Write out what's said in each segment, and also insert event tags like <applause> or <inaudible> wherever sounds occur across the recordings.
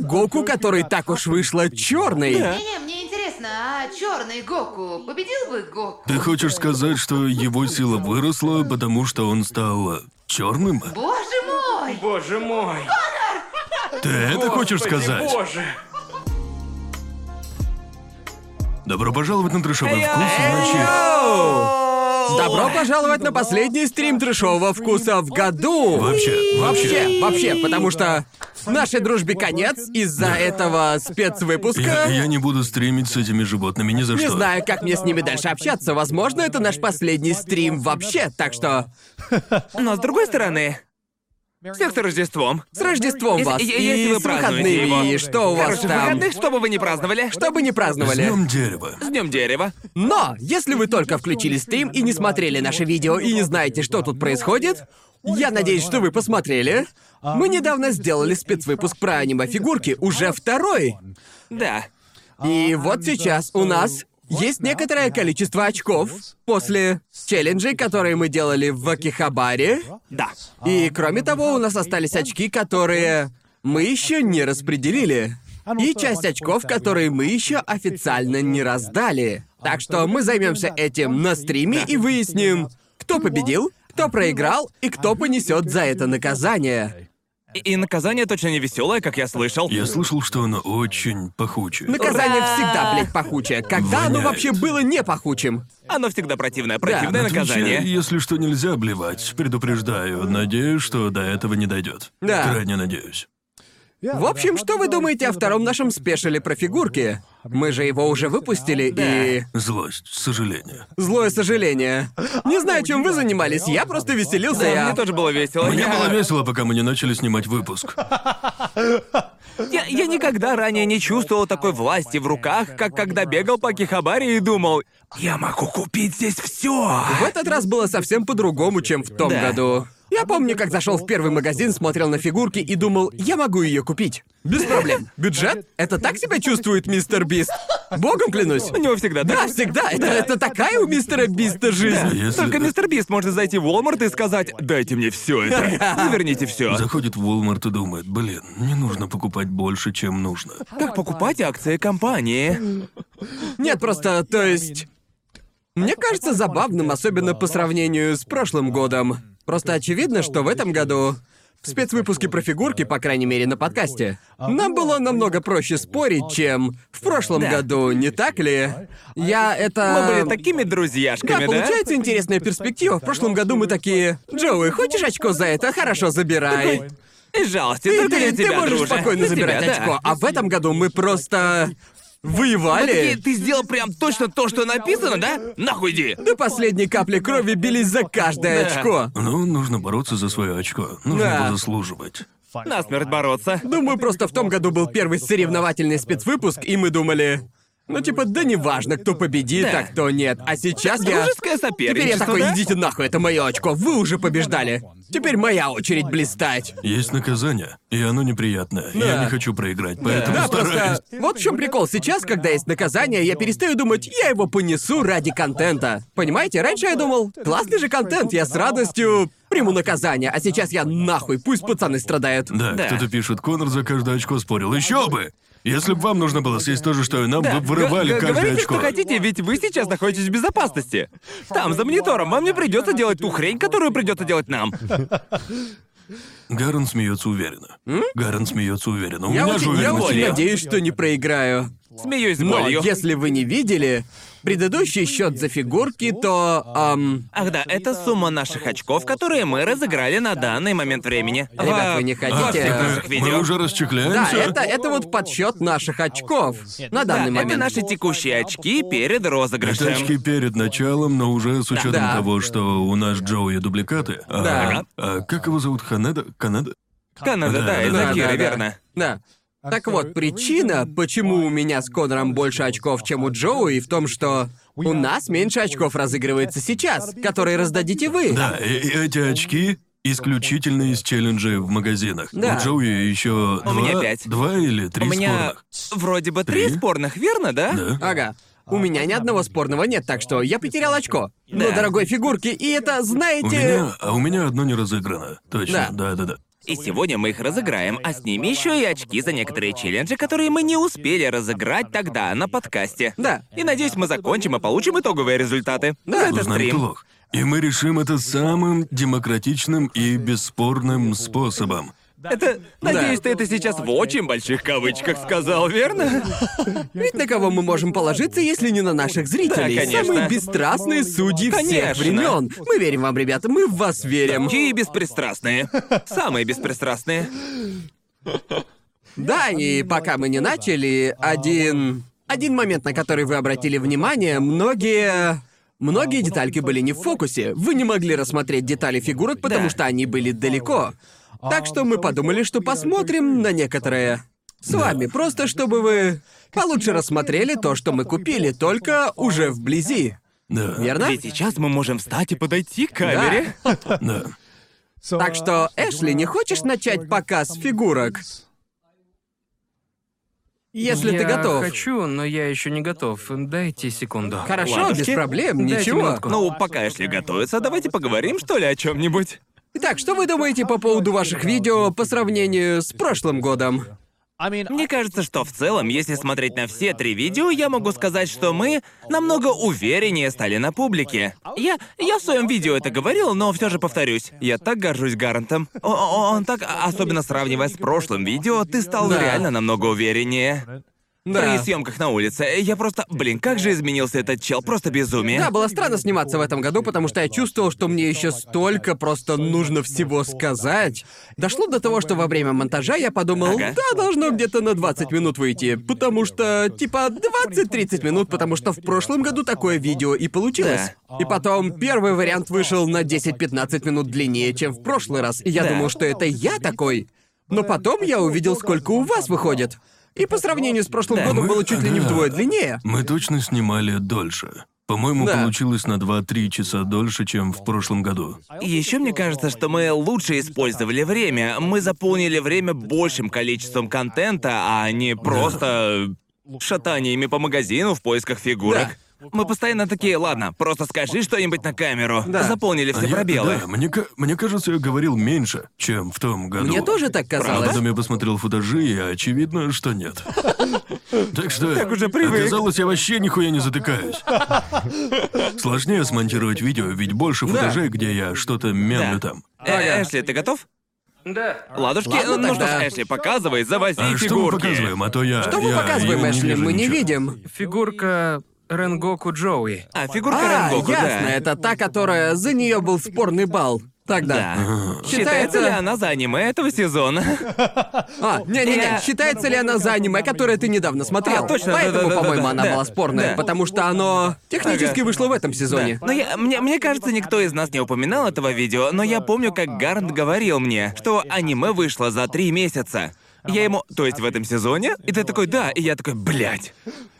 Гоку, который так уж вышло черный. Не-не, мне интересно, а черный Гоку победил бы Гоку? Ты хочешь сказать, что его сила выросла, потому что он стал черным? Боже мой! Боже мой! Ты это хочешь Господи, сказать? Боже! Добро пожаловать на трешовый вкус ночи. Йоу! Добро пожаловать на последний стрим трешового вкуса в году. Вообще, вообще. Вообще, вообще, потому что нашей дружбе конец из-за этого Я, спецвыпуска. я не буду стримить с этими животными ни за Не что. знаю, как мне с ними дальше общаться. Возможно, это наш последний стрим вообще, так что Но с другой стороны, всех с Рождеством. с Рождеством Если- вас е- и если вы с празднуете выходными, его. и что у вас Хороших там. выходных, что бы вы ни праздновали. Что Что бы не С праздновали. днем дерева. с Днем Дерева. Но, если вы только включили стрим и не смотрели наше видео и не знаете, что тут происходит, я надеюсь, что вы посмотрели. Мы недавно сделали спецвыпуск про аниме-фигурки, уже второй. Да. И вот сейчас у нас есть некоторое количество очков после челленджей, которые мы делали в Акихабаре. Да. И кроме того, у нас остались очки, которые мы еще не распределили. И часть очков, которые мы еще официально не раздали. Так что мы займемся этим на стриме и выясним, кто победил, кто проиграл и кто понесет за это наказание. И, и наказание точно не веселое, как я слышал. Я слышал, что оно очень пахучее. Наказание Ура! всегда, блядь, пахучее. Когда оно Воняет. вообще было не пахучим? Оно всегда противное. Противное На Твиче, наказание. если что, нельзя блевать, предупреждаю. Надеюсь, что до этого не дойдет. Да. Крайне надеюсь. В общем, что вы думаете о втором нашем спешале про фигурки? Мы же его уже выпустили, и... Злость, сожаление. Злое сожаление. Не знаю, чем вы занимались, я просто веселился. Да, я- мне тоже было весело. Мне я... было весело, пока мы не начали <laughs> снимать выпуск. Я, я никогда ранее не чувствовал такой власти в руках, как когда бегал по Кихабаре и думал, я могу купить здесь все. В этот раз было совсем по-другому, чем в том Да. году. Я помню, как зашел в первый магазин, смотрел на фигурки и думал, я могу ее купить. Без проблем. Бюджет? Это так себя чувствует мистер Бист? Богом клянусь. У него всегда Да, так. всегда. Это, это такая у мистера Биста жизнь. Если Только мистер Бист может зайти в Walmart и сказать, дайте мне <laughs> все это, Ну, заверните все. А заходит в Walmart и думает, блин, не нужно покупать больше, чем нужно. Как покупать акции компании? Нет, просто, то есть... Мне кажется забавным, особенно по сравнению с прошлым годом. Просто очевидно, что в этом году в спецвыпуске про фигурки, по крайней мере, на подкасте, нам было намного проще спорить, чем в прошлом Да. году, не так ли? Я это... Мы были такими Эм, Да, друзьяшками, да? получается интересная перспектива. В прошлом году мы такие... Джоуи, хочешь очко за это? Хорошо, забирай. И жалости, Ты, только для ты- ты тебя, можешь друже. спокойно Для забирать тебя, да. очко. А в этом году мы просто... Воевали. Такие, ты сделал прям точно то, что написано, да? Нахуй иди! До последней капли крови бились за каждое Да. очко. Ну, нужно бороться за свое очко. Нужно Да. позаслуживать. Насмерть бороться. Думаю, просто в том году был первый соревновательный спецвыпуск, и мы думали... Ну, типа, да неважно, кто победит, Да. а кто нет. А сейчас я... Дружеское Теперь я соперничество, такой, да? идите нахуй, это мое очко, вы уже побеждали. Теперь моя очередь блистать. Есть наказание, и оно неприятное. Я не хочу проиграть, поэтому Да, стараюсь. просто... Вот в чем прикол. Сейчас, когда есть наказание, я перестаю думать, я его понесу ради контента. Понимаете, раньше я думал, классный же контент, я с радостью приму наказание, а сейчас я нахуй, пусть пацаны страдают. Да, Да. кто-то пишет, Конор за каждое очко спорил. Еще бы! Если бы вам нужно было съесть то же, что и нам, вы бы вырывали Г- г- каждое Говорите, очко. что хотите, ведь вы сейчас находитесь в безопасности. Там, за монитором, вам не придется делать ту хрень, которую придется делать нам. Гарн смеется уверенно. Гарн смеется уверенно. У Я меня же очень, я уверенность очень нет. надеюсь, что не проиграю. Смеюсь с Но болью. если вы не видели предыдущий счет за фигурки, то эм, Ах да, это сумма наших очков, которые мы разыграли на данный момент времени. Ребят, Во- вы не А, хотите- э, так мы- наших мы, видео. уже да, расчехляемся. это это вот подсчет наших очков на Да, данный это момент. наши текущие очки перед Это розыгрышем. очки перед началом, но уже с учетом Да. того, что у нас Джоуи дубликаты. А, Да. а как его зовут? Ханеда? Канада? Канада, да, Да, из да, Акиры, да. верно. Да. Так вот, причина, почему у меня с Конором больше очков, чем у Джоуи, в том, что у нас меньше очков разыгрывается сейчас, которые раздадите вы. Да, и, и эти очки исключительно из челленджей в магазинах. Да. У Джоуи еще У два, меня пять. два или три У меня спорных. вроде бы три Три? спорных, верно, да? Да? Ага. У меня ни одного спорного нет, так что я потерял очко. Но Да. дорогой фигурки, и это, У знаете... меня, а у меня одно не разыграно. Точно, да, да, да. И сегодня мы их разыграем, а с ними еще и очки за некоторые челленджи, которые мы не успели разыграть тогда на подкасте. Да. И надеюсь, мы закончим и получим итоговые результаты. Да, это Узнаем стрим. итог. И мы решим это самым демократичным и бесспорным способом. Это, надеюсь, ты это сейчас в очень больших кавычках сказал, верно? Ведь на кого мы можем положиться, если не на наших зрителей? Да, конечно. Самые бесстрастные судьи всех Конечно. времен. Мы верим вам, ребята, мы в вас верим. Такие Эм, беспристрастные. Самые беспристрастные. Да, и пока мы не начали, один... Один момент, на который вы обратили внимание, многие... Многие детальки были не в фокусе. Вы не могли рассмотреть детали фигурок, потому Да. что они были далеко. Так что мы подумали, что посмотрим на некоторые. С вами, просто чтобы вы получше рассмотрели то, что мы купили, только уже вблизи. Да. Верно? Ведь сейчас мы можем встать и подойти к камере. Да. Так что, Эшли, не хочешь начать показ фигурок? Если ты Я готов. хочу, но я еще не готов. Дайте секунду. Хорошо, Ладушки. без проблем, Дайте ничего. минутку. Ну, пока Эшли готовится, давайте поговорим, что ли, о чем-нибудь. Итак, что вы думаете по поводу ваших видео по сравнению с прошлым годом? Мне кажется, что в целом, если смотреть на все три видео, я могу сказать, что мы намного увереннее стали на публике. Я, я в своем видео это говорил, но все же повторюсь. Я так горжусь Гарантом. О- о- Он так, а, особенно сравнивая с прошлым видео, ты стал Да. реально намного увереннее. При Да. съемках на улице. Я просто, блин, как же изменился этот чел, просто безумие. Да, было странно сниматься в этом году, потому что я чувствовал, что мне еще столько просто нужно всего сказать. Дошло до того, что во время монтажа я подумал, Ага. да, должно где-то на 20 минут выйти, потому что, типа, 20-30 минут, потому что в прошлом году такое видео и получилось. И потом первый вариант вышел на 10-15 минут длиннее, чем в прошлый раз, и я Да. думал, что это я такой. Но потом я увидел, сколько у вас выходит. И по сравнению с прошлым Да. годом Мы- было чуть ли не да. вдвое длиннее. Мы точно снимали дольше. По-моему, Да. получилось на 2-3 часа дольше, чем в прошлом году. Еще мне кажется, что мы лучше использовали время. Мы заполнили время большим количеством контента, а не просто шатаниями по магазину в поисках фигурок. Мы постоянно такие, ладно, просто скажи что-нибудь на камеру. Да. Заполнили А все я- пробелы. да, мне, ка- мне кажется, я говорил меньше, чем в том Ну, году. Мне тоже так А казалось. потом я посмотрел футажи, и очевидно, <laughs> что нет. Так что... уже привык. Оказалось, я вообще нихуя не затыкаюсь. Сложнее смонтировать видео, ведь больше футажей, где я что-то мямлю там. Э, Эшли, ты готов? Да. Ладушки, Ладно ну что тогда. ж, Эшли, показывай, завози А что мы фигурки. показываем? А то я... Что мы я- показываем, я Эшли? вижу Мы не ничего. видим. Фигурка Ренгоку Джоуи. А, фигурка А, Ренгоку, да. ясно, это та, которая за нее был спорный бал. Да. Тогда. Считается ли Считается- она за аниме этого сезона? А, не-не-не, Я- считается ли она за аниме, которое ты недавно смотрел? А, точно, Поэтому, да-да-да-да-да. по-моему, она Да. была спорная, Да. потому что оно технически Ага. вышло в этом сезоне. Но я, мне, мне кажется, никто из нас не упоминал этого видео, но я помню, как Гарнт говорил мне, что аниме вышло за три месяца. Я ему, то есть в этом сезоне? И ты такой, да, и я такой, блядь.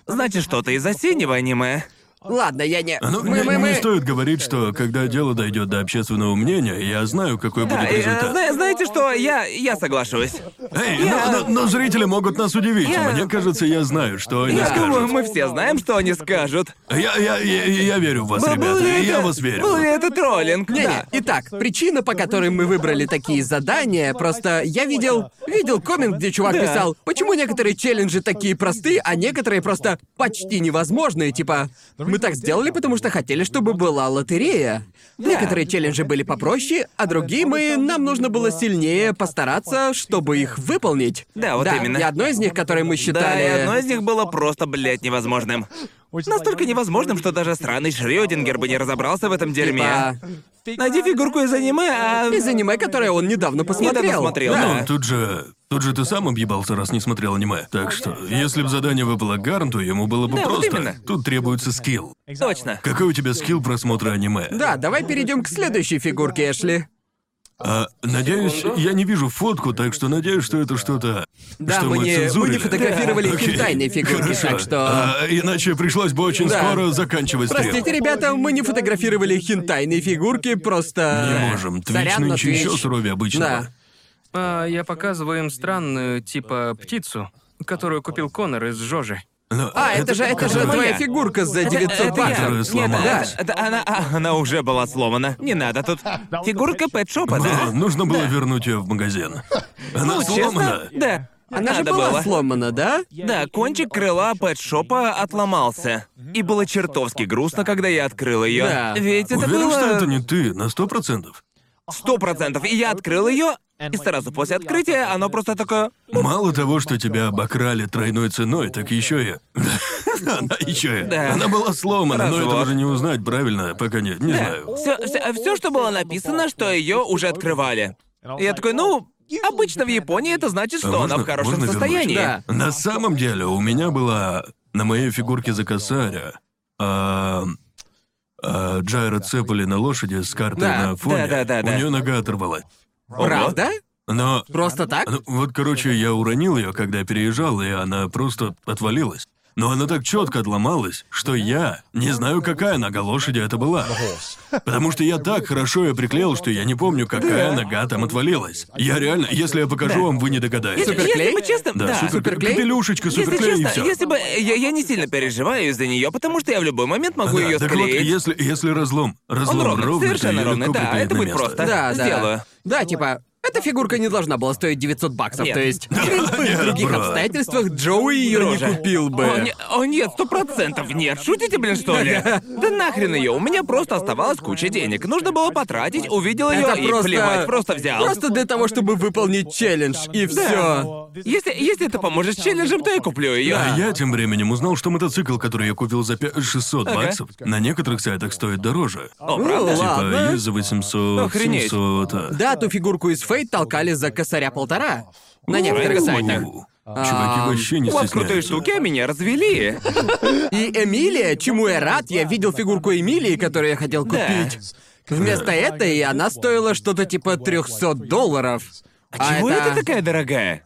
Значит, что-то из осеннего аниме. Ладно, я не... А Ну, мы, не, мы, не мы... стоит говорить, что когда дело дойдет до общественного мнения, я знаю, какой Да, будет и, э, результат. зна- знаете что, я, я соглашусь. Эй, но, но- но зрители могут нас удивить. Я- Мне кажется, я знаю, что они Я думаю, скажут. мы все знаем, что они скажут. Я, я, я, я верю в вас, Был- был ребята. ли это- Я вас верю. Был ли это троллинг? Не-не, Да. Итак, причина, по которой мы выбрали такие задания, просто я видел, видел коммент, где чувак Да. писал, почему некоторые челленджи такие простые, а некоторые просто почти невозможные, типа мы так сделали, потому что хотели, чтобы была лотерея. Некоторые челленджи были попроще, а другие мы нам нужно было сильнее постараться, чтобы их выполнить. Да, вот именно. И одно из них, которое мы Да, считали. и одно из них было просто, блядь, невозможным. Настолько невозможным, что даже сраный Шрёдингер бы не разобрался в этом дерьме. типа, Найди фигурку из аниме, а... из аниме, которое он недавно посмотрел. смотрел, Да. да. Ну, тут же... Тут же ты сам объебался, раз не смотрел аниме. Так что, если бы задание выпало Гарнту, ему было бы Да, вот просто. именно. Тут требуется скилл. Точно. Какой у тебя скилл просмотра аниме? Да, давай перейдем к следующей фигурке, Эшли. А, надеюсь, я не вижу фотку, так что надеюсь, что это что-то... Да, что мы мы, не- мы не отцензурили. фотографировали Окей. хентайные фигурки, Хорошо. так что- А, иначе пришлось бы очень Да. скоро заканчивать стрим. Простите, ребята, мы не фотографировали хентайные фигурки, просто... Не можем. Твич Сорян на нынче еще Twitch. суровее обычного. Да. А, я показываю им странную, типа, птицу, которую купил Конор из Жожи. Но А, это, же, это же которая- твоя моя. фигурка за 900 это я. баксов. Которая Нет, сломалась. это- это она, а, она уже была сломана. Не надо тут. Фигурка пэт-шопа, Было- да? Ну, нужно было вернуть ее в магазин. Ну, Она сломана. Честно? Да. Она же Надо была было. сломана, да? Да, кончик крыла пэт-шопа отломался. И было чертовски грустно, когда я открыл ее. Да. Ведь это Уверен, что это было не ты, на сто процентов. сто процентов. И я открыл ее, и сразу после открытия оно просто такое. Мало того, что тебя обокрали тройной ценой, так еще и... <laughs> Она еще и... Да. Она была сломана, но Развод. этого же не узнать правильно, пока нет, не знаю. Все, а все, что было написано, что ее уже открывали. И я такой, ну, обычно в Японии это значит, А что она можно- в хорошем можно вернуть? состоянии. Да. На самом деле, у меня была на моей фигурке за косаря а, а, Джайра цепали на лошади с картой Да, на фоне. да, да, да, у да. нее нога оторвалась. Правда? Но Просто так? ну, вот, короче, я уронил ее, когда переезжал, и она просто отвалилась. Но она так четко отломалась, что я не знаю, какая нога лошади это была. Потому что я так хорошо ее приклеил, что я не помню, какая нога там отвалилась. Я реально, если я покажу вам, вы не догадаетесь. Если, Суперклей? если бы честно, Да, да. супер, Суперклей? капелюшечка, Если суперклей и честно, все. если бы я, я не сильно переживаю из-за нее, потому что я в любой момент могу ее так вот, склеить. если, если разлом, разлом Он Ну, ровный, ровный, то совершенно её ровный, легко да, приклеить это на будет место. просто. Да, да. Сделаю. Да, типа, эта фигурка не должна была стоить 900 баксов, Нет. то есть при других бро. обстоятельствах Джоуи ее не Дрожа. купил О, бы. не- о, нет, сто процентов нет. Шутите, блин, <laughs> что ли? Да нахрен ее, у меня просто оставалась куча денег. Нужно было потратить, увидел ее Это и просто- плевать, просто взял. Просто для того, чтобы выполнить челлендж, и все. Если, если ты поможешь с челленджем, то я куплю ее. А я тем временем узнал, что мотоцикл, который я купил за пя- 600 баксов, на некоторых сайтах стоит дороже. О, правда? Типа, ладно. есть за 800, Охренеть. 700. а. Да, ту фигурку из Фейт толкали за косаря полтора. На некоторых Ууу. сайтах. У, Чуваки вообще не А, У вас крутые стесняются. штуки, а меня развели. И Эмилия, чему я рад, я видел фигурку Эмилии, которую я хотел Да. купить. Вместо этой она стоила что-то типа 300 долларов. А Чего это такая дорогая?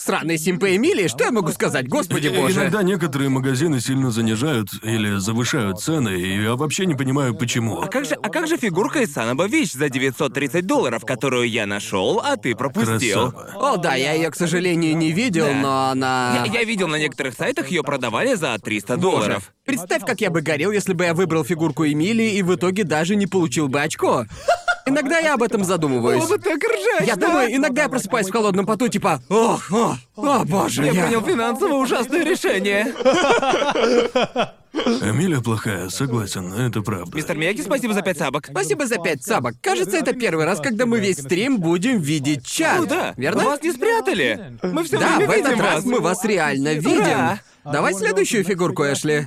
Сраный симпа Эмилии, что я могу сказать, господи боже. Иногда некоторые магазины сильно занижают или завышают цены, и я вообще не понимаю, почему. Как же, а как же фигурка из Санаба Вич за 930 долларов, которую я нашел, а ты пропустил? Красава. О, да, я ее, к сожалению, не видел, Да. но она. Я, я видел на некоторых сайтах ее продавали за 300 долларов. Представь, как я бы горел, если бы я выбрал фигурку Эмилии и в итоге даже не получил бы очко. Иногда я об этом задумываюсь. так ржать, Я думаю, иногда я просыпаюсь в холодном поту, типа, ох, о, о, боже, Я я... принял финансово ужасное решение. Эмилия плохая, согласен, это правда. Мистер Мияки, спасибо за 5 сабок. Спасибо за пять сабок. Кажется, это первый раз, когда мы весь стрим будем видеть чат. Ну да, верно? Вас не спрятали. Мы все Да, в время этот видим раз вас. мы вас реально видим. Ура! Давай следующую фигурку, Эшли.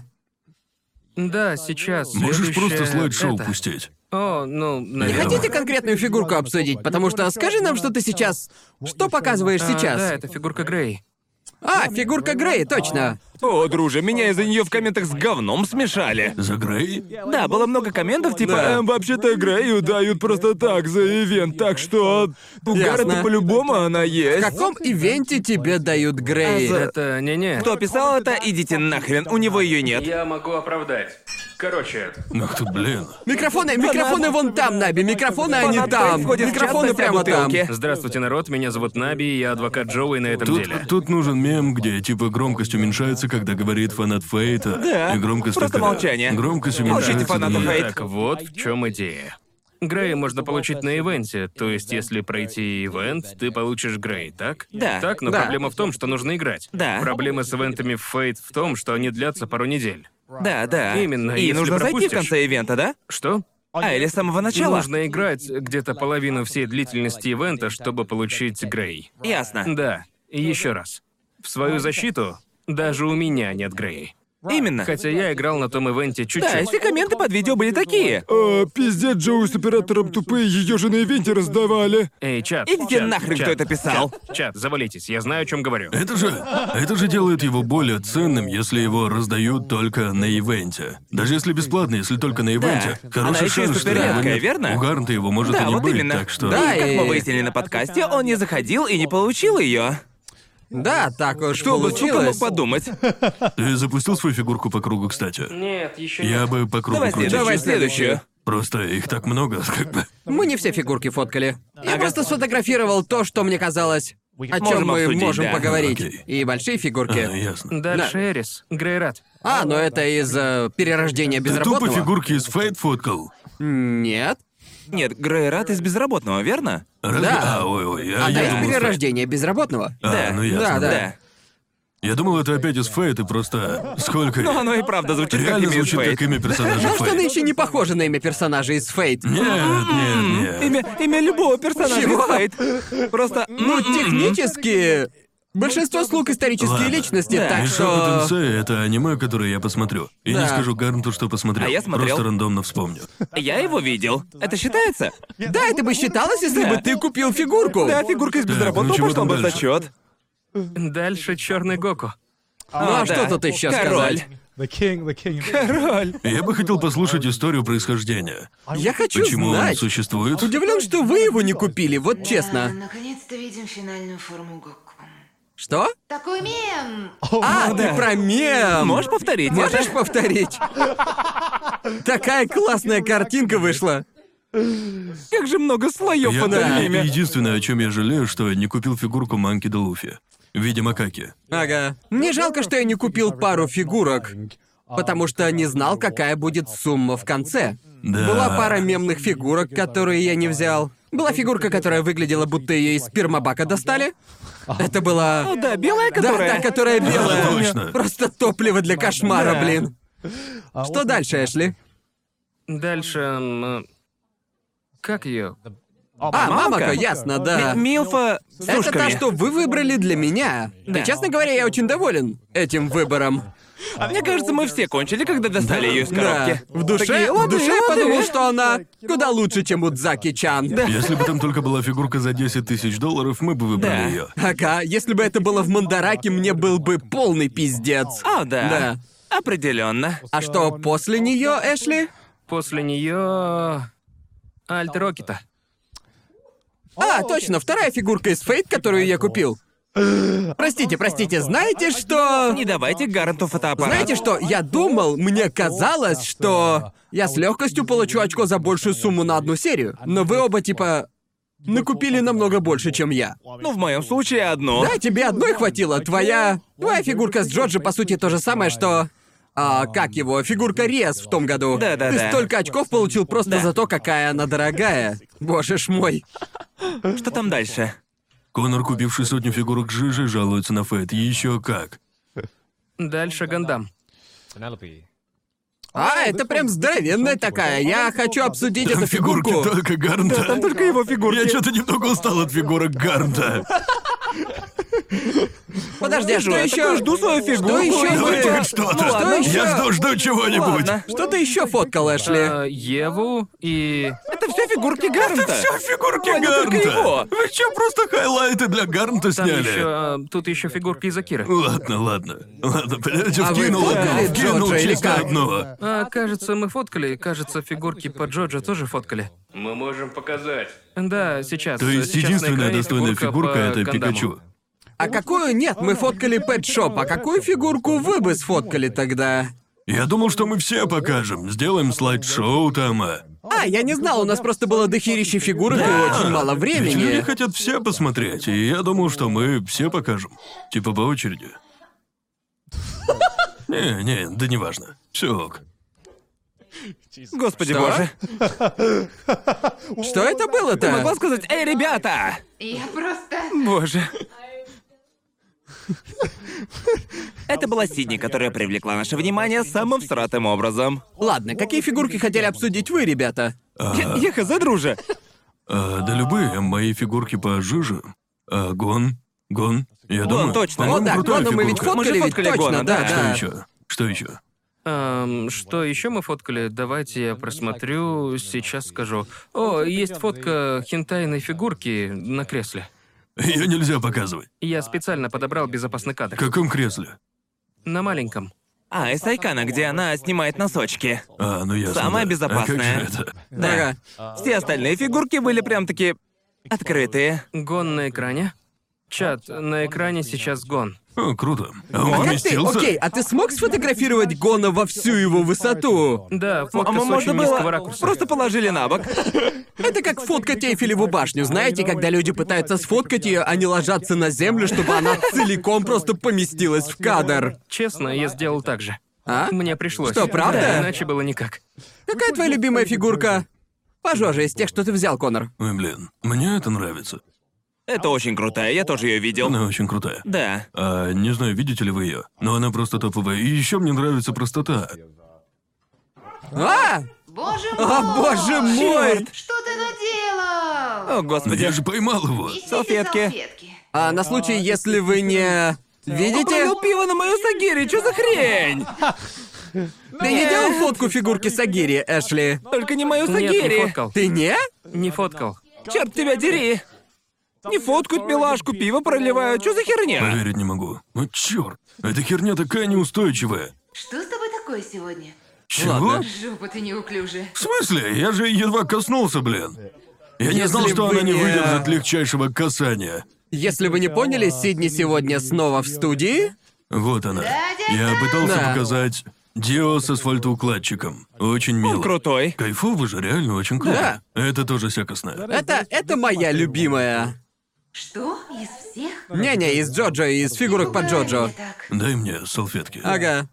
Да, сейчас. Можешь просто следующее слайд-шоу это. пустить. О, ну, Не наверное. Верно. хотите конкретную фигурку обсудить? Потому что скажи нам, что ты сейчас... Что показываешь А, сейчас? Да, это фигурка Грей. А, фигурка Грей, точно. О, друже, меня из-за нее в комментах с говном смешали. За Грей? Да, было много комментов, типа, Да. «Эм, вообще-то Грею дают просто так за ивент, так что у Ясно. Гаррета по-любому она В есть. каком ивенте тебе дают Э, Грей? Это не-не. Кто писал это, идите нахрен, у него ее нет. Я могу оправдать. Короче, Ах ты, Ну, блин. Микрофоны, микрофоны вон там, Наби, микрофоны они Фанат там. входит в Микрофоны частность о прямо там. бутылке. Здравствуйте, народ. Меня зовут Наби, и я адвокат Джоуи на этом Тут, деле. тут нужен мем, где типа громкость уменьшается, когда говорит фанат Фейта. Да, И громкость просто такая. молчание. Громкость Молчите, уменьшается. фанаты для- Фейта. Так вот в чем идея. Грей можно получить на ивенте, то есть если пройти ивент, ты получишь Грей, так? Да. Так, но Да. проблема в том, что нужно играть. Да. Проблема с ивентами в Фейт в том, что они длятся пару недель. Да, да. Именно, И если нужно зайти в пропустишь. конце ивента, да? Что? А, или с самого начала? Нужно играть где-то половину всей длительности ивента, чтобы получить Грей. Ясно. Да, и еще раз. В свою защиту даже у меня нет Грей. Именно. Хотя я играл на том ивенте чуть-чуть. Да, если комменты под видео были такие. Э, пиздец, Джоуи с оператором тупые, ее же на ивенте раздавали. Эй, чат. Идите чат, нахрен, чат, кто это писал. Чат, чат, завалитесь, я знаю, о чем говорю. Это же, это же делает его более ценным, если его раздают только на ивенте. Даже если бесплатно, если только на ивенте. Она Хороший еще и шанс, что его суперяркая, нет. верно? У Гарнта его может и Да, не вот быть, именно. так что... Да, И как мы и- выяснили на подкасте, он не заходил и не получил ее. Да, так уж Кто бы, ну, сука, получилось. мог подумать? Ты запустил свою фигурку по кругу, кстати? Нет, еще Я бы по кругу Давай крутил. следующую, Давай следующую. Просто их так много, <laughs> как бы. Мы не все фигурки фоткали. Я просто сфотографировал то, что мне казалось о чем Можем мы обсудить, можем да. поговорить. Окей. И большие А, фигурки. ясно. Дальше Эрис. Грейрат. А, но это из э, перерождения Ты тупо безработного. фигурки из Фейт фоткал? Нет. Нет, Грейрат из безработного, верно? Разве- Да. А, ой, ой, я, Она я из думал, Фейт. перерождения безработного. А, Да, ну да, ясно. да. Я думал, это опять из Фейт, и просто... <laughs> Сколько... Но Ну, оно и правда звучит Реально как имя из Ну, звучит Фейт. как имя <laughs> персонажа Может, она Фейт. еще не похожа на имя персонажа из Фейт. Нет, М-м-м. нет, нет. Имя, имя любого персонажа Чего? из Фейт. Просто... Ну, м, м, м. технически... Большинство слуг исторические Ладно. личности, Да. так Мишоку что... Тенсей — это аниме, которое я посмотрю. И Да. не скажу Гарнту, что посмотрел. А я смотрел. Просто рандомно вспомню. Я его видел. Это считается? Да, это бы считалось, если Да. бы ты купил фигурку. Да, фигурка из Так, безработного ну чего пошла там бы в дальше? зачет. Дальше черный Гоку. Ну А, а что да. тут еще Король. сказать? The king, the king. Король. Я бы хотел послушать историю происхождения. А Я хочу Почему он знать. существует? Удивлен, что вы его не купили, вот Да, честно. наконец-то видим финальную форму Гоку. Что? Такой мем! А, ты про мем! Можешь повторить? Можешь это? повторить? Такая классная картинка вышла. Как же много слоев в Я- этом Да. меме. Единственное, о чем я жалею, что не купил фигурку Манки де Луфи. Видимо, Каки. Ага. Мне жалко, что я не купил пару фигурок, потому что не знал, какая будет сумма в конце. Да. Была пара мемных фигурок, которые я не взял. Была фигурка, которая выглядела, будто ее из спермобака достали. Это была... О, Ну да, белая, которая. Да, та, которая белая. А, точно. Просто топливо для кошмара, Да. блин. А Что дальше, Эшли? Дальше... м, э, Как ее? А, Мамака? мамака, ясно, да. Ми- Милфа с Это та, ушками. что вы выбрали для меня. И, Да. честно говоря, я очень доволен этим выбором. Мне кажется, мы все кончили, когда достали ее из Да. коробки. В душе, Такие, в «Лады, душе я лады». подумал, что она куда лучше, чем у Дзаки Чан. Если бы там только была фигурка за 10 тысяч долларов, мы бы выбрали Да. ее. Ага, если бы это было в Мандараке, мне был бы полный пиздец. А, да. Да. Определенно. А что после нее, Эшли? После нее... Альт Рокета. А, точно, вторая фигурка из Фейт, которую я <gasps> купил. Простите, простите, знаете что? Не давайте Гаранту фотоаппарат. Знаете что, я думал, мне казалось, что я с легкостью получу очко за большую сумму на одну серию. Но вы оба типа накупили намного больше, чем я. Ну, в моем случае а одно. Да, тебе одной хватило. Твоя... Твоя фигурка с Джорджи, по сути, то же самое, что... А, как его? Фигурка Риас в том году. Да-да-да. Ты столько очков получил просто Да. за то, какая она дорогая. Боже ж мой. Что там дальше? Конор, купивший сотню фигурок Жижи, жалуется на Фейт. Еще как. Дальше Гандам. А, это прям здоровенная такая. Я хочу обсудить эту фигурку. только Гарнта. Только его фигурки. Я что-то немного устал от фигурок Гарнта. Подожди, а что Я еще? такой жду свою фигурку. Что еще? Давайте вы- хоть что-то. Ну ладно. Я Что жду, жду чего-нибудь. Ладно. Что ты еще фоткал, Эшли? А. Э, Еву и... Это все фигурки Гарнта. Все фигурки Ладно, только его. Гарнта. Вы что, просто хайлайты для Гарнта Там сняли? еще... Тут еще фигурки из Акиры. Ладно, ладно. Ладно, понимаете, А вы вкинул одно, фоткали вкинул Джорджа или чисто как? одно. А, кажется, мы фоткали. Кажется, фигурки по Джоджо тоже фоткали. Мы можем показать. Да, сейчас. То есть Сейчас на единственная экране достойная фигурка по это Гандаму. Пикачу. А какую? Нет, мы фоткали Pet Shop. А какую фигурку вы бы сфоткали тогда? Я думал, что мы все покажем. Сделаем слайд-шоу там. а. А, я не знал, у нас просто было дохерища фигурок и очень мало Ведь люди времени. хотят все посмотреть, и я думал, что мы все покажем. Типа по очереди. Не, не, да неважно. Все ок. Господи Что? боже. Что это Ты могла было-то? сказать, эй, ребята! Я просто... Боже. Это была Сидни, которая привлекла наше внимание самым сратым образом. Ладно, какие фигурки хотели обсудить вы, ребята? Я, я хз, друже. А, да любые мои фигурки по жиже. А, гон, гон. Я думаю. точно. по-моему, О, да, крутая Гона мы ведь фигурка. Мы же фоткали, ведь фоткали точно, Гона, да, Что да, да. еще? Что еще? Эм, что еще мы фоткали? Ну, Давайте я просмотрю, сейчас скажу. О, есть фотка хентайной фигурки на кресле. Ее нельзя показывать. Я специально подобрал безопасный В кадр. каком кресле? На маленьком. А, из Айкана, где она снимает носочки. А, ну ясно. Самая да. безопасная. А как же это? Да. Все остальные фигурки были прям такие открытые. Гон на экране. Чат, на экране сейчас гон. О, круто. А он А как ты? вместился? Окей, а ты смог сфотографировать Гона во всю его высоту? Да, А М- фотка с можно очень низкого было ракурса. просто положили на бок. Это как фотка Тейфелеву башню, знаете, когда люди пытаются сфоткать ее, они ложатся на землю, чтобы она целиком просто поместилась в кадр. Честно, Ну, я сделал так же. А? Мне пришлось. Что, правда? Да, иначе было никак. Какая твоя любимая фигурка? Пожоже из тех, что ты взял, Конор. Ой, блин, мне это нравится. Это очень крутая, я тоже ее видел. Она очень крутая. Да. А, не знаю, видите ли вы ее, но она просто топовая. И еще мне нравится простота. А! Боже мой! А, боже мой! Что ты наделал? О, Но я господи. же поймал его. Несите салфетки. салфетки. А на случай, если вы не... Он Видите? пролил пиво на мою сагири, что за хрень? Ты не делал фотку фигурки Сагири, Эшли? Только не мою Нет, не сагири. фоткал. Ты не? Не фоткал. Черт тебя дери. Не фоткают милашку, пиво проливают, что за херня? Поверить не могу. Ну черт, эта херня такая неустойчивая. Что с тобой такое сегодня? Чего? Ну Ладно. Жопа ты неуклюжая. В смысле? Я же едва коснулся, блин. Я не Если знал, что бы она не не- выдержит легчайшего касания. Если вы не поняли, Сидни сегодня снова в студии. Вот она. дядя Я пытался Да. показать Дио с асфальтоукладчиком. Очень мило. Он крутой. Кайфово же, реально очень круто. Это тоже всякостное. Это, это моя любимая. Что? Из всех? Не-не, из Джоджо, из фигурок по Пугай Джоджо. меня так. Дай мне салфетки. Ага.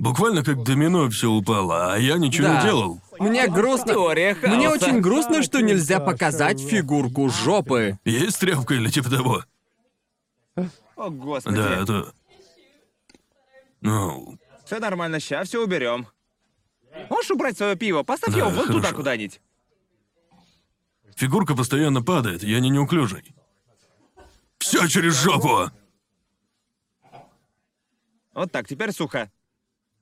Буквально как домино все упало, а я ничего Да. не делал. Мне грустно. Теория хаоса. Мне очень грустно, что нельзя показать фигурку жопы. Есть тряпка или типа того? О, господи. Да, это... Ну, Все нормально, ща все уберем. Можешь убрать свое пиво? Поставь его Да, вот туда хорошо. куда-нибудь. фигурка постоянно падает, я не неуклюжий. Все через жопу! Вот так, теперь сухо.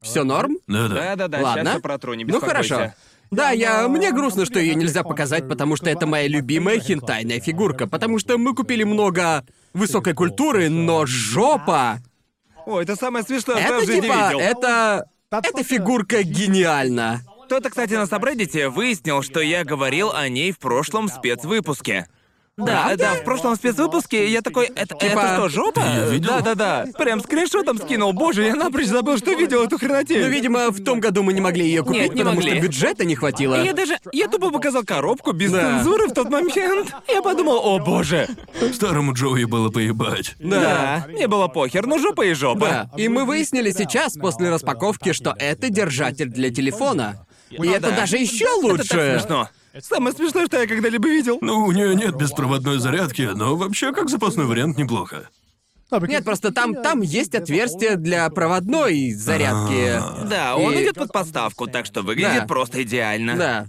Все норм? Да-да. Да-да-да, Ладно. сейчас все протру, не Ну беспокойся. хорошо. Да, я. Мне грустно, что ее нельзя показать, потому что это моя любимая хентайная фигурка. Потому что мы купили много высокой культуры, но жопа! О, это самое смешное, что я в Это жизни типа. видел. Это. Эта фигурка гениальна. Кто-то, кстати, на Сабреддите выяснил, что я говорил о ней в прошлом спецвыпуске. Да, да, в прошлом спецвыпуске я такой, это, Типа это что, жопа? её видел? Да, да, да. Прям скриншотом скинул. Боже, я напрочь забыл, что видел эту хренотень. Ну, видимо, в том году мы не могли ее купить, Нет, не потому могли. что бюджета не хватило. Я даже, я тупо показал коробку без Да. цензуры в тот момент. Я подумал, о боже. Старому Джоуи было поебать. Да. Мне было похер, ну жопа и жопа. Да. И мы выяснили сейчас, после распаковки, что это держатель для телефона. И Ну это да. даже еще Это так лучше. смешно. Самое смешное, что я когда-либо видел. Ну, у нее нет беспроводной зарядки, но вообще как запасной вариант неплохо. Ну, Нет, просто там, там есть отверстие для проводной зарядки. Ну, Да, он И- идет под подставку, так что выглядит Да. просто идеально. Да.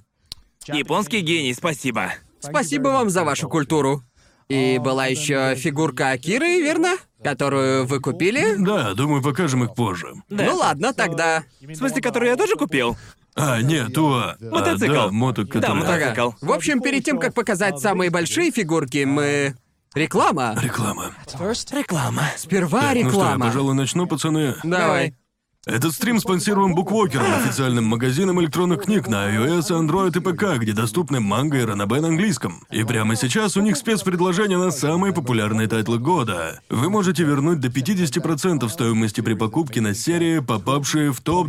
Японский гений, спасибо. Спасибо вам за вашу культуру. И была еще фигурка Акиры, верно? Которую вы купили? Да, думаю, покажем их позже. Ну ладно, тогда. В смысле, который я тоже купил? А, нет, Туа. А, Мотоцикл. да, моток, Да, который- мотоцикл. Ага. В общем, перед тем, как показать самые большие фигурки, мы... Реклама. А, Реклама. Реклама. Сперва Ну что, я, реклама. пожалуй, начну, пацаны. Давай. Этот стрим спонсируем Буквокером, официальным магазином электронных книг на iOS, Android и ПК, где доступны манго и ранобэ на английском. И прямо сейчас у них спецпредложение на самые популярные тайтлы года. Вы можете вернуть до 50% стоимости при покупке на серии, попавшие в топ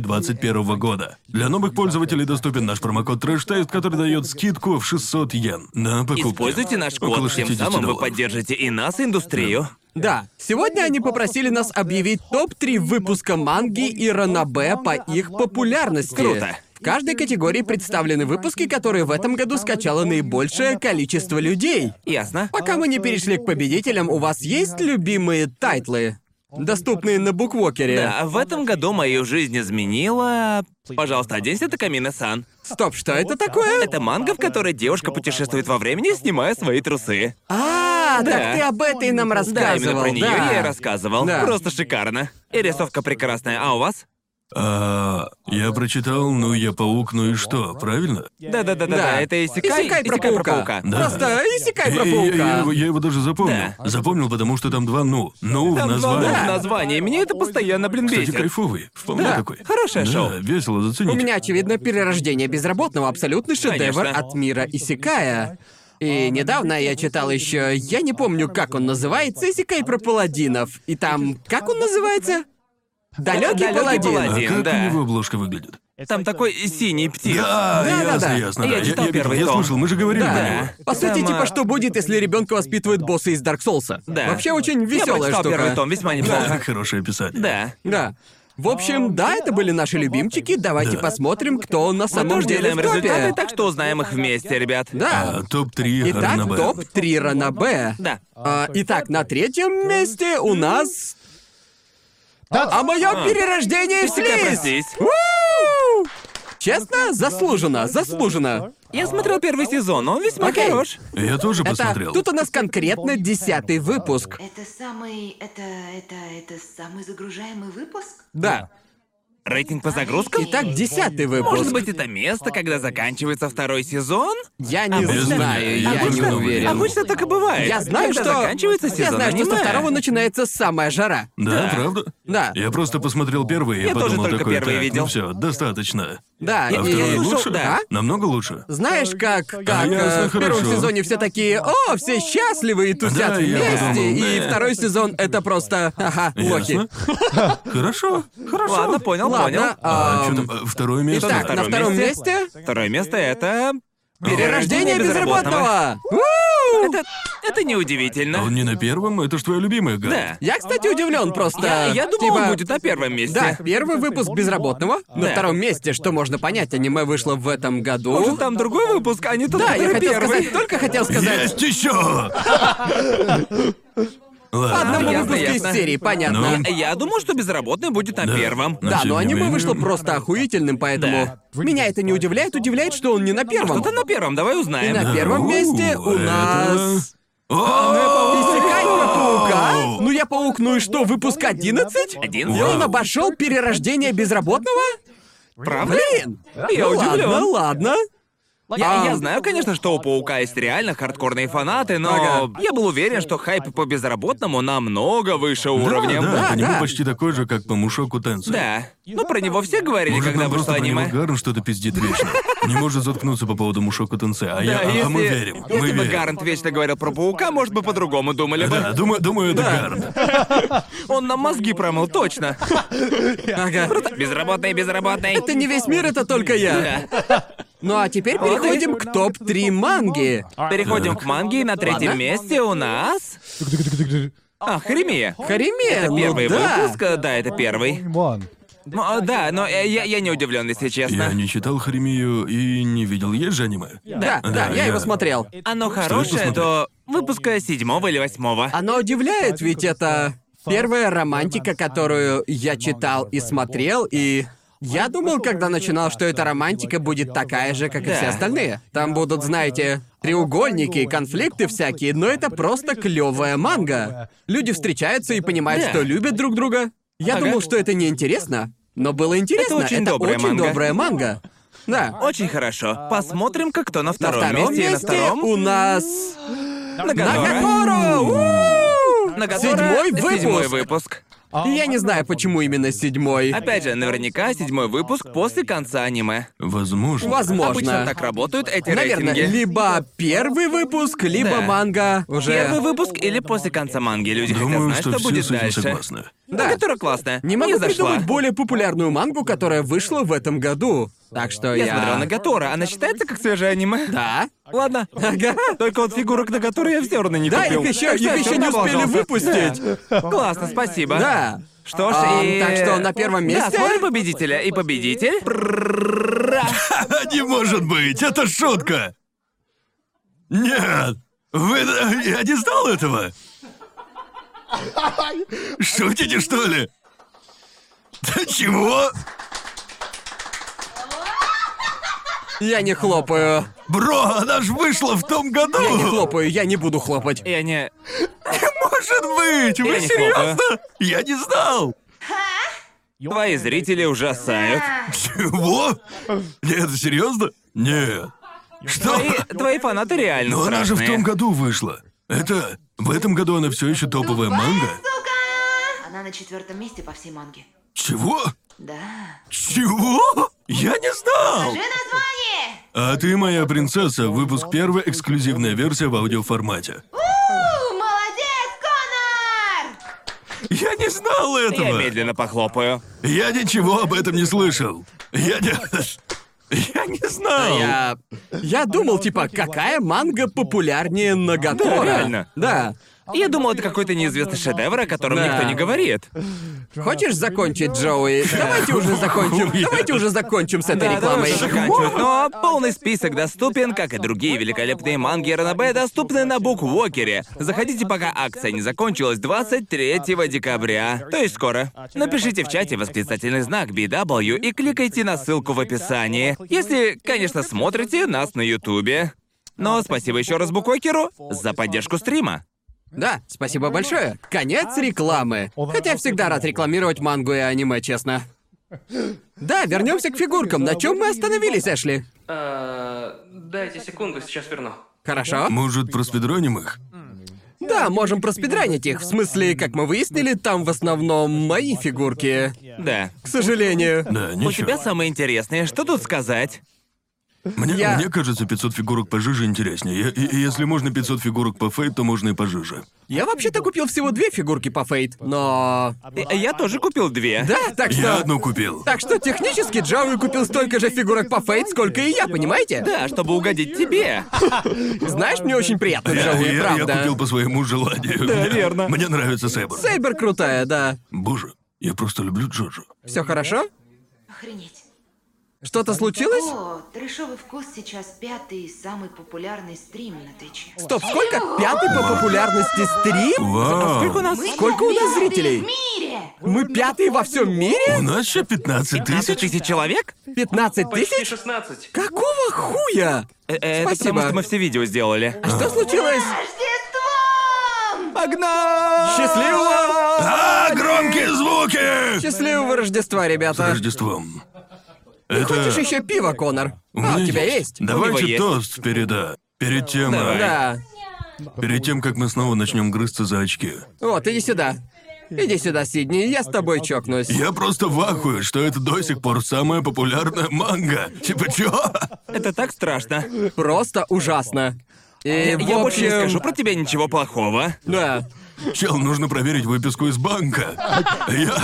2021 года. Для новых пользователей доступен наш промокод TrashTest, который дает скидку в 600 йен на покупку. Используйте наш Около код, тем 60 самым вы долларов. поддержите и нас, и индустрию. Да, сегодня они попросили нас объявить топ-3 выпуска манги и ранобэ по их популярности. Круто. В каждой категории представлены выпуски, которые в этом году скачало наибольшее количество людей. Ясно? Пока мы не перешли к победителям, у вас есть любимые тайтлы, доступные на буквокере? Да, в этом году мою жизнь изменила... Пожалуйста, оденься Такамина-сан. Стоп, что это такое? Это манга, в которой девушка путешествует во времени, снимая свои трусы. А, так ты об этой нам Да, именно рассказывал. про нее да. я и рассказывал. Да. Просто шикарно. И рисовка прекрасная. А у вас? А, я прочитал, ну я паук, ну и что, правильно? Да-да-да-да, Да. это Исекай, Исекай про Исекай паука. Да. Просто иссякай про Э, э, Я, паука. его, я его даже запомнил. Да. Запомнил, потому что там два ну. Ну в Там два названии. «ну» в названии. Меня это постоянно, блин, Кстати, бесит. кайфовый. Вполне Да, такой. хорошее да, шоу. весело заценить. У меня, очевидно, перерождение безработного абсолютный шедевр Конечно. от мира Исекая. И И недавно я читал еще, я не помню, как он называется, Исекай про паладинов. И там, как он называется? Далекий Далёкий паладин. паладин. А Один, как да. у него обложка выглядит? Там такой синий птиц. Да, Да, да, ясно, да. ясно. Я да. читал видел, первый я том. слышал, мы же говорили Да. про него. По сути, Там, типа, а, что будет, если ребенка воспитывают боссы из Dark Souls? Да. Вообще очень Я веселая прочитал штука. первый том, весьма неплохо. Так, хорошее описание. Да. Да. В А, общем, да, это были наши любимчики. Давайте Да. посмотрим, кто на Мы самом тоже деле делаем в топе. результаты, так что узнаем их вместе, ребят. Да. А, топ-3 Итак, Ранабе. топ-3 Ранабе. Да. А, итак, на третьем месте у нас... А, Да. О А. моем перерождении в Тебя слизь! простить. У! Честно, заслуженно, заслуженно. Я смотрел первый сезон, он весьма Окей. хорош. Я тоже Это посмотрел. тут у нас конкретно десятый выпуск. Это самый... Это... Это... Это самый загружаемый выпуск? Да. Рейтинг по загрузкам? Итак, десятый выпуск. Может быть, это место, когда заканчивается второй сезон? Я не Обычно- знаю, я не обычно- уверен. Обычно так и бывает. Я знаю, Когда что заканчивается сезон Я знаю, что со аниме. второго начинается самая жара. Да, Да. правда? Да. Я просто посмотрел первый, и Я тоже подумал только такой, первый так, видел». ну все, достаточно. Да, А и- второй слушал, лучше? да. Намного лучше. Знаешь, как, как ясно, э, в первом хорошо. сезоне все такие, о, все счастливы и тусят Да, я вместе, подумал, и да. второй сезон это просто, ага, лохи. Ясно. Ну, <laughs> Хорошо, хорошо. Ладно, понял, Ладно, понял. А, ам, что там, а, второе место? итак, на втором втором месте? месте Второе место это... перерождение безработного. У! Это, это А он неудивительно. не на первом? Это ж твоя любимая, Гад. Да. Я, кстати, удивлен просто. Я, я думал, типа, он будет на первом месте. Да, первый выпуск безработного. На Да. втором месте, что можно понять, аниме вышло в этом году. Может, там другой выпуск, а не тот, Да, я который хотел первый. сказать, только хотел сказать. Есть еще! По одному Ясно, выпуску из ясно. серии, понятно. Ну, Я, я думал, что безработный будет на Да. первом. Ну, Да, тем но не аниме менее. вышло просто охуительным, поэтому... Меня это не удивляет, удивляет, что он не на первом. Кто-то на первом, давай И узнаем. на первом У, месте у это- нас... Ну, О! Иссякай про паука? Ну я паук, ну и что, выпуск 11? И 11? он Вау. обошел перерождение безработного? Правда? Блин! Я ну удивлен. ладно, ладно. Я, А. я знаю, конечно, что у Паука есть реально хардкорные фанаты, но Ага. я был уверен, что хайп по безработному намного выше уровня. Да, да, Да, по нему да. почти такой же, как по Мушоку Тенсу. Да. Ну, про него все говорили, Может, когда нам просто вышло про него аниме. Гарн что-то пиздит вечно. Не может заткнуться по поводу Мушоку Тенсе, а, я, Да, а- а если, мы верим, если мы бы верим. Гарнт вечно говорил про паука, может бы по-другому думали бы. Да, думаю, думаю, это Гарн. Он нам мозги промыл, точно. Ага. Безработный, безработный. Это не весь мир, это только я. Да. Ну а теперь переходим к топ-3 манги. Переходим к манге, и на третьем Ладно. месте у нас... А, Харемия. Хариме, ну Первый да. выпуск, э, да, это первый. One. Ну, а, да, но э, я, я не удивлен, если Я честно. не читал Хремию и не видел. Есть же аниме? Да, да, Да, я я- его смотрел. Оно хорошее посмотреть? до выпуска седьмого или восьмого. Оно удивляет, ведь это первая романтика, которую я читал и смотрел, и я думал, когда начинал, что эта романтика будет такая же, как и Да. все остальные. Там будут, а знаете, треугольники, конфликты всякие, но это просто клевая манга. Люди встречаются и понимают, Да. что любят друг друга. Я Ага. думал, что это неинтересно, но было интересно. очень добрая очень манга. А, добрая манга. Да. Очень хорошо. Посмотрим, как кто на На втором, втором месте, и на месте втором. у нас... Нагадора. Нагакоро! У! Нагадора. Седьмой Седьмой выпуск. выпуск. И Я не знаю, почему именно седьмой. Опять же, наверняка седьмой выпуск после конца аниме. Возможно. Возможно. Обычно так работают эти Наверное, рейтинги. либо первый выпуск, либо Да. манга уже. Первый выпуск или после конца манги. Люди Думаю, хотят знать, что, что, все будет с этим дальше. согласны. Да. Которая классная. Не могу Мне зашла. придумать более популярную мангу, которая вышла в этом году. Так что я... Я смотрел на Гатора. Она считается как свежее аниме? Да. Ладно. Ага. Только вот фигурок на которые я все равно не Да, купил. их еще, Так что я их еще всё не равно успели обожался. выпустить. Да. Классно, спасибо. Да. Что ж, Ам, и- так что на первом Да, месте- смотрим победителя. И победитель... А не может быть, это шутка! Нет! Вы... Я не знал этого! Шутите, что ли? Да чего? Я не хлопаю. Бро, она ж вышла в том году! Я не хлопаю, я не буду хлопать. Я не... Может быть! Вы Я не серьезно? Я не знал! Твои зрители ужасают. А, Чего? Нет, серьезно? Нет. Что? Твои, твои фанаты реально Но Ну, она же в страшные. том году вышла. Это... В этом году она все еще топовая манга? Она на четвертом месте по всей манге. Чего? Да. Чего? Я не знал! Же название! А, «А ты моя принцесса» — выпуск первый, эксклюзивная версия в аудиоформате. У, молодец, Конор! Я не знал Я этого! медленно похлопаю. Я ничего об этом не слышал. Я не... Я не знал. Я... Я думал, типа, какая манга популярнее Нагатора? Да, реально. Да. Я думал, это какой-то неизвестный шедевр, о котором Да. никто не говорит. Хочешь закончить, Джоуи? Давайте уже закончим. Давайте уже закончим с этой Да, рекламой. давай заканчивать. Но Ну, а полный список доступен, как и другие великолепные манги ранобэ доступны на Буквокере. Заходите, пока акция не закончилась 23 декабря. То есть скоро. Напишите в чате восклицательный знак BW и кликайте на ссылку в описании. Если, конечно, смотрите нас на Ютубе. Но спасибо еще раз Буквокеру за поддержку стрима. Да, спасибо большое. Конец рекламы. Хотя всегда рад рекламировать мангу и аниме, честно. Да, вернемся к фигуркам. На чем мы остановились, Эшли? А, дайте секунду, сейчас верну. Хорошо. Может, проспидроним их? Да, можем проспидранить их. В смысле, как мы выяснили, там в основном мои фигурки. Да. К сожалению. Да, У ничего. тебя самое интересное, что тут сказать? Мне, Я- мне кажется, 500 фигурок пожиже интереснее. Я- и- и если можно 500 фигурок по фейт, то можно и пожиже. Я вообще-то купил всего две фигурки по фейт, но. Э, Я тоже купил две. Да, так что. Я одну купил. Так что технически Джоуи купил столько же фигурок по фейт, сколько и я, понимаете? Да, чтобы угодить тебе. Знаешь, мне очень приятно, Я, Джоуи, я- я правда. купил по своему желанию. Да, Мне- верно. Мне нравится Сейбр. Сейбер крутая, да. Боже, я просто люблю Джоджо. Все хорошо? Охренеть. Что-то случилось? О, трешовый вкус сейчас пятый самый популярный стрим на Твиче. Стоп, сколько? Пятый по популярности стрим? Вау. Сколько у нас? Мы сколько у нас пятые зрителей? в мире! Мы пятый во всем мире? У нас еще 15 15 тысяч? тысяч человек? 15 Почти тысяч? 16. Какого хуя? Э, э, Это Спасибо. потому, что мы все видео сделали. Что случилось? Рождеством! Погнал! Счастливого! А, громкие звуки! Счастливого Рождества, С ребята! Рождеством. Хочешь Это... еще пиво, Конор? у А, у меня тебя есть? У Давайте него тост перед... а, Перед тем... а, Да. Перед тем, как мы снова начнем грызться за очки. Вот, иди сюда. Иди сюда, Сидни, я с тобой чокнусь. Я просто в ахуе, что это до сих пор самая популярная манга. Типа чё? Это так страшно. Просто ужасно. И, в Я больше не общем, скажу про тебя ничего плохого. Да. Чел, нужно проверить выписку из банка. Я...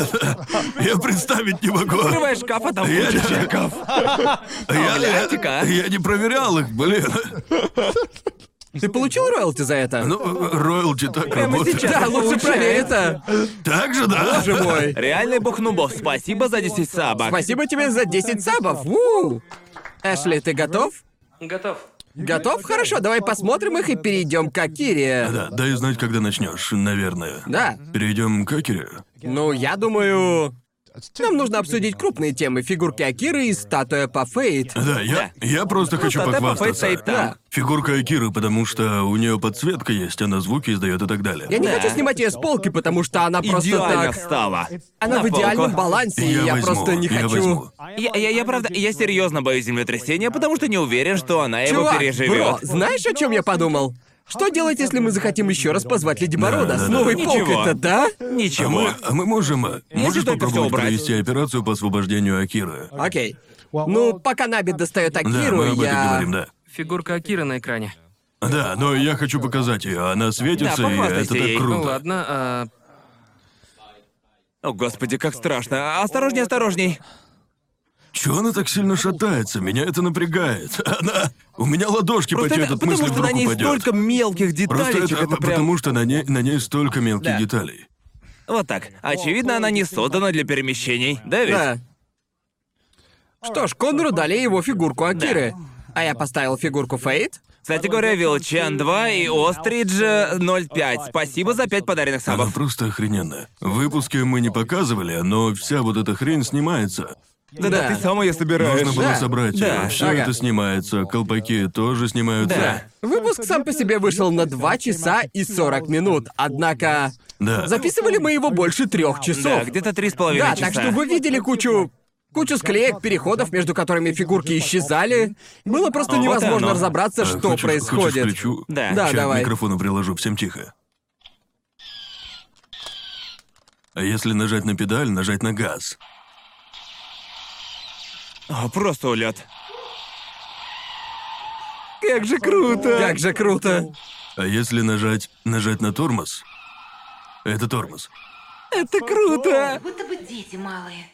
Я представить не могу. Открывай шкаф, а там Я куча не... чеков. А Я, Гляньте-ка. я не проверял их, блин. Ты получил роялти за это? Ну, роялти так Прямо работает. сейчас. да, лучше получаю. проверь это. Так же, да? Боже мой. Реальный бог нубов, спасибо за 10 сабок. Спасибо тебе за 10 сабов. Ву! Эшли, ты готов? Готов. Готов? Хорошо, давай посмотрим их и перейдем к Акире. Да, дай знать, когда начнешь, наверное. Да. Перейдем к Акере. Ну, я думаю... Нам нужно обсудить крупные темы. Фигурки Акиры и статуя по Фейт. Да, я, я просто хочу Статуя по Фейт похвастаться. стоит там. Фигурка Акиры, потому что у нее подсветка есть, она звуки издает и так далее. Я не Да. хочу снимать ее с полки, потому что она просто Идеально так... встала. Она На в идеальном полку. балансе, и я возьму, просто не я хочу... возьму. Я, я, я правда, я серьезно боюсь землетрясения, потому что не уверен, что она его Чувак, бро, переживет. знаешь, о чем я подумал? Что делать, если мы захотим еще раз позвать Леди Борода? Да, да, С новой да. полкой-то, Ничего. да? А Ничего. мы, а мы можем... а, Можешь только всё попробовать убрать. провести операцию по освобождению Акиры? Окей. Ну, пока Наби достает Да, Акиру, мы об этом я... говорим, да. Фигурка Акира на экране. Да, но я хочу показать ее. Она светится, Да, и это похвастайся так ей. круто. Ну ладно, а, О, господи, как страшно. Осторожней, осторожней. Чего она так сильно шатается? Меня это напрягает. <laughs> Она... У меня ладошки Просто потеют это- от мысли потому что вдруг на ней упадет. столько мелких Просто деталечек, это, это, прям... потому что на ней, на ней столько мелких Да. деталей. Вот так. Очевидно, она не создана для перемещений. Да ведь? Да. Что ж, Конору дали его фигурку Акиры. А я поставил фигурку Фейт. Кстати говоря, Вилчан 2 и Остриджа 05. Спасибо за 5 подаренных Она сабов. просто охрененная. В выпуске мы не показывали, но вся вот эта хрень снимается. Да. Да-да, ты сам ее собираешь. Нужно было Да. собрать Да. ее. Все Ага. это снимается. Колпаки тоже снимаются. Да. Выпуск сам по себе вышел на 2 часа и 40 минут, однако... Да. Записывали мы его больше трех Да, часов. где-то три с половиной Да, часа. так что вы видели кучу кучу склеек, переходов, между которыми фигурки исчезали. Было просто А, вот и невозможно оно. разобраться, А, что хочешь- происходит. хочешь включу? Да. Да, Ща давай. к микрофону приложу, всем тихо. А если нажать на педаль, нажать на газ. А, просто улет. Как же круто! Как же круто. А если нажать, нажать на тормоз? Это тормоз. Это круто! Будто бы дети малые.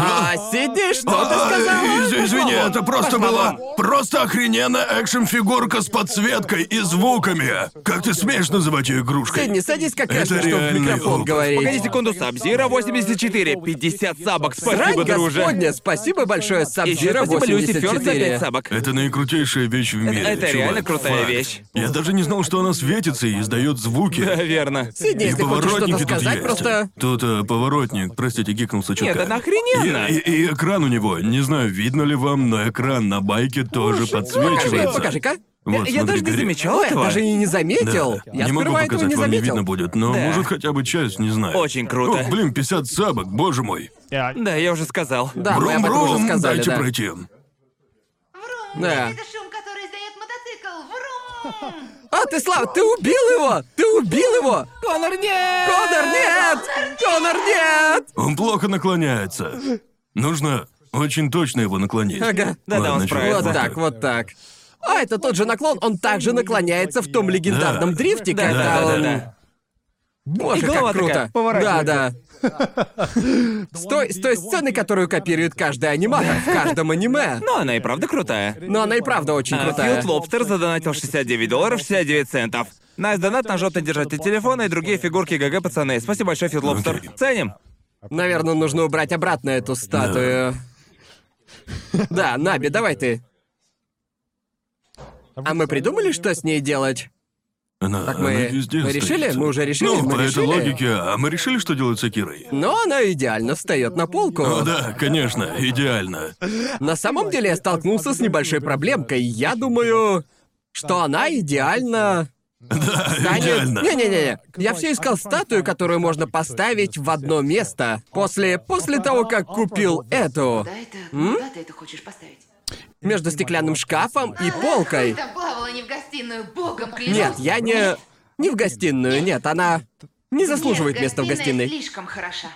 А, Сидни, что ты сказала? А, из- Извини, это просто была просто охрененная экшн-фигурка с подсветкой и звуками. Как ты смеешь называть ее игрушкой? Сидни, садись как раз, чтобы в реальный микрофон опыт. Погоди говорить. секунду, Сабзира 84, 50 сабок, спасибо, Срань друже. господня, спасибо большое, И ещё Сабзира спасибо Люси Фёрд за 5 84. сабок. Это наикрутейшая вещь в мире. это чувак, реально крутая факт. вещь. Я даже не знал, что она светится и издает звуки. Да, верно. Сидни, И если хочешь что-то поворотники тут сказать, есть. просто... Тут э, поворотник, простите, гикнулся чутка. Нет, это охрененно. И, и- и экран у него, не знаю, видно ли вам, но экран на байке тоже Покажи, подсвечивается. покажи-ка. Вот, Я смотри, даже не горит. замечал Я этого. даже и не Да. заметил. Я не могу сперва этого показать, не вам не заметил. видно будет, но Да. может хотя бы часть, не знаю. Очень круто. О, блин, 50 сабок, боже мой. Да, я уже сказал. Да, А, мы об этом уже Брум-брум, сказали, дайте да. пройти. Врум! Да. Это шум, который издает мотоцикл. Врум! А, ты, Слав, ты убил его! Ты убил его! Конор, нет! Конор, нет! Конор, нет! Он плохо наклоняется. Нужно очень точно его наклонить. Ага. Да-да, Ладно, он чувак, справится. Вот так, вот так. А это тот же наклон, он также наклоняется в том легендарном Да. дрифте, Да, когда да, да, он... да. Боже, И голова как круто. да, такая да. С той, с той сцены, которую копирует каждый аниматор в каждом аниме. Но она и правда крутая. Но она и правда очень А, крутая. Филд Лобстер задонатил 69 долларов 69 центов. Наш донат на жёлтый держатель телефона и другие фигурки ГГ, пацаны. Спасибо большое, Филд Лобстер. Окей. Ценим. Наверное, нужно убрать обратно эту статую. Да, Наби, давай ты. А мы придумали, что с ней делать? Она, Так она мы- везде мы решили? остается. Мы уже решили? Ну, Мы по решили? этой логике, а мы решили, что делать с Акирой? Но она идеально встает на полку. О, Ну да, конечно, идеально. На самом деле я столкнулся с небольшой проблемкой. Я думаю, что она идеально Да, станет... идеально. Не-не-не, я все искал статую, которую можно поставить в одно место. После... после того, как купил эту. Да, это... Куда ты это хочешь поставить? Между стеклянным шкафом и полкой. А, Там плавала не в гостиную, богом клянусь. Нет, я не... Не в гостиную, нет, она... Не заслуживает Нет, места в гостиная гостиной. слишком хороша.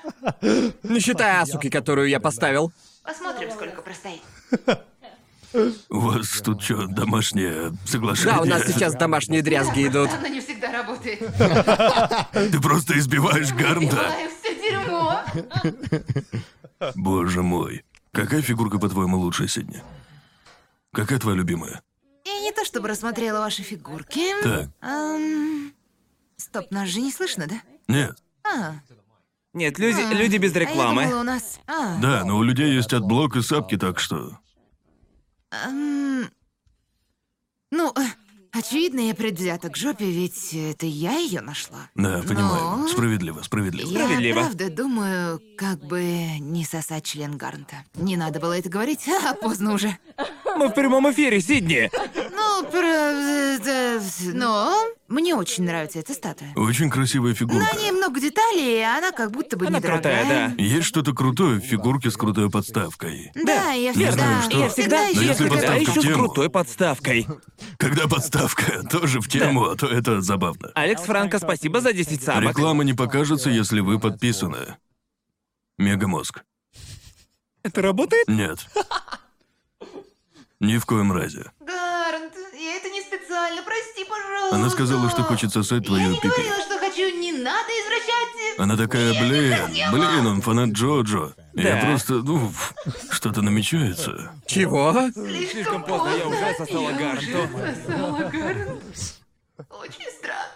Не считая Асуки, которую я поставил. Посмотрим, сколько простоит. У вас тут что, домашнее соглашение? Да, А у нас сейчас домашние дрязги идут. Она не всегда работает. Ты просто избиваешь Гарнта. Бывает все дерьмо. Боже мой. Какая фигурка, по-твоему, лучшая сегодня? Какая твоя любимая? Я не то чтобы рассмотрела ваши фигурки. Так, Эм, Стоп, нас же не слышно, да? нет. А, Нет, люди, люди без а я рекламы. думала, у нас... А, Да, но у людей есть отблок и сапки, так что... эм, Ну, э, очевидно, я предвзята к жопе, ведь это я ее нашла. Да, понимаю. Но- Справедливо, справедливо. Я Справедливо. правда думаю, как бы не сосать член Гарнта. Не надо было это говорить, а поздно уже. Мы в прямом эфире, Сидни. Ну, правда... Но мне очень нравится эта статуя. Очень красивая фигурка. На ней много деталей, и она как будто бы Она недорогая. крутая, да. Есть что-то крутое в фигурке с крутой подставкой. Да, я Не всегда... знаю, Ну что. Я всегда, Всегда, Но я ищу если какая-то- всегда подставку ищу в с тему. крутой подставкой. Когда подставка <laughs> тоже в тему, а то это забавно. Алекс Франко, спасибо за 10 сабок. Реклама не покажется, если вы подписаны. Мегамозг. Это работает? Нет. Ни в коем разе. Гарнт, я это не специально, прости, пожалуйста. Она сказала, что хочет сосать Я твою не пипи. говорила, что хочу, не надо извращать. Она такая, блин, блин, он фанат Джоджо. Я Да. просто, ну, ф- что-то намечается. Чего? Слишком поздно, я уже сосала Я Гарнт. уже сосала Гарнт. Очень странно.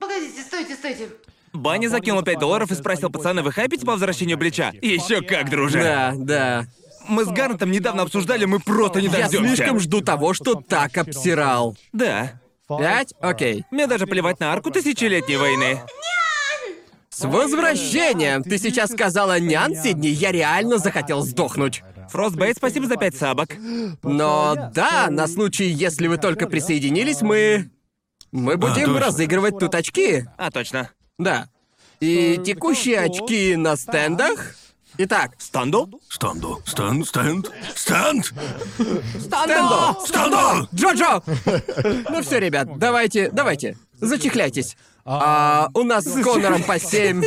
Погодите, стойте, стойте. Банни закинул 5 долларов и спросил, пацаны, вы хайпите по возвращению Блича? Еще как, друже. Да, да. Мы с Гарнтом недавно обсуждали, мы просто не Я дождемся. слишком жду того, что так обсирал. Да. Пять? Окей. Мне даже плевать на арку тысячелетней войны. С возвращением! Ты сейчас сказала «нян, Сидни», я реально захотел сдохнуть. Фростбейт, спасибо за 5 сабок. Но да, на случай, если вы только присоединились, мы... Мы будем точно. разыгрывать тут очки. А, точно. Да. И текущие очки на стендах... Итак, Станду? Стенду. Стенд, стенд, стенд, стенду! стенду! Джо-Джо! Ну все, ребят, давайте, давайте, зачехляйтесь. А, у нас с Конором по <laughs> семь.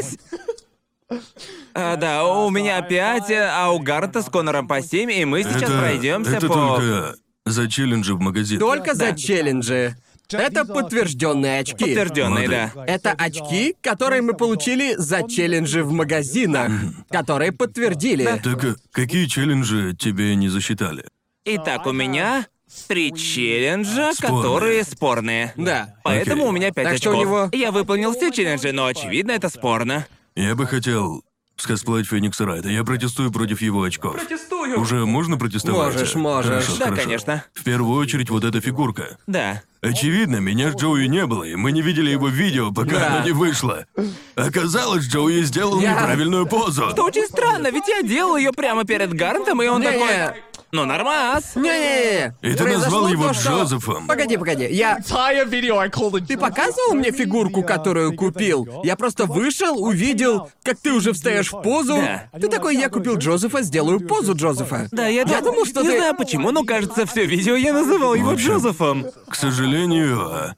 А, да, у меня 5, а у Гарнта с Конором по 7, и мы сейчас Это, пройдемся это по... только За челленджи в магазин. Только за челленджи. Это подтвержденные очки. Подтвержденные, Молодые. да. Это очки, которые мы получили за челленджи в <laughs> магазинах, которые подтвердили. Так э, какие челленджи тебе не засчитали? Итак, у меня три челленджа, Спорные. которые спорные. Да. Поэтому Окей. у меня пять Так что очков. у него- Я выполнил все челленджи, но очевидно это спорно. Я бы хотел скосплать Феникса Райта. Я протестую против его очков. Протестую! Уже можно протестовать? Можешь, можешь. Хорошо, Да, хорошо. конечно. В первую очередь вот эта фигурка. Да. Очевидно, меня с Джоуи не было, и мы не видели его в видео, пока Да. оно не вышло. Оказалось, Джоуи сделал Я- неправильную позу. Это очень странно, ведь я делал ее прямо перед Гарнтом, и он Не-не. такой. Ну, нормас. Не-не-не. И ты Произошло назвал его то, что- Джозефом. Погоди, погоди. Я... Ты показывал мне фигурку, которую купил? Я просто вышел, увидел, как ты уже встаешь в позу. Да. Ты такой, я купил Джозефа, сделаю позу Джозефа. Да, я, Я думал, что не ты- знаю почему, но кажется, все видео я называл его общем, Джозефом. К сожалению, а,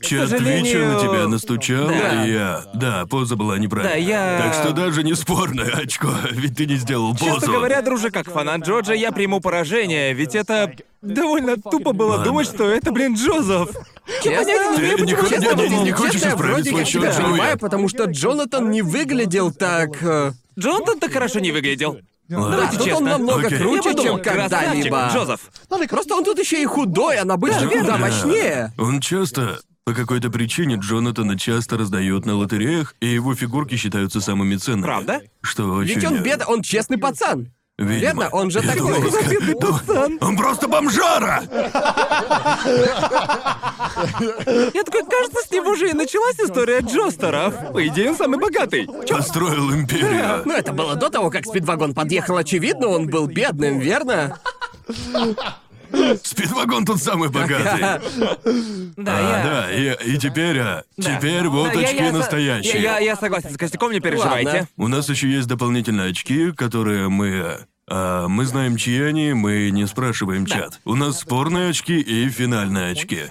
чат сожалению, Твича на тебя настучал, да. и я... Да, поза была неправильная. Да, я- Так что даже не спорное <laughs> очко, ведь ты не сделал позу. Честно говоря, друже, как фанат Джорджа, я приму поражение, ведь это довольно тупо было Ладно. думать, что это, блин, Джозеф. Честно? понятия не имею, Ты почему никогда я Честно, не- вот не если хочешь честно, я исправить вроде свой как счет, тебя Джоуи? понимаю, потому что Джонатан не выглядел так... э, Джонатан так хорошо не выглядел. Ладно. Да, Давайте А тут он честно. намного Окей. Я круче, подумал, чем красавчик, когда-либо. Джозеф. Просто он тут еще и худой, а она обычно куда Да. мощнее. Он часто, по какой-то причине, Джонатана часто раздает на лотереях, и его фигурки считаются самыми ценными. Правда? Что очень... Ведь он э, беда, он честный пацан. видимо. Верно, он же Я такой. думал, он- <laughs> Он просто бомжара! Я такой, кажется, с него же и началась история Джостеров. По идее, он самый богатый. Построил империю. Но это было до того, как спидвагон подъехал. Очевидно, он был бедным, верно? Спидвагон тут самый богатый. <laughs> Да, А, я... да, и, и теперь, а, теперь вот Да, Ну, я- очки я со- настоящие. Я, я- я согласен с Костяком, не переживайте. Ладно. У нас еще есть дополнительные очки, которые мы... а, мы знаем, чьи они, мы не спрашиваем чат. У нас спорные очки и финальные очки.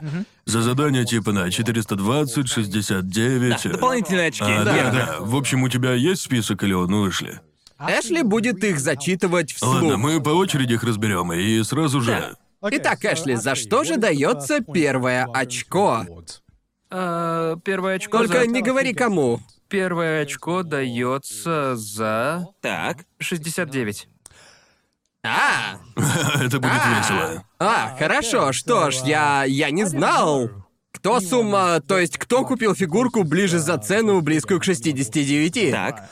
За задания типа на 420, 69... э, Дополнительные очки. а, да, верно. да. В общем, у тебя есть список или он ну, вышли? Эшли будет их зачитывать Ладно, вслух. мы по очереди их разберем, и сразу же... Итак, Эшли, за что же дается первое очко? А, первое очко Только за- не говори кому. Первое очко дается за Так. 69. А, Это будет А. весело. а, хорошо, что ж, я, я не знал. Кто сумма, то есть кто купил фигурку ближе за цену, близкую к 69? Так.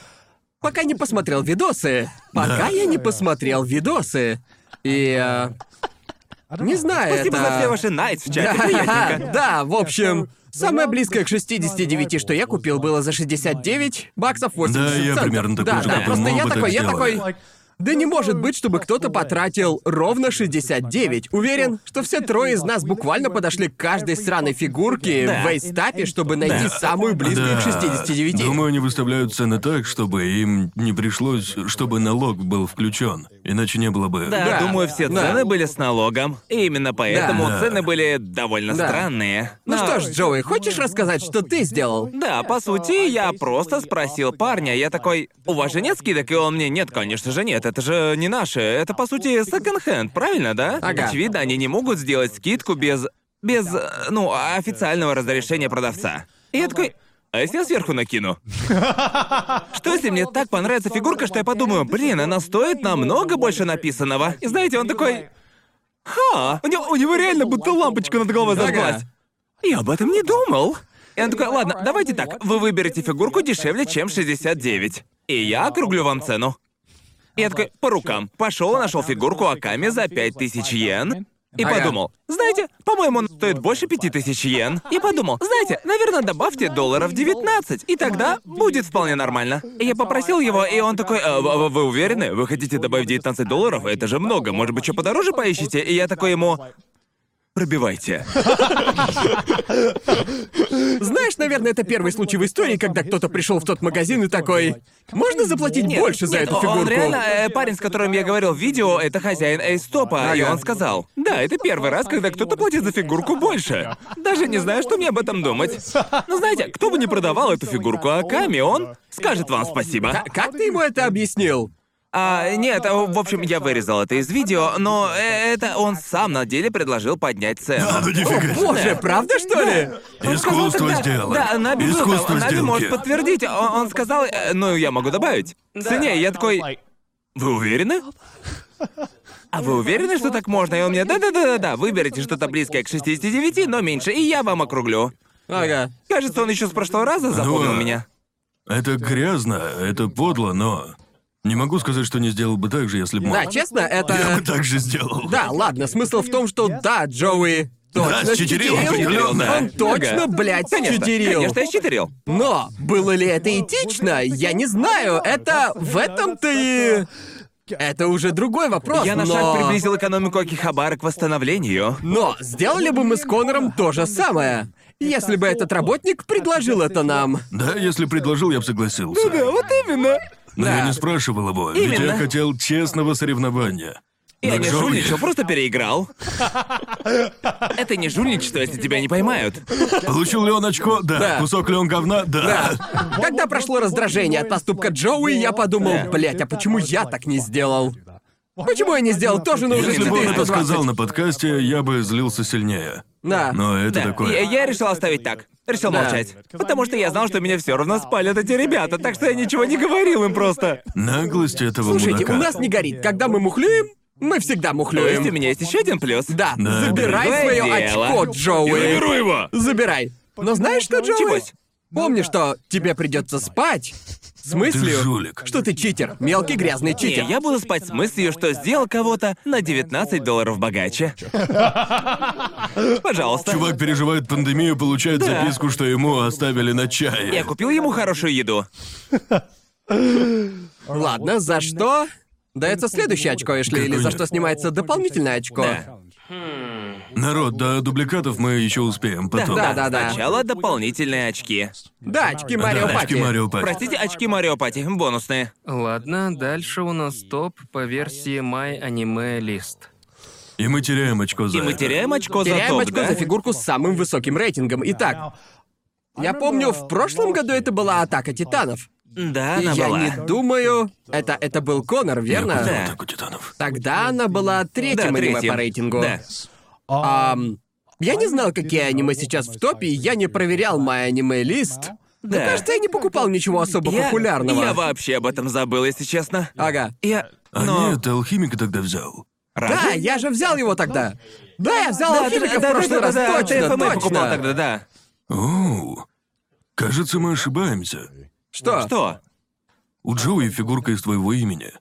Пока не посмотрел видосы. Пока я не посмотрел видосы. И... э, не знаю, Спасибо это... за все ваши найтс в <laughs> чате, Да, приятненько. да, в общем, самое близкое к 69, что я купил, было за 69 баксов 80 Да, я центов. примерно такой да, же да, купил, просто мы я оба так такой, я сделали. такой... Да не может быть, чтобы кто-то потратил ровно 69. Уверен, что все трое из нас буквально подошли к каждой сраной фигурке Да. в вейстапе, чтобы найти Да. самую близкую Да. к 69. Думаю, они выставляют цены так, чтобы им не пришлось, чтобы налог был включен. Иначе не было бы. Да, Да. думаю, все Да. цены были с налогом. И именно поэтому Да. цены были довольно Да. странные. Ну Но- что ж, Джоуи, хочешь рассказать, что ты сделал? Да, по сути, я просто спросил парня. Я такой, у вас же нет скидок? И он мне, нет, конечно же нет, это же не наше. Это, по сути, секонд-хенд, правильно, да? Ага. Очевидно, они не могут сделать скидку без... без, э, ну, официального разрешения продавца. И я такой, а если я сверху накину? Что если мне так понравится фигурка, что я подумаю, блин, она стоит намного больше написанного? И знаете, он такой... Ха! У него, у него реально будто лампочка над головой зажглась. Я об этом не думал. И он такой, ладно, давайте так, вы выберете фигурку дешевле, чем 69. И я округлю вам цену. И я такой, по рукам. Пошел, нашел фигурку Аками за 5000 йен. И Ага. подумал, знаете, по-моему, он стоит больше 5000 йен. И подумал, знаете, наверное, добавьте долларов 19, и тогда будет вполне нормально. И я попросил его, и он такой, «Э, «А, в- в- вы уверены? Вы хотите добавить 19 долларов? Это же много, может быть, что подороже поищите? И я такой ему, пробивайте. Знаешь, наверное, это первый случай в истории, когда кто-то пришел в тот магазин и такой... Можно заплатить больше за Нет, эту он фигурку? реально, э, парень, с которым я говорил в видео, это хозяин Эйстопа, и Ага. он сказал, да, это первый раз, когда кто-то платит за фигурку больше. Даже не знаю, что мне об этом думать. Но знаете, кто бы не продавал эту фигурку Аками, он скажет вам спасибо. К- Как ты ему это объяснил? А, нет, а, в общем, я вырезал это из видео, но э, это он сам на деле предложил поднять цену. А, ну нифига себе. Боже, правда что ли? Он сказал Искусство тогда- сделано. Да, Наби был там, Искусство Наби сделки. может подтвердить. Он, он сказал, э, ну я могу добавить. В цене я такой, вы уверены? А вы уверены, что так можно? И он мне, да-да-да-да-да, выберите что-то близкое к 69, но меньше, и я вам округлю. Ага. Кажется, он еще с прошлого раза запомнил а- меня. Это грязно, это подло, но... Не могу сказать, что не сделал бы так же, если бы мог. Да, честно, Я это... бы так же сделал. Да, ладно, смысл в том, что да, Джоуи точно Да, считерил, определенно. Он точно, Ага. блядь, Конечно, читерил. Конечно, я читерил. Но было ли это этично, я не знаю. Это в этом-то и... Это уже другой вопрос, Я на но- шаг приблизил экономику Акихабара к восстановлению. Но сделали бы мы с Конором то же самое, если бы этот работник предложил это нам. Да, если предложил, я бы согласился. вот именно. Но я Да. не спрашивал его, ведь я Ну Именно. хотел честного соревнования. Ну Я Но не Джоуи- жульничал, просто переиграл. Это не жульничество, если тебя не поймают. Получил ли он очко? Да. Да. Кусок ли он говна? Да. Когда прошло раздражение от поступка Джоуи, я подумал, блять, а почему я так не сделал? Почему я не сделал тоже, но уже Если бы он это 420? сказал на подкасте, я бы злился сильнее. Да. Но это Да, такое. Я, я решил оставить так. Решил Да. молчать. Потому что я знал, что меня все равно спалят эти ребята, так что я ничего не говорил им просто. Наглость этого Слушайте, мудака. у нас не горит. Когда мы мухлюем, мы всегда То есть у мухлюем. меня есть еще один плюс. Да, Да. забирай Другое свое дело. очко, Джоуи. его! Забирай. Но знаешь что, Джоуи? Чегось. Помни, что тебе придется спать. С Ты мыслью, жулик. что ты читер, мелкий грязный Не, читер. я буду спать с мыслью, что сделал кого-то на 19 долларов богаче. Пожалуйста. Чувак переживает пандемию, получает записку, что ему оставили на чае. Я купил ему хорошую еду. Ладно, за что? Дается следующее очко, Эшли, или за Какое? что снимается дополнительное очко? Да. Народ, до дубликатов мы еще успеем потом. Да, да, да. Сначала дополнительные очки. Да, очки Да, Марио очки Пати. Марио Пати. Простите, очки Марио Пати, бонусные. Ладно, дальше у нас топ по версии My Anime List. И мы теряем очко за И мы это. теряем очко за Теряем топ, очко да? за фигурку с самым высоким рейтингом. Итак, я помню, в прошлом году это была атака титанов. Да, И она я была. не думаю... Это, это был Конор, Я верно? понял Да. атаку титанов. Тогда она была третьим Да, аниме третьим. по рейтингу. Да. Ам, я не знал, какие аниме сейчас в топе, и я не проверял мой аниме-лист. Но Да. кажется, я не покупал ничего особо Я- популярного. Я вообще об этом забыл, если честно. Ага. Я... А Но... нет, ты алхимика тогда взял. Да, я же взял его тогда. Да, я взял Да, алхимика да, в прошлый да, раз. да, да, точно, TFM точно. покупал тогда, да. Оу. Кажется, мы ошибаемся. Что? Что? У Джоуи фигурка из твоего имени.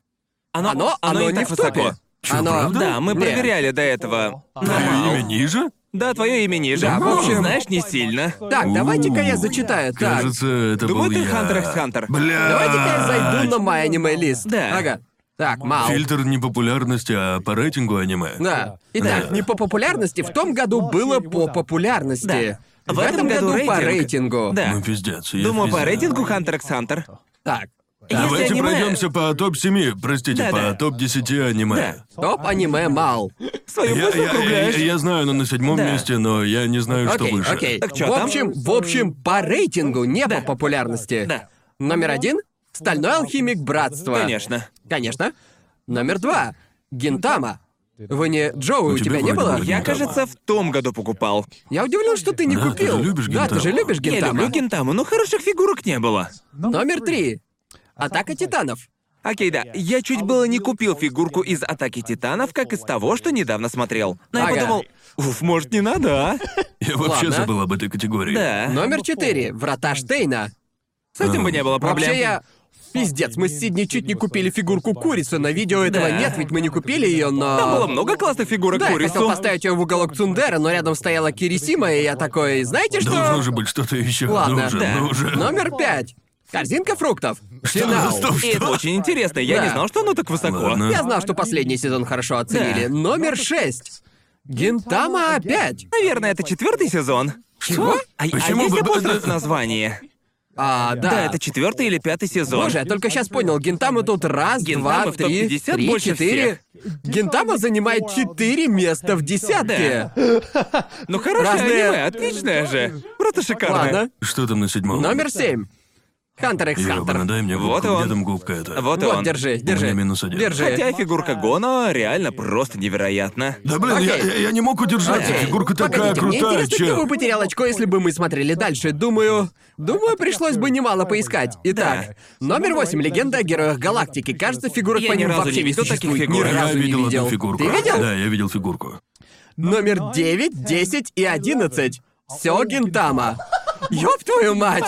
Оно, Оно, оно и не так в топе. высоко. Чё, Оно- правда? Да, мы Нет. проверяли до этого. Твоё Нормал. имя ниже? Да, твое имя ниже. Ну, Да, в общем- Знаешь, не сильно. Так, А давайте-ка я У, зачитаю. Так. Кажется, это Думаю, был ты я. Хантер икс Хантер. Бля. Давайте-ка А, я зайду на мой аниме-лист. Да. Ага. Так, мал. Фильтр не популярности, а по рейтингу аниме. Да. Итак, Да. не по популярности, в том году было по популярности. Да. В этом году по рейтингу. Да. Ну пиздец. я Думаю, по пиздец. рейтингу Хантер икс Хантер. Так. Если Давайте аниме- пройдемся по топ-7, простите, Да, по да. топ-10 аниме. Топ аниме мал. Свою Я, мысль я- я, округляешь. я знаю, оно на седьмом Да. месте, но я не знаю, что Окей, выше. окей. Так чё, В там? общем, в общем, по рейтингу, не по популярности. Да. Номер один Стальной алхимик братства. Конечно. Конечно. Номер два. Гентама. Вы не Джоуи, у тебя тебя не вроде было? бы Я, Гинтама. кажется, в том году покупал. Я удивлен, что ты не Да, ты купил. же любишь да, ты же Гинтаму. любишь Я Гентама. люблю Гентаму, но хороших фигурок не было. Номер три. Атака титанов. Окей, да. Я чуть было не купил фигурку из Атаки Титанов, как из того, что недавно смотрел. Но я Ага. подумал, уф, может, не надо, а? Я вообще Ладно. забыл об этой категории. Да. Номер четыре. Врата Штейна. С этим бы не А. было проблем. Вообще я... Пиздец, мы с Сидни чуть не купили фигурку курицы. На видео этого Да. нет, ведь мы не купили ее, но... Там было много классных фигурок Да, я хотел Курису. поставить ее в уголок Цундера, но рядом стояла Кирисима, и я такой, знаете что? Должно ну же быть что-то еще. Ладно, ну же, да. ну же. Номер пять. Корзинка фруктов. Финал. Стоп, И это что? очень интересно, я Да. не знал, что оно так высоко. Ладно. Я знал, что последний сезон хорошо оценили. Да. Номер шесть. Ну, Гентама опять. Наверное, это четвертый сезон. Чего? А, а Почему есть бы- апостроф в названии? А, да. Да, это четвертый или пятый сезон. Боже, я только сейчас понял, Гентама тут раз, Гинтама два, в три, топ-50 три, больше четыре. Гентама занимает четыре места в десятке. Ну хорошее Разные- аниме, отличное же. Просто шикарное. Ладно. Что там на седьмом? Номер семь. Хантер икс Ёбана, Хантер. дай мне губку. Вот и он. Где там губка эта? Вот и Вот, он. держи, держи. меня минус один. Держи. Хотя фигурка Гона реально просто невероятна. Да блин, я, Окей. я не мог удержаться. Окей. Фигурка такая Погодите, мне крутая, интересно, кто чел. бы потерял очко, если бы мы смотрели дальше. Думаю... Думаю, пришлось бы немало поискать. Итак, номер восемь. Легенда о героях галактики. Кажется, фигурок Я по ни ним разу вообще не не видел таких существует. Ни фигурок. Я разу Я не видел видел. одну фигурку. Ты видел? Да, я видел фигурку. Номер 9, 10 и 11. Все Гентама. Ёб твою мать!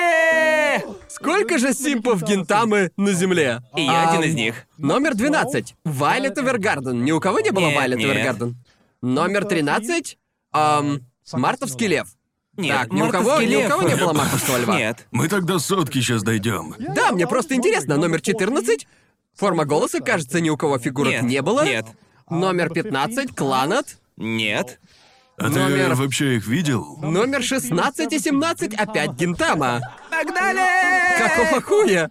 Погнали! Сколько же симпов Гентамы на земле? И я Ам, один из них. Номер 12. Вайлет Эвергарден. Ни у кого не было Нет, Вайлет нет. Эвергарден? Номер 13. Ам, мартовский лев. Нет, так, ни у, кого, мартовский ни у лев. кого не было мартовского льва. Нет. Мы тогда сотки сейчас дойдем. Да, мне просто интересно. Номер 14. Форма голоса, кажется, ни у кого фигурок Нет, не было. нет. Номер 15. Кланат. Нет. А ты Номер- вообще их видел? Номер 16 и 17 опять Гентама. Погнали! Какого хуя?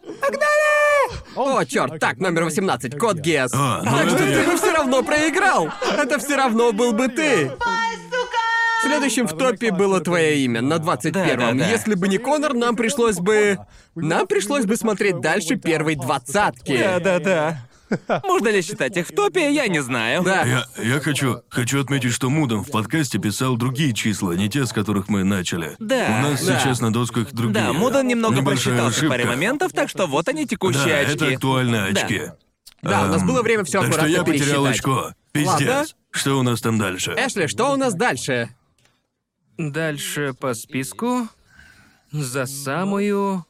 О, черт, так, номер 18, код Гес. А, ну так это что ты я. бы все равно проиграл. Это все равно был бы ты. Следующим в топе было твое имя на 21-м. Да, да, да. Если бы не Конор, нам пришлось бы... Нам пришлось бы смотреть дальше первой двадцатки. Да-да-да. Можно ли считать их в топе, я не знаю. Да. Я, я хочу, хочу отметить, что Мудом в подкасте писал другие числа, не те, с которых мы начали. Да. У нас Да. сейчас на досках другие. Да, Мудан немного Небольшая просчитался в паре ошибка. моментов, так что вот они Да, текущие очки. это актуальные очки. Да, у нас Эм, было время всё Так что аккуратно я потерял пересчитать. очко. Пиздец. Ладно. Э, Что у нас там дальше? Эшли, что у нас дальше? Дальше по списку за самую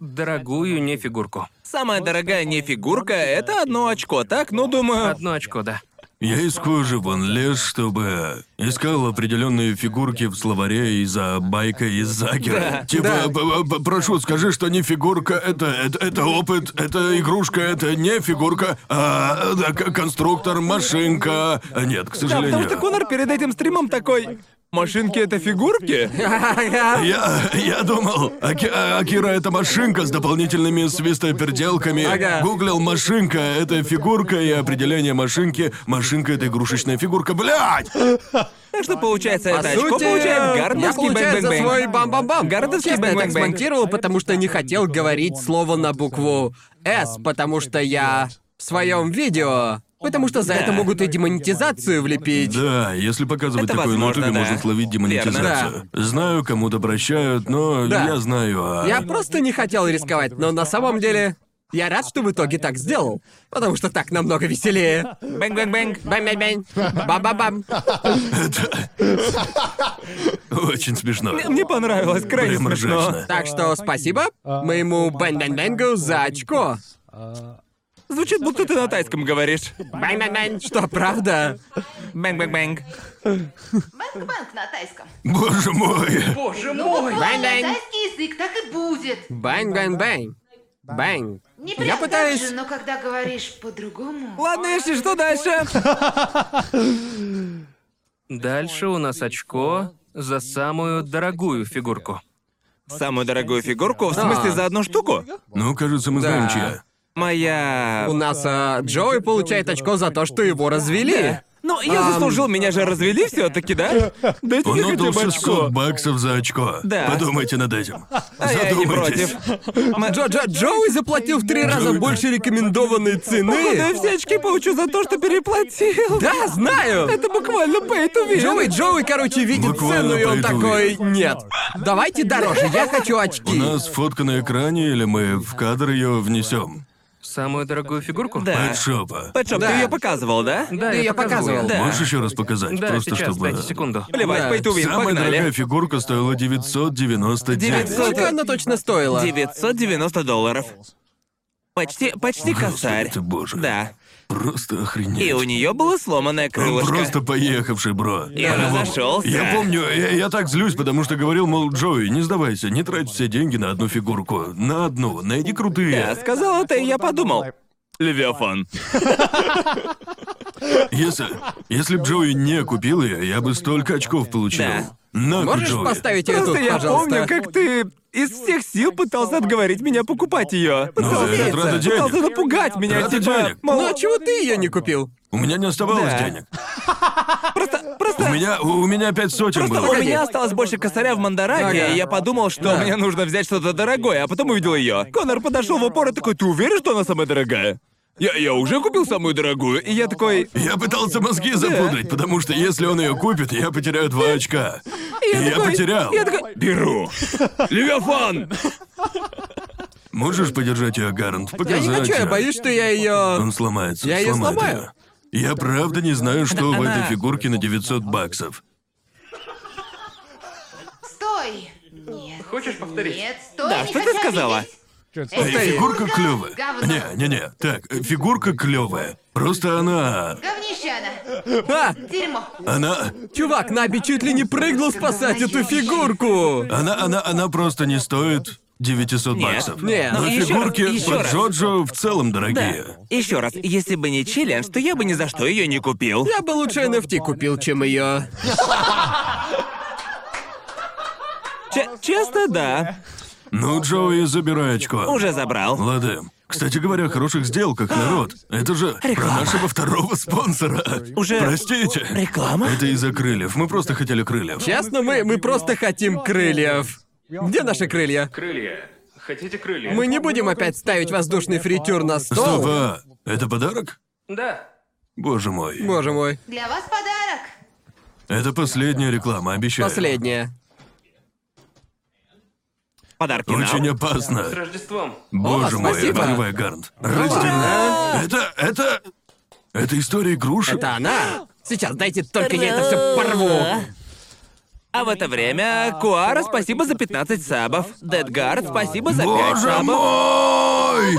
дорогую нефигурку. Самая дорогая не фигурка, это одно очко, так? Ну, думаю... Одно очко, да. Я из кожи вон лез, чтобы искал определенные фигурки в словаре из-за байка из Закера. Типа, б- б- прошу, скажи, что не фигурка, это, это, это опыт, это игрушка, это не фигурка, а да, к- конструктор, машинка. А, Нет, к Да, сожалению. потому что Конор перед этим стримом такой... Машинки — <laughs> это фигурки? Я, я думал, Аки- а- Акира это машинка с дополнительными свистоперделками. Ага. Гуглил машинка это фигурка и определение машинки. Машинка это игрушечная фигурка. Блять! Так что получается, А это очко сути, я получает гарнский получаю э, за свой бэнг-бэнг-бэнг. бам-бам-бам. Городовский Честно, я так бэнг-бэнг-бэнг. смонтировал, потому что не хотел говорить слово на букву «С», потому что я в своем видео... Потому что за это могут и демонетизацию влепить. Да, если показывать Это такое возможно, на ютубе, да. можно словить демонетизацию. Знаю, кому-то прощают, но Да. я знаю, а... Я просто не хотел рисковать, но на самом деле... Я рад, что в итоге так сделал, потому что так намного веселее. Бэнг-бэнг-бэнг. Бам-бам-бам, бам-бам-бам. Очень смешно. Мне понравилось, крайне Прям смешно. ржачно. Так что спасибо моему Бен-Бен-Бенгу за очко. Звучит, будто ты на тайском говоришь. Бэн-бэн-бэн. Что, правда? Бэнг-бэнг-бэнг. Бэнк-бэнк на тайском. Боже мой! Ну, правильно, Бэнг-бэнг. тайский язык так и будет. Бэнг-бэнг-бэнг. Бэнг. Не Я прям пытаюсь- так же, но когда говоришь по-другому... Ладно, Эшли, что дальше? Дальше у нас очко за самую дорогую фигурку. Самую дорогую фигурку, в смысле, А. за одну штуку? Ну, кажется, мы Да. знаем, чья. Моя... У нас а, Джоуи получает очко за то, что его развели. Ну, я А. Ам. заслужил, меня же развели все таки да? Дайте Он мне отдал хотя бы 600 очко. баксов за очко. Да. Подумайте над этим. А я и не против. Джо Джо Джоуи заплатил в три раза больше рекомендованной Походу, я цены. все очки получу за то, что переплатил. Да, знаю! Это буквально pay to win. Джоуи, Джоуи, короче, видит Буквально цену, и он пойду. такой, нет, давайте дороже, я хочу У очки. нас фотка на экране, или мы в кадр ее внесем? Самую дорогую фигурку? Да. Пэтшопа. Пэтшоп, ты Да. ее показывал, да? Да, Да, я показывал. Да, Можешь еще раз показать? Да, Просто сейчас, чтобы. дайте секунду. Плевать, Да. pay to win, Самая дорогая погнали. фигурка стоила 999. 900. Сколько она точно стоила? 990 долларов. Почти, почти косарь. ты боже. Да. Просто охренеть. И у нее было сломанное Он крылышко. просто поехавший, бро. И она зашелся. Я помню, я, я так злюсь, потому что говорил, мол, Джоуи, не сдавайся, не трать все деньги на одну фигурку. На одну, найди Да, крутые. сказал это, и я подумал. Левиафан. Если, если б Джоуи не купил ее, я бы столько очков получил. Да. На, Можешь Джоуи. поставить ее Просто тут, я пожалуйста? помню, как ты из всех сил пытался отговорить меня покупать ее. Ну, Пытался- это трата денег. Пытался напугать меня, Трата типа, денег. мол, Ну а чего ты ее не купил? У меня не оставалось Да. денег. просто, У просто, меня, у меня пять сотен просто было. у меня осталось больше косаря в Мандараке, Ага. и я подумал, что мне нужно взять что-то дорогое, а потом увидел ее. Конор подошел в упор и такой, ты уверен, что она самая дорогая? Я, я уже купил самую дорогую, и я такой, Я пытался мозги запудрить, потому что если он ее купит, я потеряю два очка. И я такой- потерял. я такой, беру. Левиафан! Можешь подержать ее, Гарант? Я не Показать. хочу, я её? боюсь, что я ее. Он сломается. Я её сломает сломаю. её. Я правда не знаю, что в Она- этой фигурке на 900 баксов. Стой! Нет. Хочешь повторить? Нет, стой, Да, не что ты хочу сказала? обидеть. Эй, Повтори. фигурка клевая. Говно. Не, не, не. Так, э, фигурка клевая. Просто она. Говнища она. А! Дерьмо. Она. Чувак, Наби чуть ли не прыгнул спасать эту фигурку! Она, она, она просто не стоит 900 Нет. баксов. Нет. Но Ну, ещё фигурки раз, ещё про раз. Джоджо в целом дорогие. Еще раз, если бы не челлендж, то я бы ни за что ее не купил. Я бы лучше NFT купил, чем ее. Че- честно, да. Ну, Джоуи, забирай очко. Уже забрал. Лады. Кстати говоря, о хороших сделках, народ. Это же про нашего второго спонсора. Уже- Простите. Реклама? Это из-за крыльев. Мы просто хотели крыльев. Честно, мы, мы просто хотим крыльев. Где наши крылья? Крылья. Хотите крылья? Мы не будем опять ставить воздушный фритюр на Стоп, стол. а это подарок? Да. Боже мой. Боже мой. Для вас подарок. Это последняя реклама, обещаю. Последнее. Подарки Очень нам. опасно. С Рождеством. Боже мой, спасибо. открывай Гарнт. Ради тебя. Это, это... Это история игрушек? Это она! Сейчас дайте только я это все порву. А в это время Куара, спасибо за 15 сабов. Дедгард, спасибо за 5 Боже сабов. мой!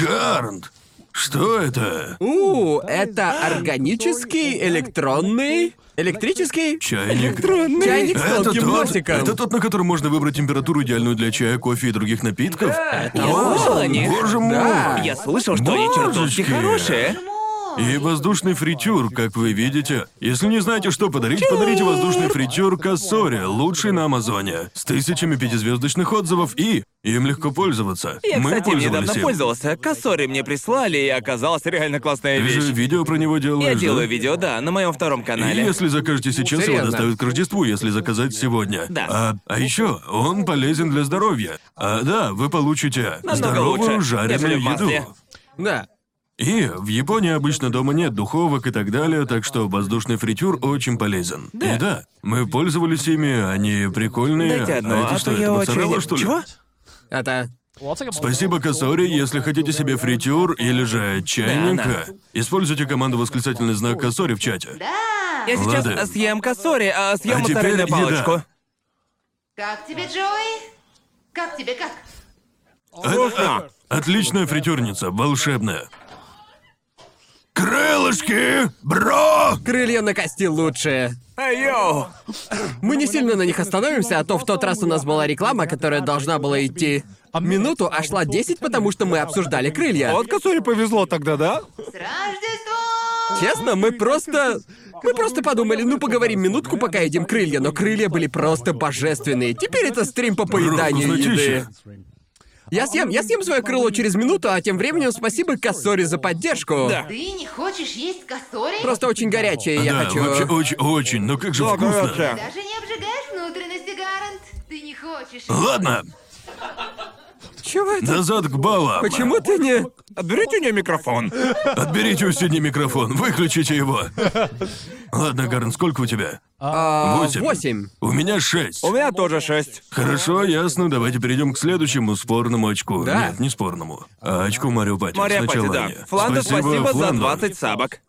Гарнт! Что это? У, это органический, электронный, электрический Чайник? чайник с Это тонким тот, носиком. это тот, на котором можно выбрать температуру, идеальную для чая, кофе и других напитков? Я слышал о них. Боже мой! Да. Я слышал, что они чертовски Божечки. хорошие. И воздушный фритюр, как вы видите. Если не знаете, что подарить, подарите воздушный фритюр Кассори, лучший на Амазоне, с тысячами пятизвездочных отзывов и им легко пользоваться. Я, Мы кстати, пользовались недавно им. пользовался. Кассори мне прислали, и оказалась реально классная Ты же вещь. видео про него делаешь, Я да? делаю видео, да, на моем втором И канале. если закажете сейчас, его Серьезно? доставят к Рождеству, если заказать сегодня. Да. А, еще он полезен для здоровья. А да, вы получите Намного здоровую лучше. Я жареную люблю в масле. еду. Да. И в Японии обычно дома нет духовок и так далее, так что воздушный фритюр очень полезен. И да, мы пользовались ими, они прикольные. Дайте одну, а а это то что, я это моцарелла, очень- что ли? Чего? Это. Спасибо, Касори, если хотите себе фритюр или же чайника, Да, используйте команду восклицательный знак Касори в чате. Я сейчас Лады. съем кассори, а съем А теперь моцарельную еда. палочку. Как тебе, Джои? Как тебе, как? Вкусно. Э, а, Отличная фритюрница, волшебная. Крылышки, бро! Крылья на кости лучше. Эй, йоу! Мы не сильно на них остановимся, а то в тот раз у нас была реклама, которая должна была идти минуту, а шла 10, потому что мы обсуждали крылья. Вот Кассори повезло тогда, да? С Рождеством! Честно, мы просто... Мы просто подумали, ну поговорим минутку, пока едим крылья, но крылья были просто божественные. Теперь это стрим по поеданию еды. вкуснотища. Я съем, я съем свое крыло через минуту, а тем временем спасибо Кассори за поддержку. Да. Ты не хочешь есть косори? Просто очень горячее, я да, хочу. вообще очень-очень, но как же вкусно. Даже не обжигаешь внутренности, Гарант. Ты не хочешь. Ладно, Чего это? назад к балам. Почему ты не... Отберите у нее микрофон. Отберите у Сидни микрофон, выключите его. Ладно, Гарн, сколько у тебя? А, Восемь. Восемь. У меня шесть. У меня тоже шесть. Хорошо, ясно, давайте перейдем к следующему спорному очку. Да. Нет, не спорному, а очку Марио Пати. Моря Сначала Пати, да. я. Фландер, спасибо, за Фландер. 20 сабок.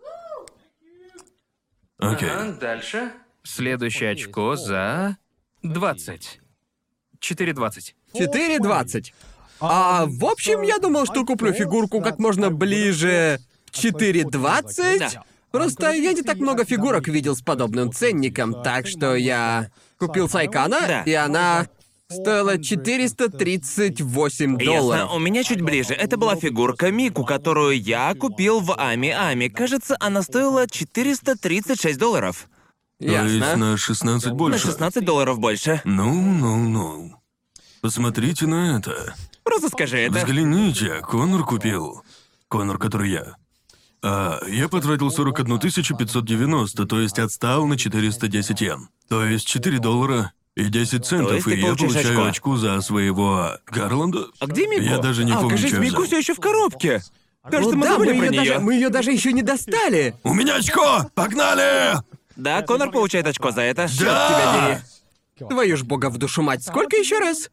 Окей. А дальше. Следующее очко за 20. 4,20. Четыре двадцать. ну, А, в общем, я думал, что куплю фигурку как можно ближе А к 4.20. Да. Просто я не так много фигурок видел с подобным ценником, так что я купил Сайкана, Да. и она стоила 438 долларов. Ясно, у меня чуть ближе. Это была фигурка Мику, которую я купил в Ами-Ами. Кажется, она стоила 436 долларов. То есть Ясно. на 16 На больше. 16 долларов больше. Ну, ну, ну. Посмотрите на это. Просто скажи это. Взгляните, Конор купил. Конор, который я. А, я потратил 41 590, то есть отстал на 410 йен. То есть 4 доллара и 10 То центов, есть ты и я получаешь получаю очко. очку за своего Гарланда. А где Мику? Я даже не а, помню, кажись, чья Мику взял. все еще в коробке. Кажется, Ну мы да, забыли мы про ее, нее. даже, мы ее даже еще не достали. У меня очко! Погнали! Да, Конор получает очко за это. Да! Твою А. ж бога в душу мать, сколько еще раз?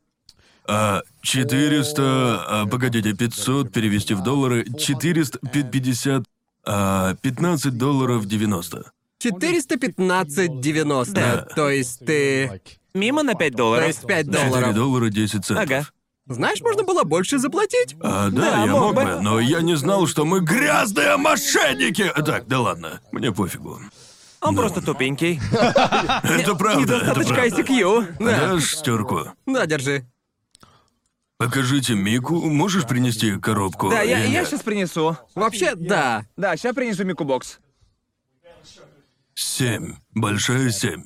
А, 400... а, погодите, 500 перевести в доллары. 450... а, 15 долларов 90. 415,90. Да. То есть ты... Мимо на 5 То долларов. есть 5 4 долларов. доллара 10 центов. Ага. Знаешь, можно было больше заплатить? А, да, Да, я мог мог бы. бы, но я не знал, что мы грязные мошенники! Так, да ладно, мне пофигу. Он просто тупенький. Это правда, Ну. это Недостаточка правда. ICQ. Дашь штерку? На, держи. Покажите Мику, можешь принести коробку? Да, я, Или- я сейчас принесу. Вообще, да. Да, сейчас принесу Мику бокс. Семь. Большая семь.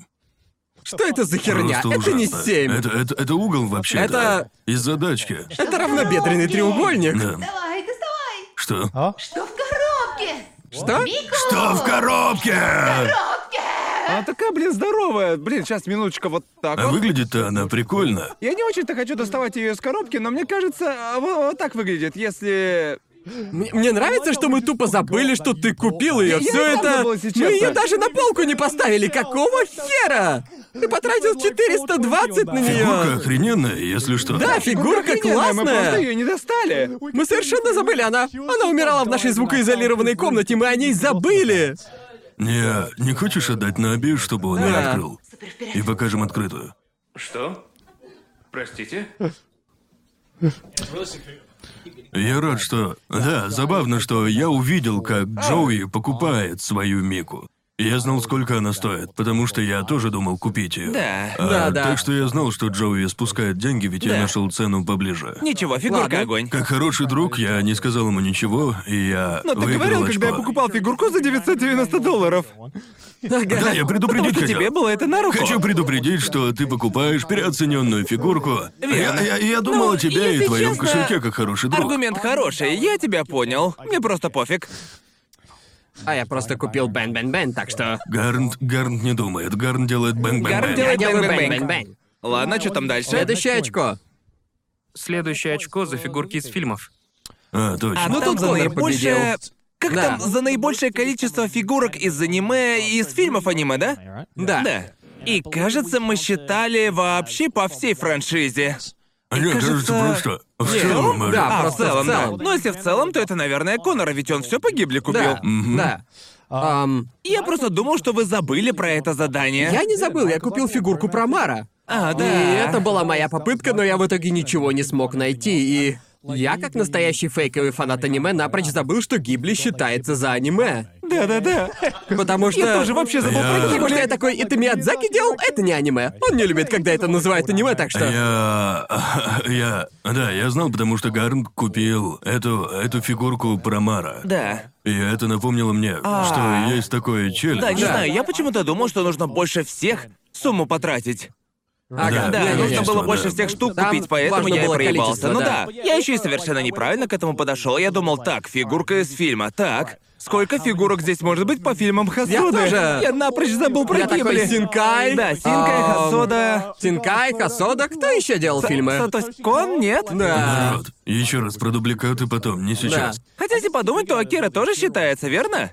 Что это за херня? Просто это не ужасно. 7. Это, это, это угол вообще Это- Из задачки. Это равнобедренный треугольник. Да. Давай, доставай! Что? Что в коробке? Что? Мику! Что в коробке? Она такая, блин, здоровая. Блин, сейчас минуточка вот так А вот. выглядит-то она прикольно. Я не очень-то хочу доставать ее из коробки, но мне кажется, а, во- вот, так выглядит, если... Мне, мне нравится, что мы тупо забыли, что ты купил ее. Я- я Все и это. забыл, если Мы ее честно. даже на полку не поставили. Какого хера? Ты потратил 420 на Фигурка нее. охрененная, если что. Да, фигурка Охрененная, Мы просто классная. ее не достали. Мы совершенно забыли, она. Она умирала в нашей звукоизолированной комнате, мы о ней забыли. Не, не хочешь отдать на обед, чтобы он ее Да. открыл? И покажем открытую. Что? Простите? Я рад, что... Да, забавно, что я увидел, как Джоуи покупает свою Мику. Я знал, сколько она стоит, потому что я тоже думал купить ее. Да. Да, да. Так что я знал, что Джоуи спускает деньги, ведь я нашел цену поближе. Ничего, фигурка Ладно. огонь. Как хороший друг, я не сказал ему ничего, и я Но Ну, ты выиграл говорил, очко. когда я покупал фигурку за 990 долларов. Да, я предупредить Что хотел. тебе было это на руку? Хочу предупредить, что ты покупаешь переоцененную фигурку. Я, я- я думал Ну, о тебе если и твоем честно, кошельке как хороший друг. Аргумент хороший, я тебя понял. Мне просто пофиг. А я просто купил бен-бен-бен, так что. Гарнт, Гарнт не думает. Гарнт делает бэнг бэнг Гарнт бэнг. делает- Я делаю Бэнг-бэнг. бен-бен-бен. Ладно, что там дальше? Следующее очко. Следующее очко за фигурки из фильмов. А, А, точно. ну Там тут за Конор наибольшее... победил. Как Да. там за наибольшее количество фигурок из аниме и из фильмов аниме, да? Да. Да. И кажется, мы считали вообще по всей франшизе. Мне кажется, кажется- просто... В целом, э, Да, а, просто в в целом, целом. да. Но если в целом, то это, наверное, Конора, ведь он все погибли купил. Да. Да. Ам, Я просто думал, что вы забыли про это задание. я не забыл, я купил фигурку Промара. А, да. И это была моя попытка, но я в итоге ничего не смог найти, и... Я, как настоящий фейковый фанат аниме, напрочь забыл, что Гибли считается за аниме. Да-да-да. Потому что... Я тоже вообще забыл Я- про Потому что Гибли. я такой, это Миядзаки делал, это не аниме. Он не любит, когда это называют аниме, так что... Я... <laughs> Я... Да, я знал, потому что Гарнт купил эту... эту фигурку Промара. Да. А. И это напомнило мне, что есть такой челлендж. Да, не Да. знаю, я почему-то думал, что нужно больше всех сумму потратить. Ага, Да, не-не-не. нужно было да. больше всех штук Там купить, поэтому важно я и было проебался. количество, Ну да. да, я еще и совершенно неправильно к этому подошел. Я думал, так, фигурка из фильма, так. Сколько фигурок здесь может быть по фильмам Хасоды? тоже. Я напрочь забыл про Я такой, Гибли. Синкай, Да, Синкай, ам, Хасода. Синкай, Хасода, кто еще делал фильмы? Сатоси Кон, нет? Да. Народ, еще раз про дубликаты потом, не сейчас. Хотя, если подумать, то Акира тоже считается, верно?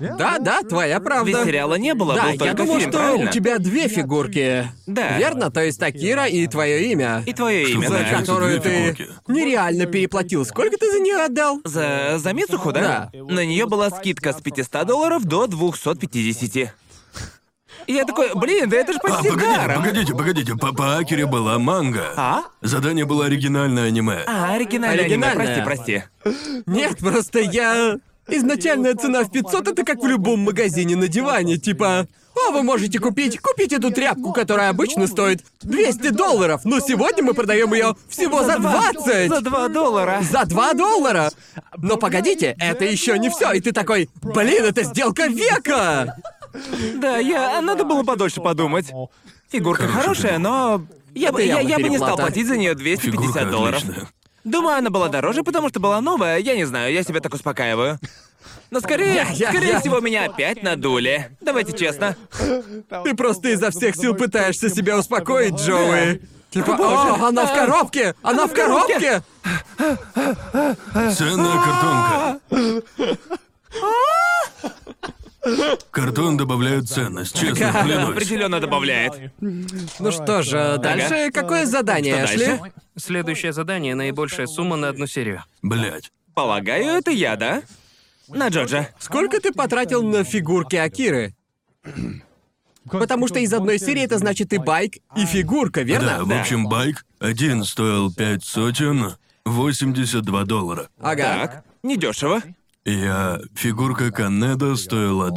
Да, да, твоя правда. Ведь сериала не было, Да, был только я думал, фильм, что правильно? у тебя две фигурки. Да. Верно? То есть Такира и твое имя. И твое имя, за да. получается? которую две ты фигурки. нереально переплатил. Сколько ты за нее отдал? За, за Мицуху, да? Да. На нее была скидка с 500 долларов до 250. И я такой, блин, да это же А, почти погодите, даром. погодите, погодите, по, по Акере была манга. А? Задание было оригинальное аниме. А, оригинальное аниме, Оригинальное. прости, прости. Нет, просто я... Изначальная цена в 500 это как в любом магазине на диване, типа... А вы можете купить, купить эту тряпку, которая обычно стоит 200 долларов, но сегодня мы продаем ее всего за 20! За 2 доллара. За 2 доллара! Но погодите, это еще не все, и ты такой, блин, это сделка века! Да, я... а Надо было подольше подумать. Фигурка Хорошая хорошая, но... Я бы, я, я бы не стал Переплата. платить за нее Фигурка 250 долларов. отличная. Думаю, она была дороже, потому что была новая. Я не знаю, я себя так успокаиваю. Но скорее, я- скорее я- всего, меня опять надули. Давайте честно. Ты просто изо всех сил пытаешься себя успокоить, Джоуи. Типа, «О, она в коробке! Она в коробке! Ценная картонка. Картон добавляет ценность, честно, клянусь. Определенно добавляет. Ну что же, дальше какое задание, Что дальше? Эшли? Следующее задание — наибольшая сумма на одну серию. Блять. Полагаю, это я, да? На Джорджа. Сколько ты потратил на фигурки Акиры? Потому что из одной серии это значит и байк, и фигурка, Да, верно? в общем, байк один стоил пять сотен, 82 доллара. Ага. Так, недешево. Я фигурка Канеда стоила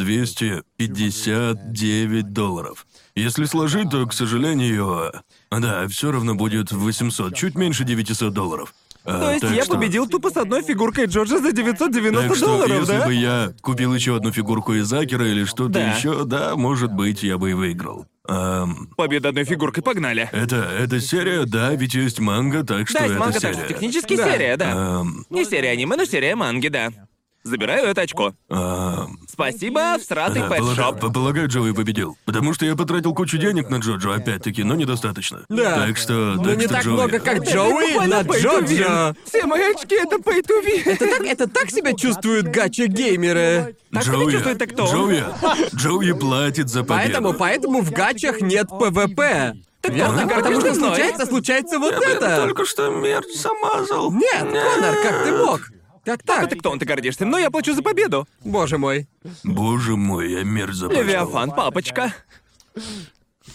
259 долларов. Если сложить, то, к сожалению, да, все равно будет 800, чуть меньше 900 долларов. А, То есть так я что- победил тупо с одной фигуркой Джорджа за 990 Так что, долларов, если Ну, да? бы я купил еще одну фигурку из Акера или что-то Да. еще, да, может быть, я бы и выиграл. Ам, Победа одной фигуркой, погнали. это, это серия, да, ведь есть манга, так что Да, это есть манга, так серия. А, что технически серия, да. Ам, Не серия аниме, но серия манги, да. Забираю это очко. ам, Спасибо, всратый да, пэтшоп. А, э, полагаю, полагаю, Джоуи победил. Потому что я потратил кучу денег на Джоджо, опять-таки, но недостаточно. Да. Так Ну, что, Но так Ну, не что, так Джоуи. много, как Джоуи на Джорджа. Все мои очки — это pay Это так, это так себя чувствуют гача-геймеры. Так себя Джоуи, чувствует так кто? Джоуи, Джоуи платит за победу. Поэтому, поэтому в гачах нет ПВП. Так А? верно, потому что Конечно, но- случается, случается вот это. Только что мерч замазал. Нет, Конор, как ты мог? Как так? Ты кто, он ты гордишься? Но я плачу за победу. Боже мой. Боже мой, я мерч запачкал. Левиафан, папочка.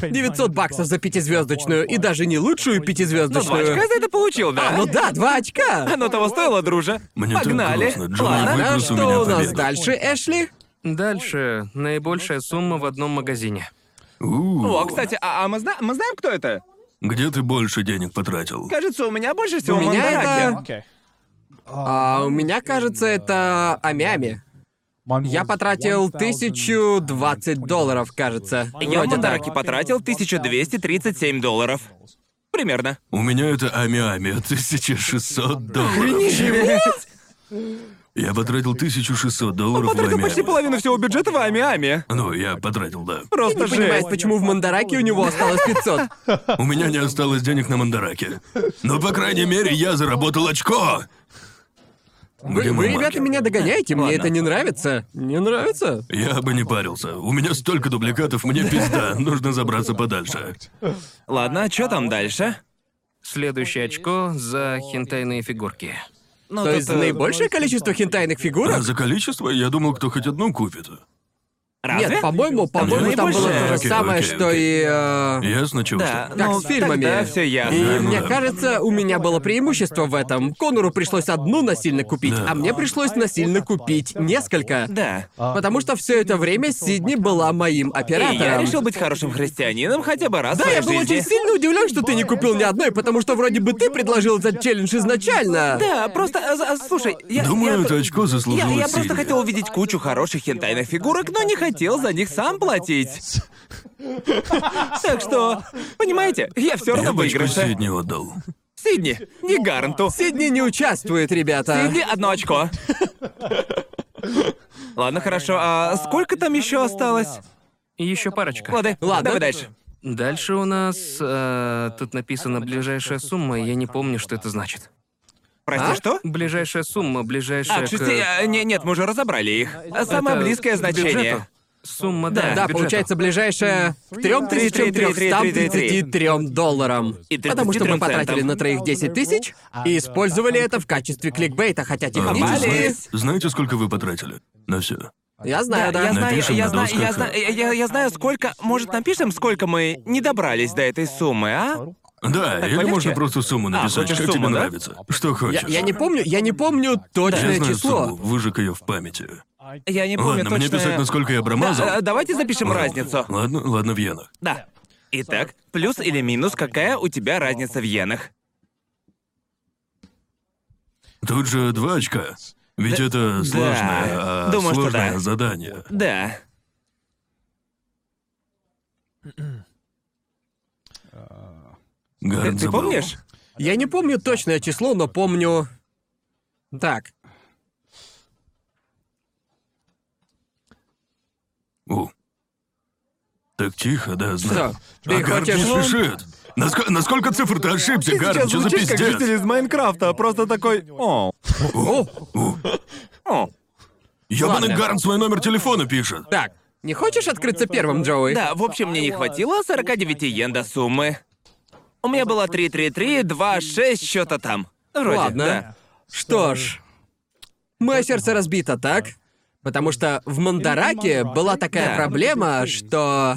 900 баксов за пятизвездочную и даже не лучшую Ну, два очка пятизвездочную. за это получил, да? А, ну да, два очка. Оно того стоило, друже. Мне так Погнали. грустно, Джоуи Ладно. А Плюс у меня что у нас победа. дальше, Эшли? Дальше — наибольшая сумма в одном магазине. У, О, кстати, А, а мы, зна- мы знаем, кто это? Где ты больше денег потратил? кажется, у меня больше всего У меня мандараки. это... А, у меня, кажется, это Амями. Я потратил 1020 долларов, кажется. Я в Вроде <laughs> так. мандараки потратил 1237 долларов. Примерно. У меня это Ами-Ами, <laughs> 1600 долларов. Я потратил 1600 долларов в Потратил почти Ами-Ами. половину всего бюджета в Ами-Ами. Ну, я потратил, да. Просто Не понимаешь, жесть. почему в Мандараке у него осталось 500. У меня не осталось денег на мандараке. Но, по крайней мере, я заработал очко. Вы, Где вы, мои ребята, маки? меня догоняете, мне Ладно. это не нравится. Не нравится? Я бы не парился. У меня столько дубликатов, <laughs> мне пизда. Нужно забраться подальше. Ладно, что там дальше? Следующее очко за хентайные фигурки. Ну, То тут, есть э, наибольшее количество хентайных А фигурок? за количество я думал, кто хоть одну купит. Разве? Нет, по-моему, по-моему, там было наибольшее. то же Окей, самое, окей, что и... э, Ясно, чего Да, что? Как ну, с фильмами. Тогда все ясно. И ну Э, мне да. кажется, у меня было преимущество в этом. Конору пришлось одну насильно купить, Да. а мне пришлось насильно купить несколько. Да. Потому что все это время Сидни была моим И я оператором. решил быть хорошим христианином хотя бы раз в Да, своей я был жизни. очень сильно удивлен, что ты не купил ни одной, потому что вроде бы ты предложил этот челлендж изначально. Да, просто, а, а, слушай, я... Думаю, я- это очко Я, заслужило я Сильвии. просто хотел увидеть кучу хороших хентайных фигурок, но не хотел за них сам <laughs> платить. Так что, понимаете, я все Я равно бы очко выигрыше. Сидни отдал. Сидни, не гаранту. Сидни не участвует, ребята. Сидни, одно <laughs> очко. Ладно, хорошо, а сколько там еще осталось? И еще парочка. Лады, Ладно. давай дальше. Дальше у нас... э, тут написано ближайшая сумма, и я не помню, что это значит. А? Прости, что? Ближайшая сумма, ближайшая А, к к- шести... а, не- нет, мы уже разобрали их. А Самое э, Это близкое к бюджету. значение. Сумма, Да, да, Да, к бюджету. получается, ближайшее к 3333 долларам. И 33 Потому что мы центам. потратили на троих 10 тысяч и использовали это в качестве кликбейта, хотя А вы технически... Попали. зна- знаете, сколько вы потратили? На все. Я знаю, я да. знаю, Напишем я Ну, на знаю, я досках. знаю, я, я- я знаю, сколько. Может, напишем, сколько мы не добрались до этой суммы, а? Да, или полегче? можно просто сумму написать, хочешь как тебе А, сумму, да? нравится. Что Я, хочешь. я не помню, я не помню Я точное знаю число. сумму, выжег ее в памяти. Я не помню Ладно, мне точно. писать, насколько я промазал. Да, э, давайте запишем разницу. Ладно, ладно, в йенах. Да. Итак, плюс или минус, какая у тебя разница в йенах? Тут же два очка. Ведь это сложное, а, Думаю, что сложное да. задание. Да. Гарн Ты забыл. помнишь? Я не помню точное число, но помню... Так, У. Так тихо, да, знаю. <laughs> что? Ты а Гарн не хочешь... смешит. Наск- насколько цифр ты ошибся, Гарн? Что за звучишь, как пиздец? житель из Майнкрафта, а просто такой... О, О, о. Ёбаный Ладно. Гарн свой номер телефона пишет. так, не хочешь открыться первым, Джоуи? Да, в общем, мне не хватило 49 йен до суммы. У меня было 3-3-3, 2-6, что-то там. Вроде, Ладно. да. Что ж, мое сердце разбито, так? Потому что в Мандараке была такая Да. проблема, что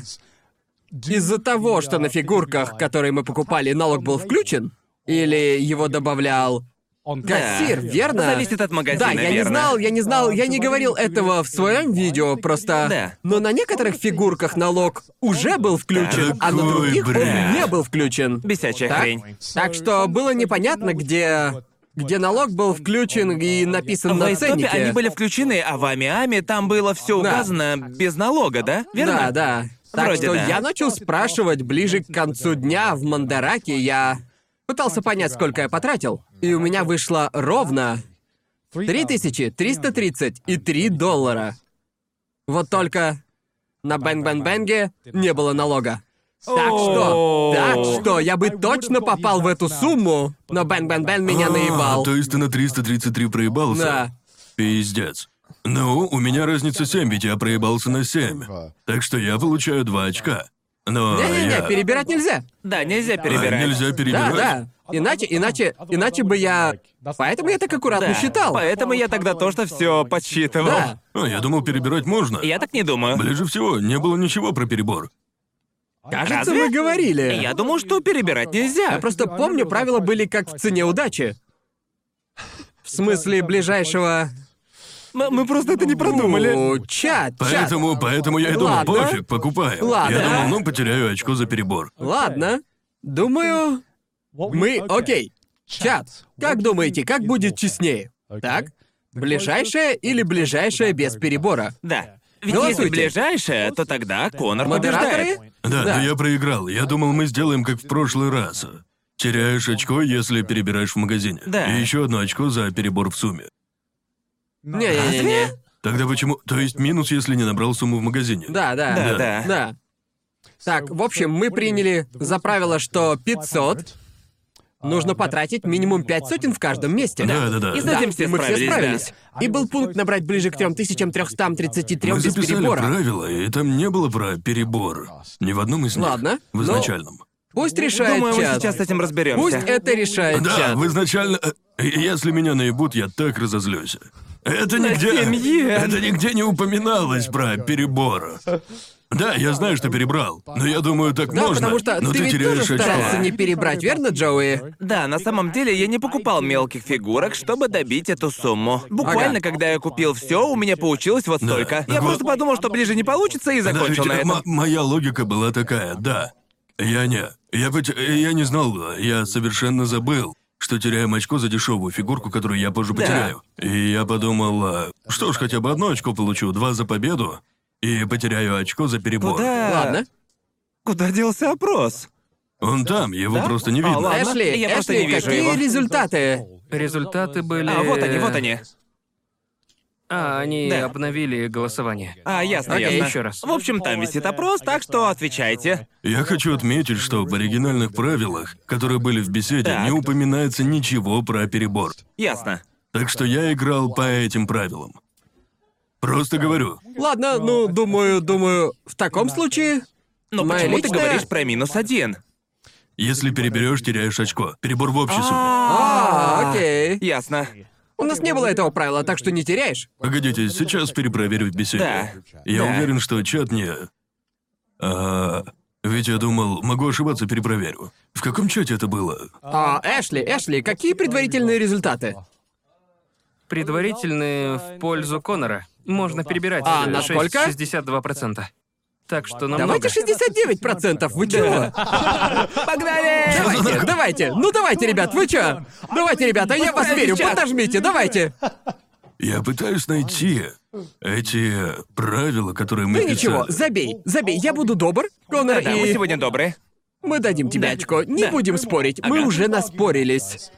из-за того, что на фигурках, которые мы покупали, налог был включен, или его добавлял кассир, Да. верно? Зависит от магазина, Да, я не верно. знал, я не знал, я не говорил этого в своем видео, просто... Да. Но на некоторых фигурках налог уже был включен, а на Такой других бред. он не был включен. Бесячая Так? хрень. Так что было непонятно, где... Где налог был включен и написан А В на лайфстопе ценнике. они были включены, а в Амиаме там было все указано без налога, да? Да, Верно? да. Так Вроде что да. я начал спрашивать ближе к концу дня в Мандараке, я пытался понять, сколько я потратил. И у меня вышло ровно 3333 доллара. Вот только на бэнг-бэнг-бэнге не было налога. Так что, так что, я бы точно попал в эту сумму, но бэнг-бэнг-бэнг меня А, наебал. То есть ты на 333 проебался? Да. Пиздец. Ну, у меня разница 7, ведь я проебался на 7. Так что я получаю 2 очка. Но А, я... Не-не-не, перебирать нельзя. Да, нельзя А, перебирать. нельзя Да, перебирать. да. А Иначе, иначе, иначе бы я... Поэтому я так аккуратно Да. ну считал. Поэтому я тогда то, что все подсчитывал. Да. А, я думал, перебирать можно. Я так не думаю. Ближе всего, не было ничего про перебор. Кажется, Разве? мы говорили. Я думал, что перебирать Я нельзя. просто помню, правила были как в цене удачи. В смысле ближайшего... Мы, мы просто это не продумали. Ну, чат, чат. Поэтому, поэтому я и думал, Ладно. пофиг, покупаем. Ладно. Я думал, ну, потеряю очко за перебор. Ладно. Думаю, мы... Окей. Чат, как думаете, как будет честнее? Так? Ближайшее или ближайшее без перебора? Да. Ведь если Голосуйте. ближайшее, то тогда Конор побеждает. Модераторы? Да, Да. да, я проиграл. Я думал, мы сделаем как в прошлый раз. Теряешь очко, если перебираешь в магазине. Да. И еще одно очко за перебор в сумме. Не-не-не. Тогда почему? То есть минус, если не набрал сумму в магазине. Да, да. Да, Да. да. Да. Так, в общем, мы приняли за правило, что 500 нужно потратить минимум 5 сотен в каждом месте. Да, да, да. И затем все и мы все справились, да. справились. И был пункт набрать ближе к 3333 Мы без записали перебора. правила, и там не было про перебор. Ни в одном из них. Ладно, Ну, В но- изначальном. Пусть решает Думаю, мы чат. сейчас с этим разберемся. Пусть это решает Да, чат. в изначально... э, и Если меня наебут, я так разозлюсь. Это нигде... Это нигде не упоминалось про перебор. Да, я знаю, что перебрал, но я думаю, так Да, можно. потому что но ты, ты, ведь теряешь тоже очко. старался не перебрать, верно, Джоуи? Да, на самом деле я не покупал мелких фигурок, чтобы добить эту сумму. Буквально, Ага. Ну, когда я купил все, у меня получилось вот столько. Я Вот. просто подумал, что ближе не получится, и Да, закончил ведь, на э, этом. мо- моя логика была такая, да. Я не. Я ведь э, я не знал, э, я совершенно забыл, что теряем очко за дешевую фигурку, которую я позже потеряю. И я подумал, э, что ж, хотя бы одно очко получу, два за победу, и потеряю очко за перебор. Куда? Ладно. Куда делся опрос? Он там, его Да? просто не А, видно. ладно. Эшли, Я просто Эшли, не вижу какие его. результаты? Результаты были... А, вот они, вот они. А, они Да. обновили голосование. А, ясно, Окей, ясно. еще раз. В общем, там висит опрос, так что отвечайте. Я хочу отметить, что в оригинальных правилах, которые были в беседе, Так. не упоминается ничего про перебор. Ясно. Так что я играл по этим правилам. Просто говорю, Ладно, ну, думаю, думаю, в таком случае... Но Моя Ну, почему ты личная- говоришь про минус один? Если переберешь, теряешь очко. Перебор в общей сумме. А, окей. Э, Ясно. У нас не было этого правила, так что не теряешь. Погодите, сейчас перепроверю в беседе. Да. Я Да. уверен, что чат не... А, ведь я думал, могу ошибаться, перепроверю. В каком чате это было? А, Эшли, Эшли, какие предварительные результаты? Предварительные в пользу Конора. Можно перебирать. А, э, на шесть- сколько? 62%. Так что намного. Давайте 69%, вы чего? Погнали! Давайте, давайте. Ну давайте, ребят, вы чё? Давайте, ребята, я вас верю, подожмите, давайте. Я пытаюсь найти эти правила, которые мы Да ничего, писали. забей, забей, я буду добр. Конор, Ну Да, мы и сегодня добрые. мы дадим тебе очко. Не Да. будем спорить, мы Ага. уже наспорились.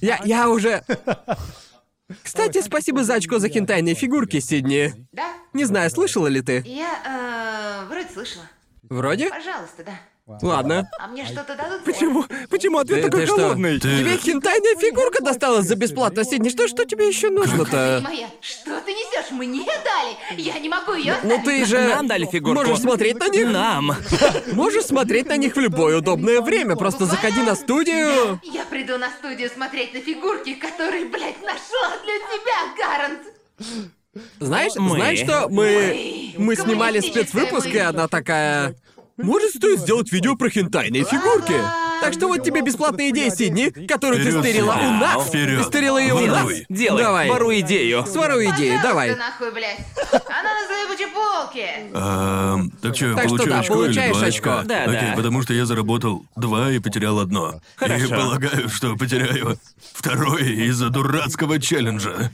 Я, я уже... Кстати, спасибо за очко за хентайные фигурки, Сидни. Да, Не знаю, слышала ли ты? я э, вроде слышала. Вроде? Пожалуйста, да. Ладно. А мне что-то дадут? Почему ответ Ты- такой ты что? холодный? Тебе Ты... хентайная фигурка досталась за бесплатно, Сидни. Что, что тебе еще нужно-то? Моя, что ты несешь? Мне дали! Я не могу ее Ну ты же... Нам дали фигурку. Можешь смотреть на них? Нам. Можешь смотреть на них в любое удобное время. Просто заходи на студию. Я приду на студию смотреть на фигурки, которые, блядь, нашла для тебя, Гарант! Знаешь, Мы. знаешь, что мы мы снимали Коммунистическая спецвыпуск, и мысль. она такая. Может, стоит сделать видео про хентайные фигурки? Так что вот тебе бесплатная идея, Сидни, которую ты Вперёд, стырила у Сидни. нас. Вперёд. Ты стырила ее у нас. Воруй. Делай. Давай. Воруй идею. Своруй идею, Пожалуйста, давай. нахуй, блядь! Она на своей бочеполке! эм, так что я Так что получаю да, очко получаешь или два очко. очка? Да, Окей, да. потому что я заработал два и потерял одно. И полагаю, что потеряю второе из-за дурацкого челленджа.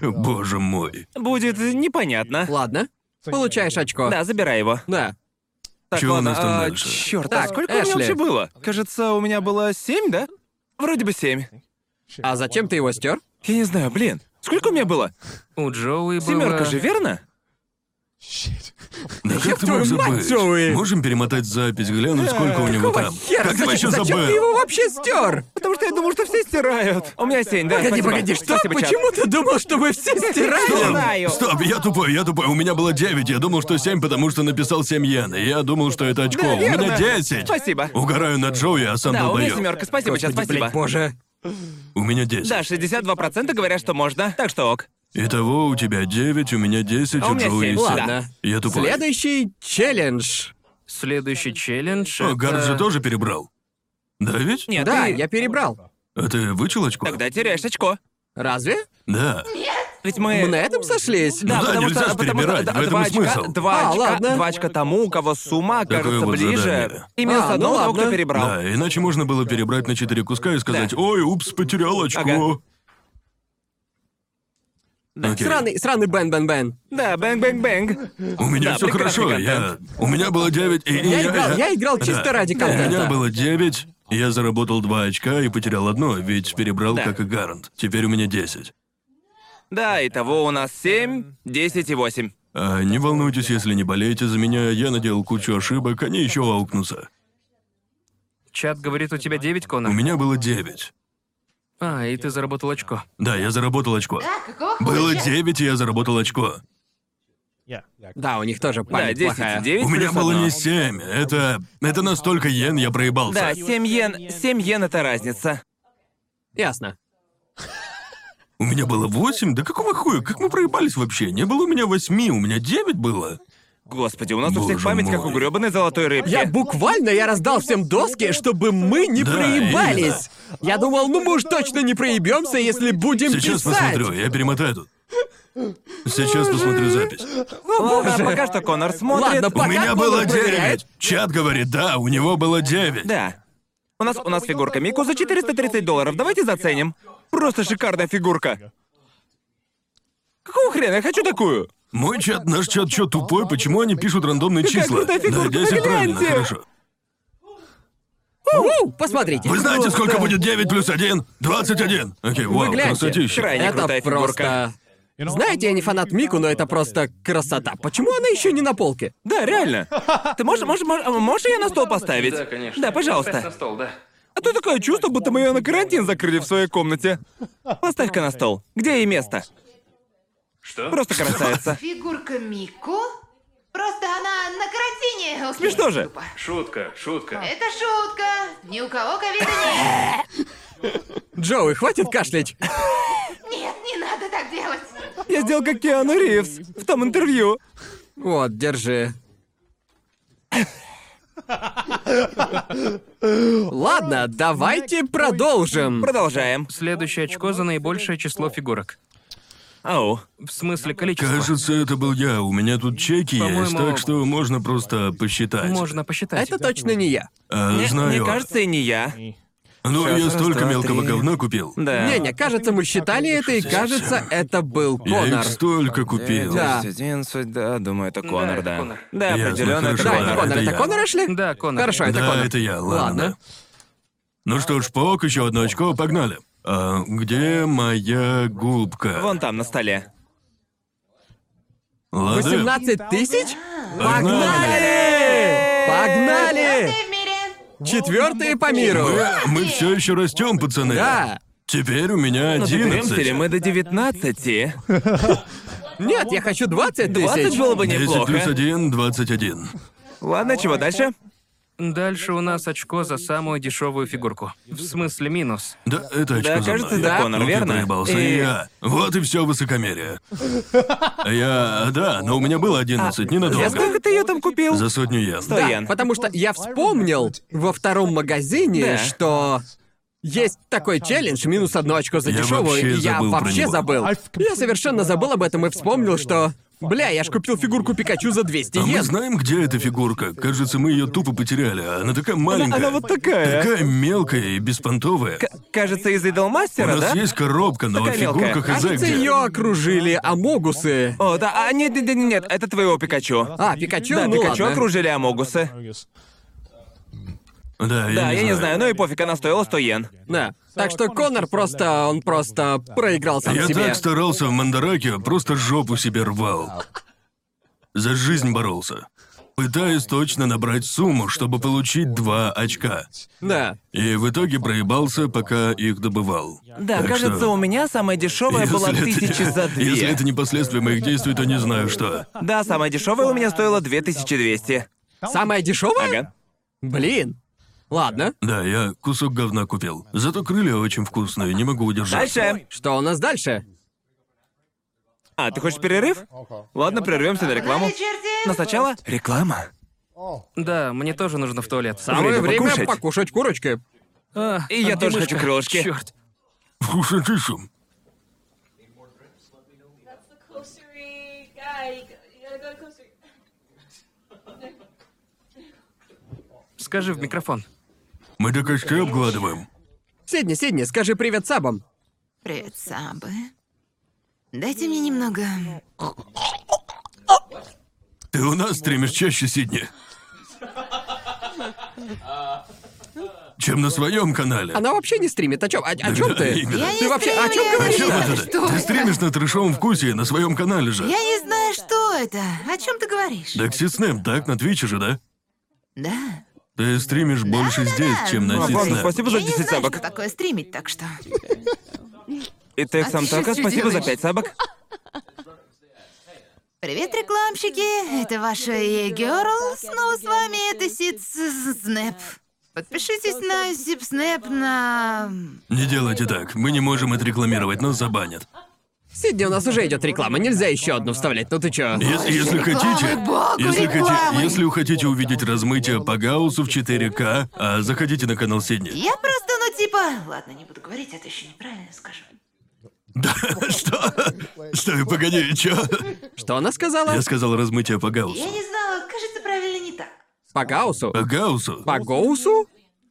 Боже мой. Будет непонятно. Ладно. Получаешь очко. Да, забирай его. Да. Так, Чего у ладно, нас там а, дальше? чёрт, а Так, сколько у Эшли. меня вообще было? Кажется, у меня было семь, да? Вроде бы семь. А зачем ты его стер? Я не знаю, блин. Сколько у меня было? У Джоуи было... Семерка же, верно? Да как ты мог твою мать, забыть? Джоуи. Можем перемотать запись, Э, глянуть, сколько у него Какого Ну там. хера? Как ты Зачем вообще зачем ты забыл? его вообще стер? Потому что я думал, что все стирают. У меня семь, да. Погоди, спасибо. погоди, что? Спасибо, чат. Почему ты думал, что мы все стираем? знаю. Стоп, я тупой, я тупой. У меня было 9, я думал, что 7, потому что написал 7 йен. И Я думал, что это очко. у меня верно. 10. Спасибо. Угораю на Джоуи, а сам Да, у меня долбоёб. семерка. Спасибо, чат, Господи, спасибо. блядь, боже. У меня 10. Да, 62% говорят, что можно, так что ок. Итого у тебя 9, у меня 10, А у у меня Джоуи семь. 7. Ладно. Я тупой. Следующий челлендж. Следующий челлендж О, это- Гард э, же тоже перебрал. Да ведь? Нет, Да, ты- я перебрал. А ты вычел очко? Тогда теряешь очко. Разве? Да. Ведь мы... Мы на этом сошлись. Да, Ну да, потому нельзя что, ж потому что перебирать, д- в этом два и очка, смысл. два А, очка, ладно. два очка тому, у кого сумма Такое кажется вот ближе, задание. и минус А, ну одно у того, ладно. кто перебрал. Да, иначе можно было перебрать на 4 куска и сказать, Да. ой, упс, потерял очко. Ага. Окей. Сраный, сраный Бен Бен Бен. Да, бэнг-бэнг-бэнг. У меня Да, все прекрасный хорошо. Я... контент. У меня было 9, и, и Я играл, я играл чисто Да. ради У меня контента. было 9, я заработал 2 очка и потерял одно, ведь перебрал, Да. как и Гарант. Теперь у меня 10. Да, итого у нас 7, 10 и 8. А, не волнуйтесь, если не болеете за меня, я наделал кучу ошибок, они еще аукнутся. Чат говорит, у тебя 9, Конор. У меня было 9. А, и ты заработал очко. Да, я заработал очко. Да, какого хуя? Было Я- 9, и я заработал очко. Да, у них тоже Да, память 10 плохая. 9 У меня плюс было одно. не 7, это... Это настолько йен, я проебался. Да, 7 йен, 7 йен это разница. Ясно. У меня было 8? Да какого хуя? Как мы проебались вообще? Не было у меня 8, у меня 9 было. Господи, у нас у Боже всех память как у мой. грёбаной золотой рыбки. Я буквально я раздал всем доски, чтобы мы не Да, проебались. Я думал, ну мы уж точно не проебемся, если будем Сейчас писать. посмотрю, я перемотаю тут. Сейчас посмотрю запись. Ладно, пока что Конор смотрит. Ладно, У пока меня Конор было проверяет. 9. Чат говорит, да, у него было 9. Да. У нас, у нас фигурка Мику за 430 долларов. Давайте заценим. Просто шикарная фигурка. Какого хрена? Я хочу такую. Мой чат, наш чат чё тупой, почему они пишут рандомные Какая числа? крутая Да, фигурка, 10 правильно, гляньте. хорошо. Уу, посмотрите. Вы знаете, сколько будет 9 плюс 1? 21. Окей, вау, гляньте. красотища. Край. Это Крутая просто. фигурка. Знаете, я не фанат Мику, но это просто красота. Почему она еще не на полке? Да, реально. Ты можешь, можешь, можешь, а, можешь ее на стол поставить? Да, конечно. Да, Ставь на пожалуйста. стол, да. А то такое чувство, будто мы ее на карантин закрыли в своей комнате. Поставь-ка на стол. Где ей место? Что? Просто красавица. Фигурка Мику? Просто она на карантине. Ну у Смешно же. Тупо. Шутка, шутка. Это шутка. Ни у кого ковида нет. Э. Джоуи, хватит кашлять. Нет, не надо так делать. Я сделал как Киану Ривз в том интервью. Вот, держи. Ладно, давайте продолжим. Продолжаем. Следующее очко за наибольшее число фигурок. Ау. В смысле количество. Кажется, это был я. У меня тут чеки есть, По-моему, так что можно просто посчитать. Можно посчитать. Это точно не я. А, Мне- знаю. Мне кажется, и не я. Ну, Щас, я раз, столько два, мелкого три. говна купил. Да. Не-не, кажется, мы считали это, и кажется, это был Я Конор. их столько купил. Да. 11, да, думаю, это Конор, это да. Конор. Да, Ясно, определенно хорошо. Да, это Да, Конор. это Это я. Конор, А? Эшли? Да, Конор. Хорошо, это Да, Конор. это я, ладно. Ладно. да. Ну что ж, пок, еще одно очко, погнали. А, где моя губка? Вон там, на столе. Лады? 18 тысяч? Погнали! Погнали! Погнали! Ты в мире? Четвертые по миру. Мы, мы все еще растем, пацаны. Да. Теперь у меня Ну, ты ли 11. мы до 19? Нет, я хочу 20 20 тысяч. было бы 10 плюс неплохо. 1, 21. Ладно, чего дальше? Дальше у нас очко за самую дешевую фигурку. В смысле минус. Да, это очко Да, за кажется, мной. да, Ну Конор, ты верно? проебался, И- и я. Вот и все <laughs> высокомерие. Я... Да, но у меня было 11, А, Я ненадолго. сколько ты ее там купил? За сотню йен. Сто Да, йен. потому что я вспомнил во втором магазине, Да. что есть такой челлендж, минус одно очко за Я дешевую, вообще и я забыл про вообще него. забыл. Я совершенно забыл об этом и вспомнил, что... Бля, я ж купил фигурку Пикачу за 200 А мы йен. знаем, где эта фигурка. Кажется, мы ее тупо потеряли. Она такая маленькая. Она вот такая. Такая мелкая и беспонтовая. К- кажется, из У Идолмастера, нас да? есть коробка, но Такая фигурка мелкая. А хз Кажется, где. ее окружили амогусы. О, да, а нет, нет, нет, нет, это твоего Пикачу. А, Пикачу? да, ну Пикачу ладно. окружили Амогусы. Да, я Да, не я не знаю. знаю, ну и пофиг, она стоила 100 йен. Да. Так что Конор просто... Он просто проиграл сам Я себе. так старался в Мандараке, просто жопу себе рвал. За жизнь боролся. Пытаясь точно набрать сумму, чтобы получить два очка. Да. И в итоге проебался, пока их добывал. Да, Так кажется, что, у меня самая дешевая была если это тысячи не- за две. Если это не последствия моих действий, то не знаю что. Да, самая дешевая у меня стоила 2200. Самая дешевая? Ага. Блин. Ладно. Да, я кусок говна купил. Зато крылья очень вкусные, не могу удержаться. Дальше. Что у нас дальше? А, ты хочешь перерыв? Ладно, прервемся на рекламу. Черти? Но сначала реклама. Да, мне тоже нужно в туалет. Самое время покушать. покушать, курочки. А, И я а где тоже мышка? хочу крылышки. Чёрт. Вкуснейшим. That's the coastery guy. You gotta go to coastery. Скажи в микрофон. Мы до качка обгладываем. Сидни, Сидни, скажи привет сабам. Привет, Сабы. Дайте мне немного... Ты у нас стримишь чаще, Сидни. Чем на своем канале. Она вообще не стримит. О чем? О, чем Да, ты? именно. Я не Ты вообще о чем стримлю! А говоришь? Что Ты это? стримишь на трешовом вкусе на своем канале же. Я не знаю, что это. О чем ты говоришь? Доксиснэм, так? На Твиче же, да? Да. Ну, Ты стримишь больше здесь, чем на Вам Ситснэм. спасибо за Я не 10 знаю, сабок. что такое стримить, так что... И ты сам сейчас только всё спасибо за делаешь. 5 сабок. Привет, рекламщики! Это ваша E-Girl. Снова с вами это Сид Снэп. Подпишитесь на Сип Снэп на... Не делайте так. Мы не можем это рекламировать, нас забанят. Сидни, у нас уже идет реклама. Нельзя еще одну вставлять. Ну ты чё? Если, если хотите, богу, если, рекламы! если хотите увидеть размытие по Гауссу в 4К, а, заходите на канал Сидни. <laughs> Я просто, ну типа... Ладно, не буду говорить, это еще неправильно скажу. Да, что? Стой, погоди, чё? Что она сказала? Я сказал размытие по Я Гауссу. не знала, кажется, правильно не так. По Гаусу? По Гауссу? По Гоусу?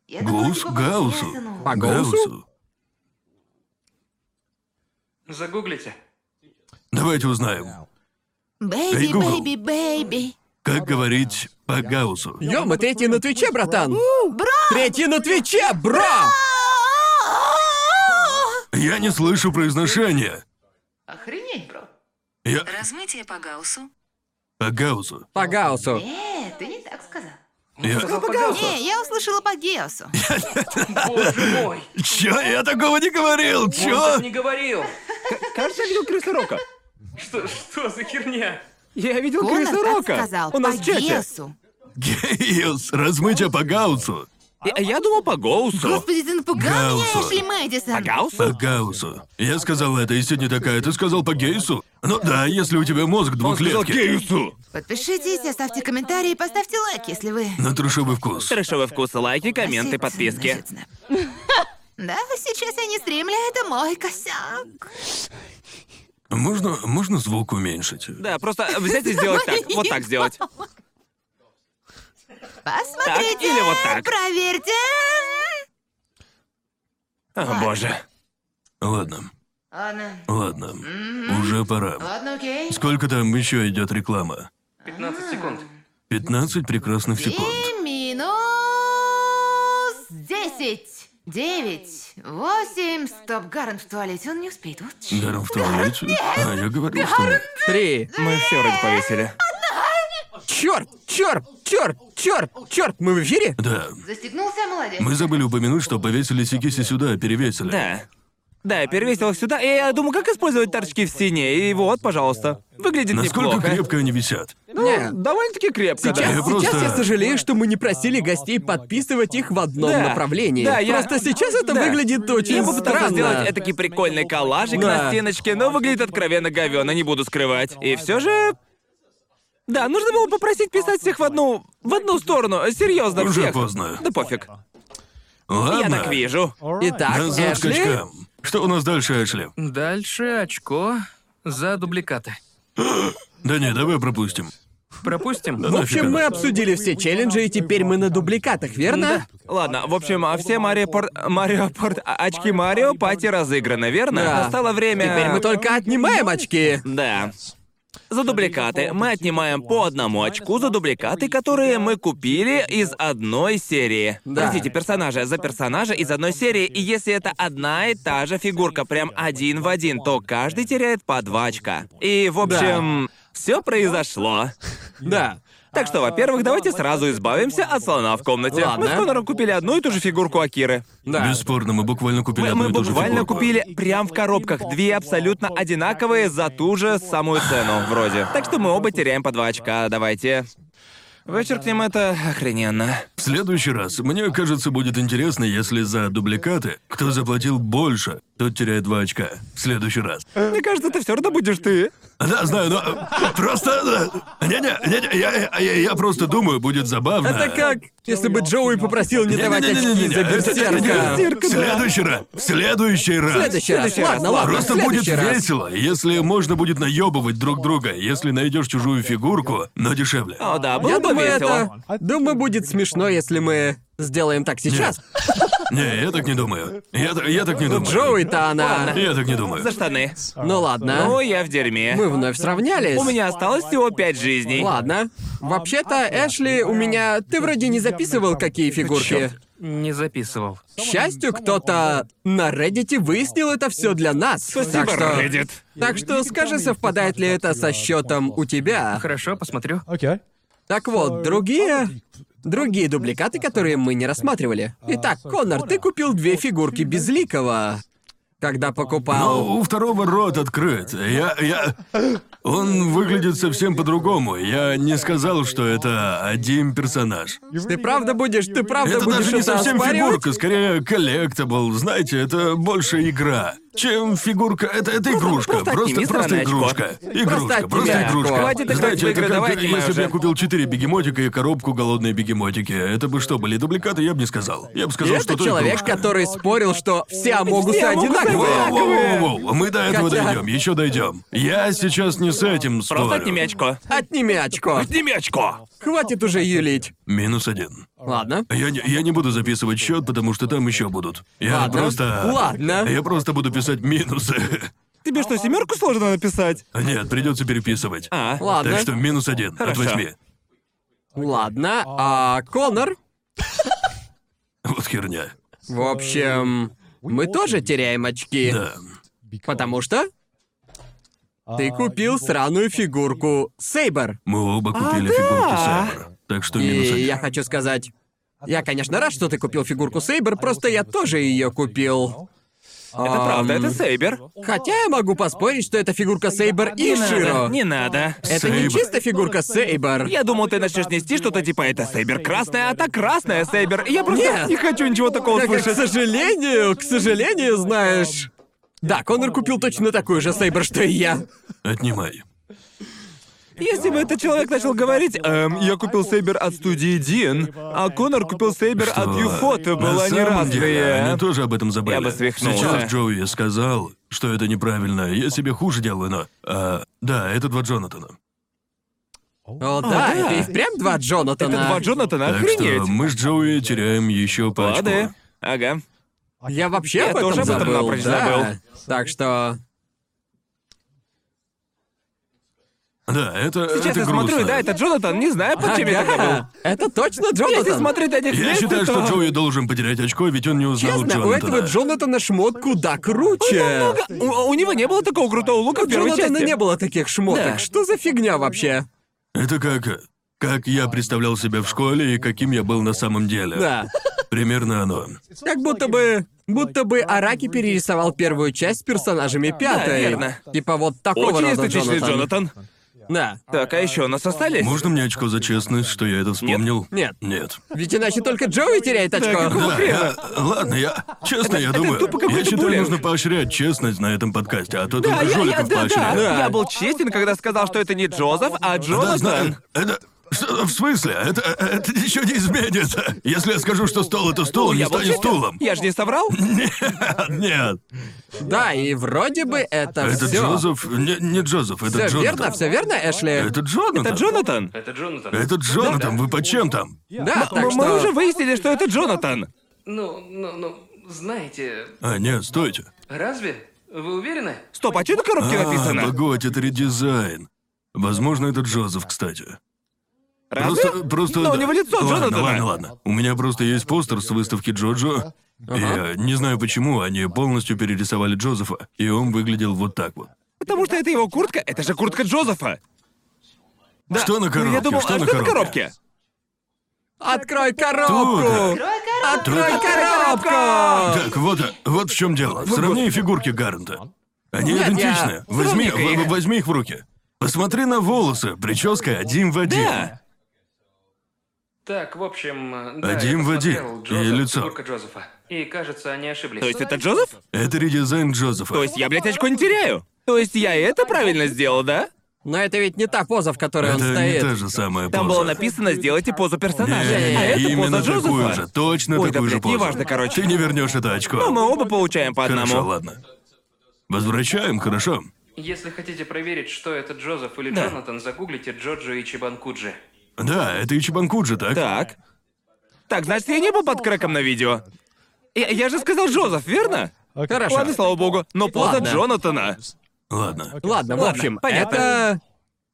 Я думала, Гус типа, Гауссу. связано. По Гоусу? Гауссу. Загуглите. Давайте узнаем, Эй, Бэйби, Google. бэйби, бэйби. как говорить по Гауссу. Ё, мы третий на Твиче, братан! Третий на Твиче, бро! Я не слышу произношения. Охренеть, бро. Я Размытие по Гауссу. по Гауссу. По Гаусу. Э, ты не так сказал. Я... Не, я услышала по Геосу. Боже мой, Чё? Я такого не говорил! Чё? не говорил. Кажется, я видел крысу Рока. Что, что за херня? Я видел Конор крысу так Рока. сказал, У нас по в чате. Геосу. Геюс, размытие по Гауссу. Я, я думал по Гоусу. Господи, ты напугал меня, Геосу. Эшли Мэдисон. По Гауссу? По Гауссу. Я сказал это, и сегодня такая, ты сказал по Гейсу? Ну да, если у тебя мозг сказал двухлетки. Гейсу! Подпишитесь, оставьте комментарии и поставьте лайк, если вы... На трешовый вкус. Трэшовые вкусы, лайки, комменты, Спасибо, пацаны, подписки. на Сидснэп. Да, сейчас я не стримлю, это мой косяк. Можно, можно звук уменьшить? Да, просто взять и сделать так. Вот так сделать. Посмотрите, Так или вот так? проверьте. О, боже. Ладно, Ладно. ладно. Уже пора. Ладно, окей. Сколько там еще идет реклама? 15 секунд. 15 прекрасных секунд. И минус 10. 9, 8. Стоп, Гарн в туалете, он не успеет. Вот ч- Даром в туалете? А, я говорил, что нет. Три. Мы все ради повесили. Черт, черт, черт, черт, черт, мы в эфире? Да. Застегнулся, молодец. Мы забыли упомянуть, что повесили Сикиси сюда, перевесили. Да. Да, я перевесил их сюда, и я думаю, как использовать торчки в стене, и вот, пожалуйста. Выглядит Насколько неплохо. крепко они висят? Ну, Нет. довольно-таки крепко, да. Сейчас, я сейчас просто- я сожалею, что мы не просили гостей подписывать их в одном Да. направлении. Да, я- Просто сейчас это Да. выглядит очень Я попытался странно. сделать этакий прикольный коллажик Да. на стеночке, но выглядит откровенно говёно, не буду скрывать. И все же... Да, нужно было попросить писать всех в одну... в одну сторону, серьезно, Уже всех. поздно. Да пофиг. Я Ладно. так вижу. Итак, Назад к Эшли, очкам. Что у нас дальше, Эшли? Дальше очко за дубликаты. Да не, давай пропустим. Пропустим? в общем, мы оно? обсудили все челленджи, и теперь мы на дубликатах, верно? Ладно, в общем, а все Марио Порт... Марио Порт... а- Очки Марио Пати разыграны, верно? Да. Настало время... Теперь мы только отнимаем очки. Да. За дубликаты мы отнимаем по одному очку за дубликаты, которые мы купили из одной серии. Да. Простите, персонажа за персонажа из одной серии. И если это одна и та же фигурка, прям один в один, то каждый теряет по два очка. И, в общем, все произошло. Да. Так что, во-первых, давайте сразу избавимся от слона в комнате. Ладно. Мы с Конором купили одну и ту же фигурку Акиры. Да. Бесспорно, мы буквально купили Мы, одну мы и ту же буквально фигурку. купили прям в коробках две абсолютно одинаковые за ту же самую цену, вроде. Так что мы оба теряем по два очка, давайте. Вычеркнем это охрененно. В следующий раз, мне кажется, будет интересно, если за дубликаты, кто заплатил больше, тот теряет два очка. В следующий раз. Мне кажется, это все равно будешь ты. Да, знаю, но э, просто... э, Не-не, не-не, я, я- я- я просто думаю, будет забавно. Это как, если бы Джоуи попросил не давать очки Не-не-не-не-не-не, за это как берсерка. В следующий раз. В следующий раз. В следующий раз. Следующий раз. Ладно, ладно, Просто в будет следующий раз. весело, если можно будет наебывать друг друга, если найдешь чужую фигурку, но дешевле. О, да, было Я бы думаю, весело. это... Думаю, будет смешно, если мы сделаем так сейчас. Не, я так не думаю. Я, та- я так не Ну, думаю. Джоуи-то она... Я так не думаю. За штаны. Ну Ну, ладно. я в дерьме. Мы вновь сравнялись. У меня осталось всего пять жизней. Ладно. Вообще-то, Эшли, у меня... Ты вроде не записывал, какие фигурки. Не записывал. К счастью, кто-то на Reddit выяснил это все для нас. Спасибо, так что... Reddit. Так что скажи, совпадает ли это со счетом у тебя. Хорошо, посмотрю. Так вот, другие... Другие дубликаты, которые мы не рассматривали. А, Итак, Конор, ты купил две фигурки безликого, когда покупал... Ну, Но Ну, у второго рот открыт. Я, я... Он выглядит совсем по-другому. Я не сказал, что это один персонаж. Ты правда будешь, Ну, ты правда это будешь даже не это совсем оспаривать? фигурка, скорее коллектабл. Знаете, это больше игра, чем фигурка. Это, это игрушка, просто просто, отними просто странное игрушка. Игрушка, отними просто очко. игрушка. Хватит играть в Знаете, это игры, как давай отнимай если бы я уже. купил 4 бегемотика и коробку голодные бегемотики. Это бы что, были дубликаты, я бы не сказал. Я бы И сказал, это что это человек, игрушка. который спорил, что все амогусы все амогусы одинаковые. одинаковые. Воу-воу-воу, мы до этого Хотя- дойдем, еще дойдем. Я сейчас не с этим спорю. Просто отними очко. Отними очко. Отними очко! Хватит уже юлить. Минус один. Ладно. Я не, я не буду записывать счет, потому что там еще будут. Я Ладно. просто. Ладно. Я просто буду писать минусы. <laughs> Тебе что, семерку сложно написать? Нет, придется переписывать. А, Ладно. Так что минус один Хорошо. от восьми. Ладно. А Конор? Вот херня. В общем, мы тоже теряем очки. Да. Потому что ты купил сраную фигурку Сейбер. Мы оба А, купили фигурки Сайбера. Так что минус И один. я хочу сказать, я, а конечно, рад, А что ты купил фигурку Сейбер, просто я тоже ее купил. Это правда, это Сейбер. Хотя я могу поспорить, что это фигурка Сейбер и Не надо, Широ. Не надо. Это не Сейбер. чисто фигурка Сейбер. Я думал, ты начнешь нести что-то типа «это Сейбер красная, а так красная Сейбер». Я просто Нет. не хочу ничего такого Так, <laughs> слышать. к сожалению, к сожалению, знаешь. Да, Конор купил точно такую же Сейбер, что и я. Отнимай. Если бы этот человек начал говорить, «Эм, я купил Сейбер от студии Дин, а Конор купил Сейбер Что? от Юфота, было На они самом деле, разные. они тоже об этом забыли. Я бы свихнулся. Ну, Сейчас Джоуи сказал, что это неправильно. Я себе хуже делаю, но... а, да, это два Джонатана. О, да, да. это и впрямь два Джонатана. Это два Джонатана, Так что охренеть. мы с Джоуи теряем еще пачку. Лады. Ага. Я вообще Я об этом тоже об этом забыл, Ну, напрочь да. забыл. Так что Да, это, Сейчас это я смотрю, грустно. да, это Джонатан, не знаю, под чем я Ага, тогда был. Это точно Если Джонатан. смотреть на этих Я вместе, считаю, что то- Джоуи должен потерять очко, ведь он не узнал Честно, у этого Джонатана. Джонатана шмот куда круче. Намного- У, у него не было такого крутого лука У в первой Джонатана части. не было таких шмоток. Да. Что за фигня вообще? Это как... э, Как я представлял себя в школе и каким я был на самом деле. Да. Примерно оно. Как будто бы... Будто бы Араки перерисовал первую часть с персонажами пятой. верно. Типа вот такого Очень рода эстетичный Джонатан. Джонатан. Да. Так, а еще у нас остались? Можно мне очко за честность, что я это вспомнил? Нет. Нет. Ведь иначе только Джоуи теряет очко. Да, я- ладно, я... Честно, я думаю, тупо какой-то я считаю, буллинг. нужно поощрять честность на этом подкасте, а то Да, только я, я- жуликов да, да, поощряют. Я был честен, когда сказал, что это не Джозеф, Да, а Джонатан. знаю. Это... что- в смысле? Это, э, это ничего не изменится. Если я скажу, что стол — это стул, он не Ну, Я был станет честен. стулом. Я же не соврал? Нет. Да, и вроде бы это, Это все. Джозеф... Не, не Джозеф, это Все Джонатан. верно, все верно, Эшли. Это Джонатан. Это Джонатан. Это Джонатан. Это Джонатан, вы по чем там? Да, так Мы что- уже выяснили, что это Джонатан. Ну, ну, ну, знаете, А, нет, стойте. разве? Вы уверены? Стоп, а что на коробке А, написано? погодь, это редизайн. Возможно, это Джозеф, кстати. Разве? Просто, просто... Но у да. него лицо ладно, Джонатана. Ладно, ладно. У меня просто есть постер с выставки Джоджо. И я не знаю почему, они полностью перерисовали Джозефа, и он выглядел вот так вот. Потому что это его куртка, это же куртка Джозефа. Да. Что на Ну, коробке? Я думал, Что а на что на коробке? коробке? Открой коробку! Открой коробку! Так, вот, вот в чем дело. Сравни фигурки Гарнта. Они Нет, идентичны. я- Возьми, Сравни-ка в- их. возьми их в руки. Посмотри на волосы, прическа один в один. Да. Так, в общем, э, да, Один я в один. посмотрел И Джозеф, лицо. фигурка Джозефа. И кажется, они ошиблись. То есть это Джозеф? Это редизайн Джозефа. То есть я, блядь, очко не теряю. То есть я и это правильно сделал, да? Но это ведь не та поза, в которой он это не стоит. та же самая Там поза. было написано «Сделайте позу персонажа». Не, а это именно поза Джозефа. такую же, точно Ой, да, такую же блядь, позу. неважно, короче. Ты не вернешь это очко. Но Ну, мы оба получаем по одному. Хорошо, ладно. Возвращаем, хорошо. Если хотите проверить, что это Джозеф или Да. Джонатан, загуглите Джорджо и Чебанкуджи. Да, это Ичибанкуджи, так? Так. Так, значит, я не был под крэком на видео. Я, я же сказал Джозеф, верно? Хорошо. Ладно, слава богу. Но поза Ладно. Джонатана. Ладно. Ладно, в общем, понятно. это...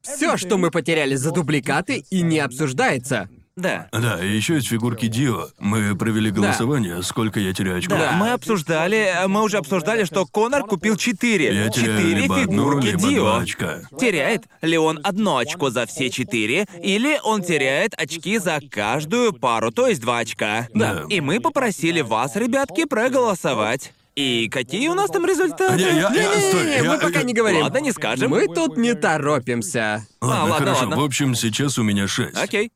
Все, что мы потеряли за дубликаты, и не обсуждается. Да. Да, и еще есть фигурки Дио. Мы провели голосование, сколько я теряю очков. Да, мы обсуждали, мы уже обсуждали, что Конор купил четыре. Я теряю четыре либо одну, фигурки либо Дио. два очка. Теряет ли он одно очко за все четыре, или он теряет очки за каждую пару, то есть два очка. Да. И мы попросили вас, ребятки, проголосовать. И какие у нас там результаты? А, Не, я- я- стой, Не-не-не, я- мы пока не говорим. Ладно, не скажем. Мы тут не торопимся. Ладно, А, ладно, хорошо. ладно. В общем, сейчас у меня шесть. Окей.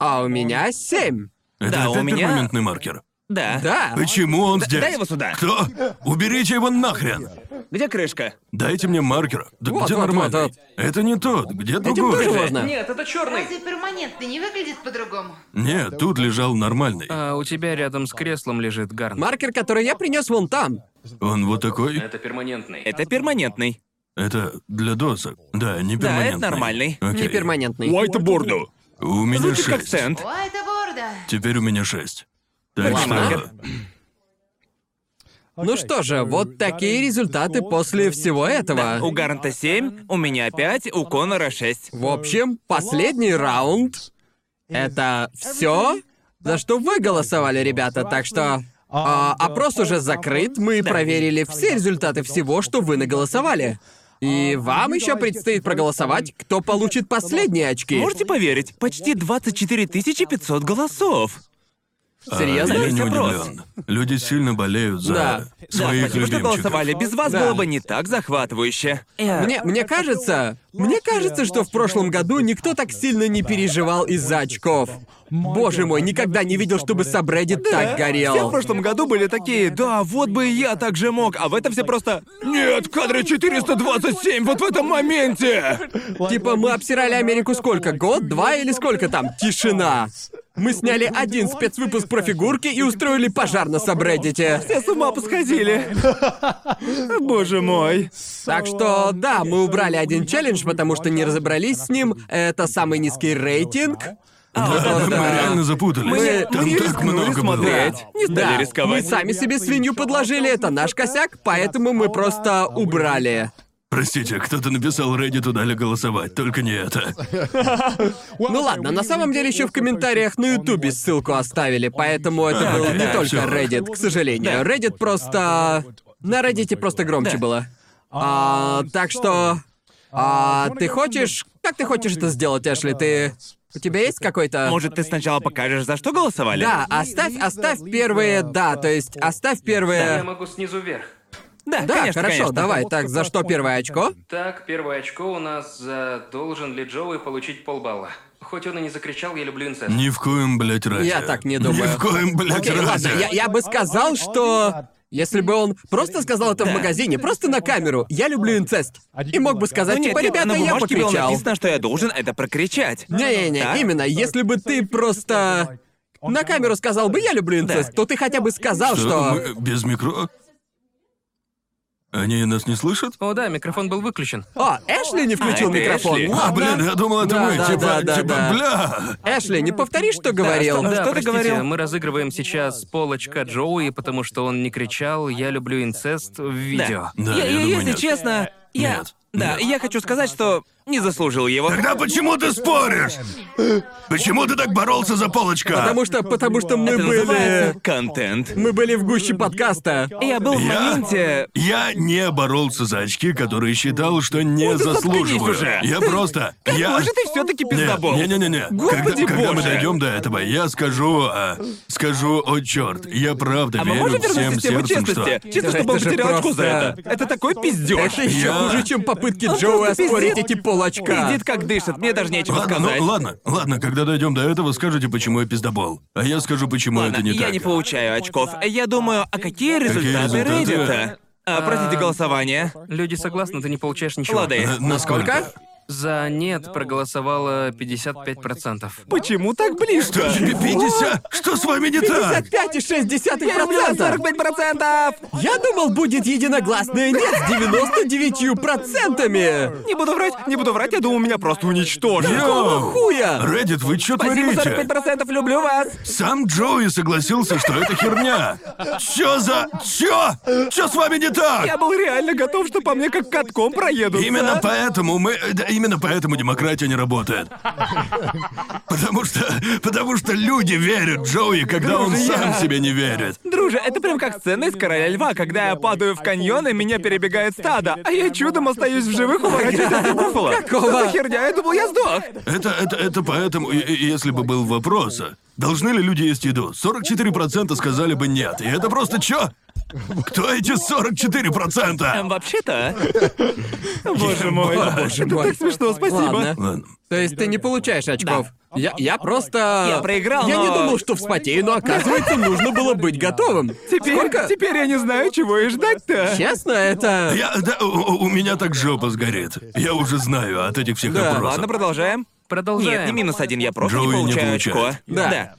А у меня семь. Это Да, у опять меня- А, перманентный маркер. Да. Да. Почему он здесь? Дай его сюда. Кто? Уберите его нахрен! Где крышка? Дайте мне маркер. Да Вот, где вот, нормальный? вот, вот. Это не тот, где Этим другой. тоже можно. Нет, это черный! Разве перманентный не выглядит по-другому? Нет, тут лежал нормальный. А у тебя рядом с креслом лежит Гарн. Маркер, который я принес вон там. Он вот такой. Это перманентный. Это перманентный. Это для досок. Да, не перманентный. Да, это нормальный. Окей. Не перманентный. Уайтборду. У меня Звучит как шесть. цент. О, это борда. Теперь у меня шесть. Так Нормально. что... Ну что же, вот такие результаты после всего этого. У Гарнта 7, у меня 5, у Конора 6. В общем, последний раунд — это все, за что вы голосовали, ребята. Так что а, опрос уже закрыт, мы проверили все результаты всего, что вы наголосовали. И вам еще предстоит проголосовать, кто получит последние очки. Можете поверить, почти 24 500 голосов. а, Серьезно? я Есть не опрос. удивлен. Люди сильно болеют за Да. своих Потому что любимчиков. голосовали без вас Да. было бы не так захватывающе. Мне, мне кажется, мне кажется, что в прошлом году никто так сильно не переживал из-за очков. Боже мой, никогда не видел, чтобы Сабреддит так Все в горел. прошлом году были такие, да, вот бы и я так же мог, а в этом все просто... Нет, кадры 427 вот в этом моменте! Типа мы обсирали Америку сколько? Год, два или сколько там? Тишина. Мы сняли один спецвыпуск про фигурки и устроили пожар на Сабреддите. Все с ума посходили. Боже мой. Так что, да, мы убрали один челлендж, потому что не разобрались с ним. Это самый низкий Э, рейтинг. Да, мы да. реально Мы- запутались. мы Там не так рискнули много было. смотреть. Не стали Да, рисковать. Мы сами себе свинью подложили, это наш косяк, поэтому мы просто убрали. Простите, кто-то написал Reddit дали голосовать, только не это. Ну ладно, на самом деле еще в комментариях на Ютубе ссылку оставили, поэтому это Да, был не да, только всё. Reddit, к сожалению. Да. Reddit просто... На Reddit просто громче Да. было. А, так что... А, ты хочешь... Как ты хочешь это сделать, Эшли? Ты... У тебя есть какой-то... Может, ты сначала покажешь, за что голосовали? Да, а оставь, оставь первые... Да, то есть оставь Я первые... могу снизу вверх. Да, Да, А, конечно, хорошо, конечно. давай. Так, за что первое очко? Так, первое очко у нас за «Должен ли Джоуи получить полбалла?» Хоть он и не закричал, я люблю инцест. Ни в коем, блядь, разе. Я так не думаю. Ни в коем, блядь, Окей, ладно, разе. я, я бы сказал, что... Если бы он просто сказал это в Да. магазине, просто на камеру, я люблю инцест. И мог бы Ну сказать, нет, типа, нет, ребята, на я бумажке было покричал. написано, что я должен это прокричать. Не-не-не, Так? именно, если бы ты просто на камеру сказал бы, я люблю инцест, Да. то ты хотя бы сказал, Что, А что... мы без микро? Они нас не слышат? О, да, микрофон был выключен. О, Эшли не включил А, это микрофон. Эшли. А, Ладно. блин, я думал, это Да, мы. да, типа, да, да, типа, да. бля. Эшли, не повтори, что говорил. Ну что- Да, ты простите, говорил? мы разыгрываем сейчас полочка Джоуи, потому что он не кричал «Я люблю инцест» в Да. видео. Да, я я, я, думаю, если нет. честно, я... Нет, Да, нет. я хочу сказать, что не заслужил его. Тогда почему ты споришь? Почему ты так боролся за полочка? Потому что, потому что мы Это были... называется контент. Мы были в гуще подкаста. Я был в Я- моменте... Я не боролся за очки, которые считал, что не Ну ты заслуживаю. заткнись уже. Я просто. я... Может, ты все-таки пиздобол? не, не, не, не. Господи когда, когда мы боже. дойдем до этого, я скажу, а, скажу, о черт, я правда А мы верю можем вернуть всем систему сердцем, честности? что Чисто, чтобы он Это же потерял очко за просто- это. Это такой пиздеж. Это еще Я- хуже, чем попытки Джоуи просто оспорить пиздит. эти полочка. Пиздит, как дышит, мне даже нечего Ладно, сказать. ну, ладно, ладно, когда дойдем до этого, скажите, почему я пиздобол. А я скажу, почему Ладно, это не я так. не получаю очков. Я думаю, а какие результаты результаты? Reddit? А, простите, голосование. Люди согласны, ты не получаешь ничего. Лады. Э, Насколько? Сколько? За «нет» проголосовало 55%. Почему так близко? Что? 50? Что с вами не так? 55,6%! Я люблю 45%! Я думал, будет единогласное нет с 99%! Не буду врать, не буду врать, я думаю, меня просто уничтожили. Какого хуя? Реддит, вы что Спасибо, творите? 45% люблю вас! Сам Джоуи согласился, что это херня. Чё за... Чё? Чё с вами не так? Я был реально готов, что по мне как катком проедут. Именно поэтому мы... э, да, именно поэтому демократия не работает. Потому что... Потому что люди верят Джоуи, когда он Друзья. сам себе не верит. Друже, это прям как сцена из «Короля льва», когда я падаю в каньон, и меня перебегает стадо, а я чудом остаюсь в живых, уворачиваясь от буффало. Что за херня? Я думал, я сдох. Это, это, это поэтому, и- и если бы был вопрос, а, должны ли люди есть еду, 44% сказали бы нет. И это просто чё? Кто эти 44%? Эм, вообще-то... Боже мой. Боже мой. Так смешно, спасибо. Ладно. Ладно. То есть ты не получаешь очков? Я, я просто... Я проиграл, Я не но- думал, что вспотею, но оказывается, нужно было быть готовым. Теперь, Сколько? теперь я не знаю, чего и ждать-то. Честно, это... Я, да, у, у- у меня так жопа сгорит. Я уже знаю от этих всех Да, вопросов. Ладно, продолжаем. Продолжаем. Нет, не минус один, я просто Джоуи не не получаю очко. получает. Да.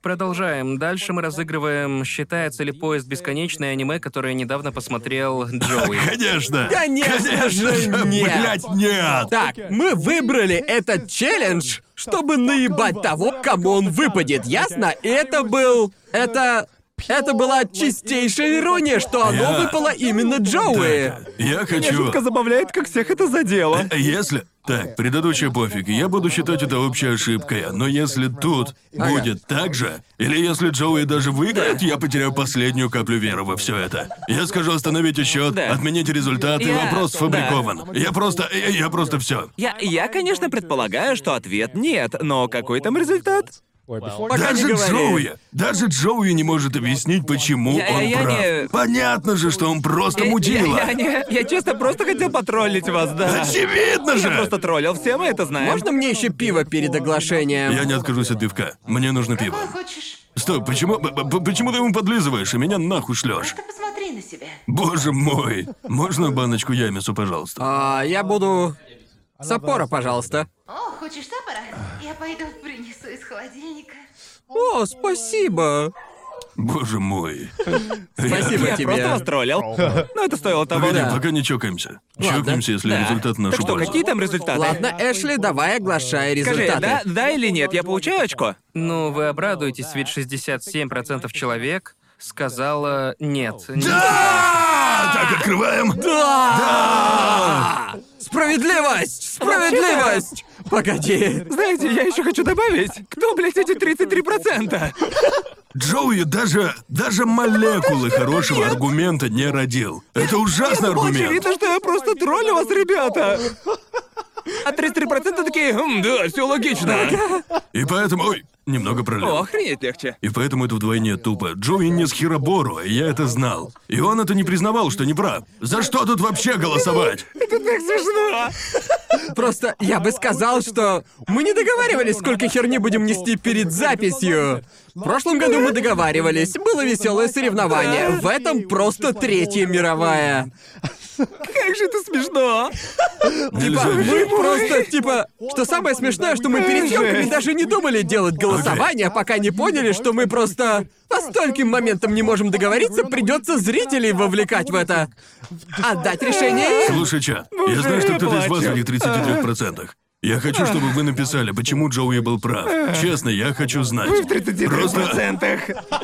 Продолжаем. Дальше мы разыгрываем «Считается ли поезд бесконечное аниме, которое недавно посмотрел Джоуи». Конечно. Конечно <laughs> же, нет. Блять, нет. Так, мы выбрали этот челлендж, чтобы наебать того, кому он выпадет, ясно? И это был... Это... Это была чистейшая ирония, что оно Я- выпало именно Джоуи. Так, я Меня хочу. жутко забавляет, как всех это задело. Э, Если. Так, предыдущее пофиг, я буду считать это общей ошибкой, но если тут будет так же, или если Джоуи даже выиграет, я потеряю последнюю каплю веры во все это. Я скажу остановите счет, Да. отмените результаты, Я- вопрос да. сфабрикован. Я просто. Я, я просто все. Я, я, конечно, предполагаю, что ответ нет, но какой там результат? Пока не Даже говори. Джоуи, даже Джоуи не может объяснить, почему Я- он я прав. не- Понятно же, что он просто мудила. Э, Я, я не- я честно просто хотел потроллить вас, да. Очевидно Я же! просто троллил, все мы это знаем. Можно мне еще пиво перед оглашением? Я не откажусь от пивка. Мне нужно пиво. Какой хочешь? Стоп, почему, п- п- почему ты ему подлизываешь и меня нахуй шлешь? Ты посмотри на себя. Боже мой! Можно баночку ямису, пожалуйста? А, я буду... Сапора, пожалуйста. О, хочешь тапора? Я пойду принесу из холодильника. О, спасибо. Боже мой. Спасибо Я просто вас тебе. троллил. Но это стоило того. Погоди, Да. пока не чокаемся. Ладно. Чокнемся, если Да. результат в Так нашу что, пользу. какие там результаты? Ладно, Эшли, давай оглашай Скажи, да, результаты. да или нет, я получаю очко? Ну, вы обрадуетесь, ведь 67% человек сказала нет. Не- Да! Так, открываем. Справедливость! Справедливость! Погоди. Знаете, я еще хочу добавить. Кто, блядь, эти 33%? Джоуи даже, даже молекулы хорошего аргумента не родил. Это ужасный Было аргумент. очевидно, что я просто троллю вас, ребята. А 33% такие, «М, да, все логично. И поэтому... Ой, немного пролил. О, <laughs> охренеть легче. И поэтому это вдвойне тупо. Джоуи не с Хиробору, и я это знал. И он это не признавал, что не прав. За что тут вообще голосовать? Так смешно. Просто я бы сказал, что мы не договаривались, сколько херни будем нести перед записью. В прошлом году мы договаривались, было веселое соревнование. В этом просто третья мировая. Как же это смешно. Типа, Нельзя мы верить. просто, типа, что самое смешное, что мы перед съемками даже не думали делать голосование, пока не поняли, что мы просто по стольким моментам не можем договориться, придется зрителей вовлекать в это. Отдать решение им. Слушай, чат, я знаю, что кто-то из вас в этих 33%. Я хочу, чтобы вы написали, почему Джоуи был прав. Честно, я хочу знать. Вы в 33%.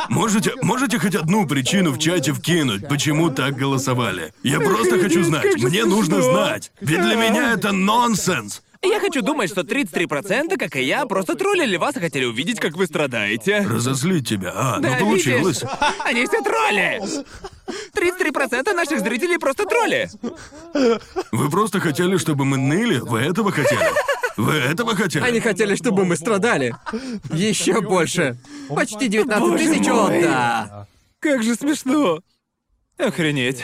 Можете, можете хоть одну причину в чате вкинуть, почему так голосовали? Я просто хочу знать. Мне нужно знать. Ведь для меня это нонсенс. Я хочу думать, что 33%, как и я, просто троллили вас и хотели увидеть, как вы страдаете. Разозлить тебя. А, ну Да, получилось. видишь? Они все тролли! 33% наших зрителей просто тролли. Вы просто хотели, чтобы мы ныли? Вы этого хотели? Вы этого хотели? Они хотели, чтобы мы страдали. Еще больше. Почти 19 тысяч отда. Как же смешно. Охренеть.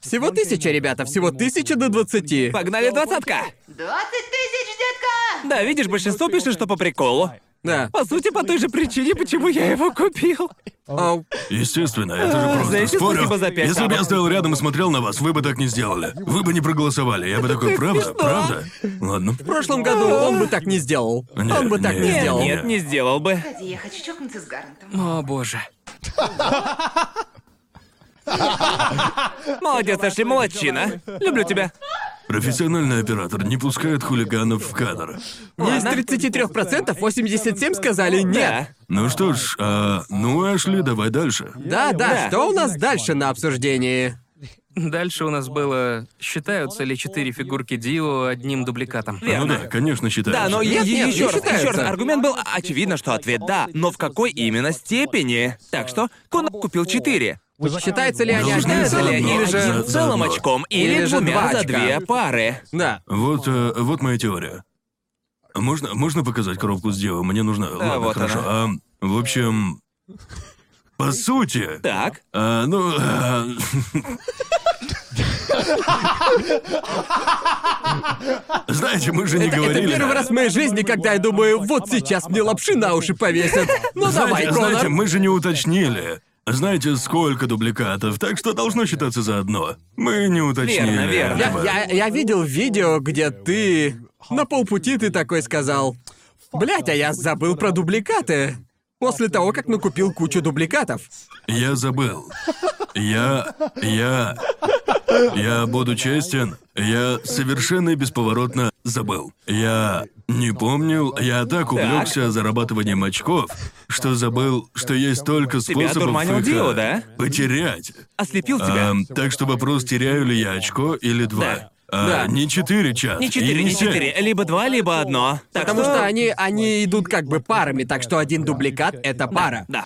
Всего тысяча, ребята, всего тысяча до 20. Погнали двадцатка. 20 тысяч, детка! Да, видишь, большинство пишет, что по приколу. Да. По сути, по той же причине, почему я его купил. Оу. Естественно, это же просто. А, знаете, Спорю, спасибо за пять если бы я капок. стоял рядом и смотрел на вас, вы бы так не сделали. Вы бы не проголосовали. Я бы такой, правда? Правда? Ладно. В прошлом году он бы так не сделал. Он бы так не Нет, сделал. Нет, не сделал бы. Погоди, я хочу чокнуться с Гарантом. О, боже. Молодец, Эшли, молодчина. Люблю тебя. Профессиональный оператор не пускает хулиганов в кадр. Из 33% 87 сказали нет. Ну что ж, а, ну, Эшли, давай дальше. Ну Да, да, Да. что у нас дальше на обсуждении? Дальше у нас было, считаются ли четыре фигурки Дио одним дубликатом. Ну да, конечно, считается. Да, но Нет, нет, не еще раз, считается. еще раз. Аргумент был очевидно, что ответ да, но в какой именно степени? Так что Конор купил 4. Считается ли они Должны Считается ли одинаковыми? они одно, Э, же за- одним за целым одно. очком или, Или же двумя два за очка. две пары? Да. Вот, э, вот моя теория. Можно, можно показать коробку с Дио? Мне нужно... Ладно, вот хорошо. А, в общем... По сути... Так. а, ну... <laughs> а, Знаете, мы же не Это говорили... первый раз в моей жизни, когда я думаю, вот сейчас мне лапши на уши повесят. Ну давай, Знаете, знаете, Конор. мы же не уточнили. Знаете, сколько дубликатов, так что должно считаться заодно. Мы не уточнили. Верно, верно. Я, я- я видел видео, где ты... На полпути ты такой сказал. Блять, а я забыл про дубликаты. После того, как накупил кучу дубликатов. Я забыл. Я... Я... Я буду честен. Я совершенно и бесповоротно забыл. Я не помнил, я так увлекся зарабатыванием очков, что забыл, что есть только способов одурманил их, Дио, э, да? потерять. Ослепил тебя. Эм, так что вопрос, теряю ли я очко или два. Да. А, Да. Не четыре часа. Не четыре, не четыре. Либо два, либо одно. Так Потому что они, они идут как бы парами, так что один дубликат — это пара. <laughs> Да.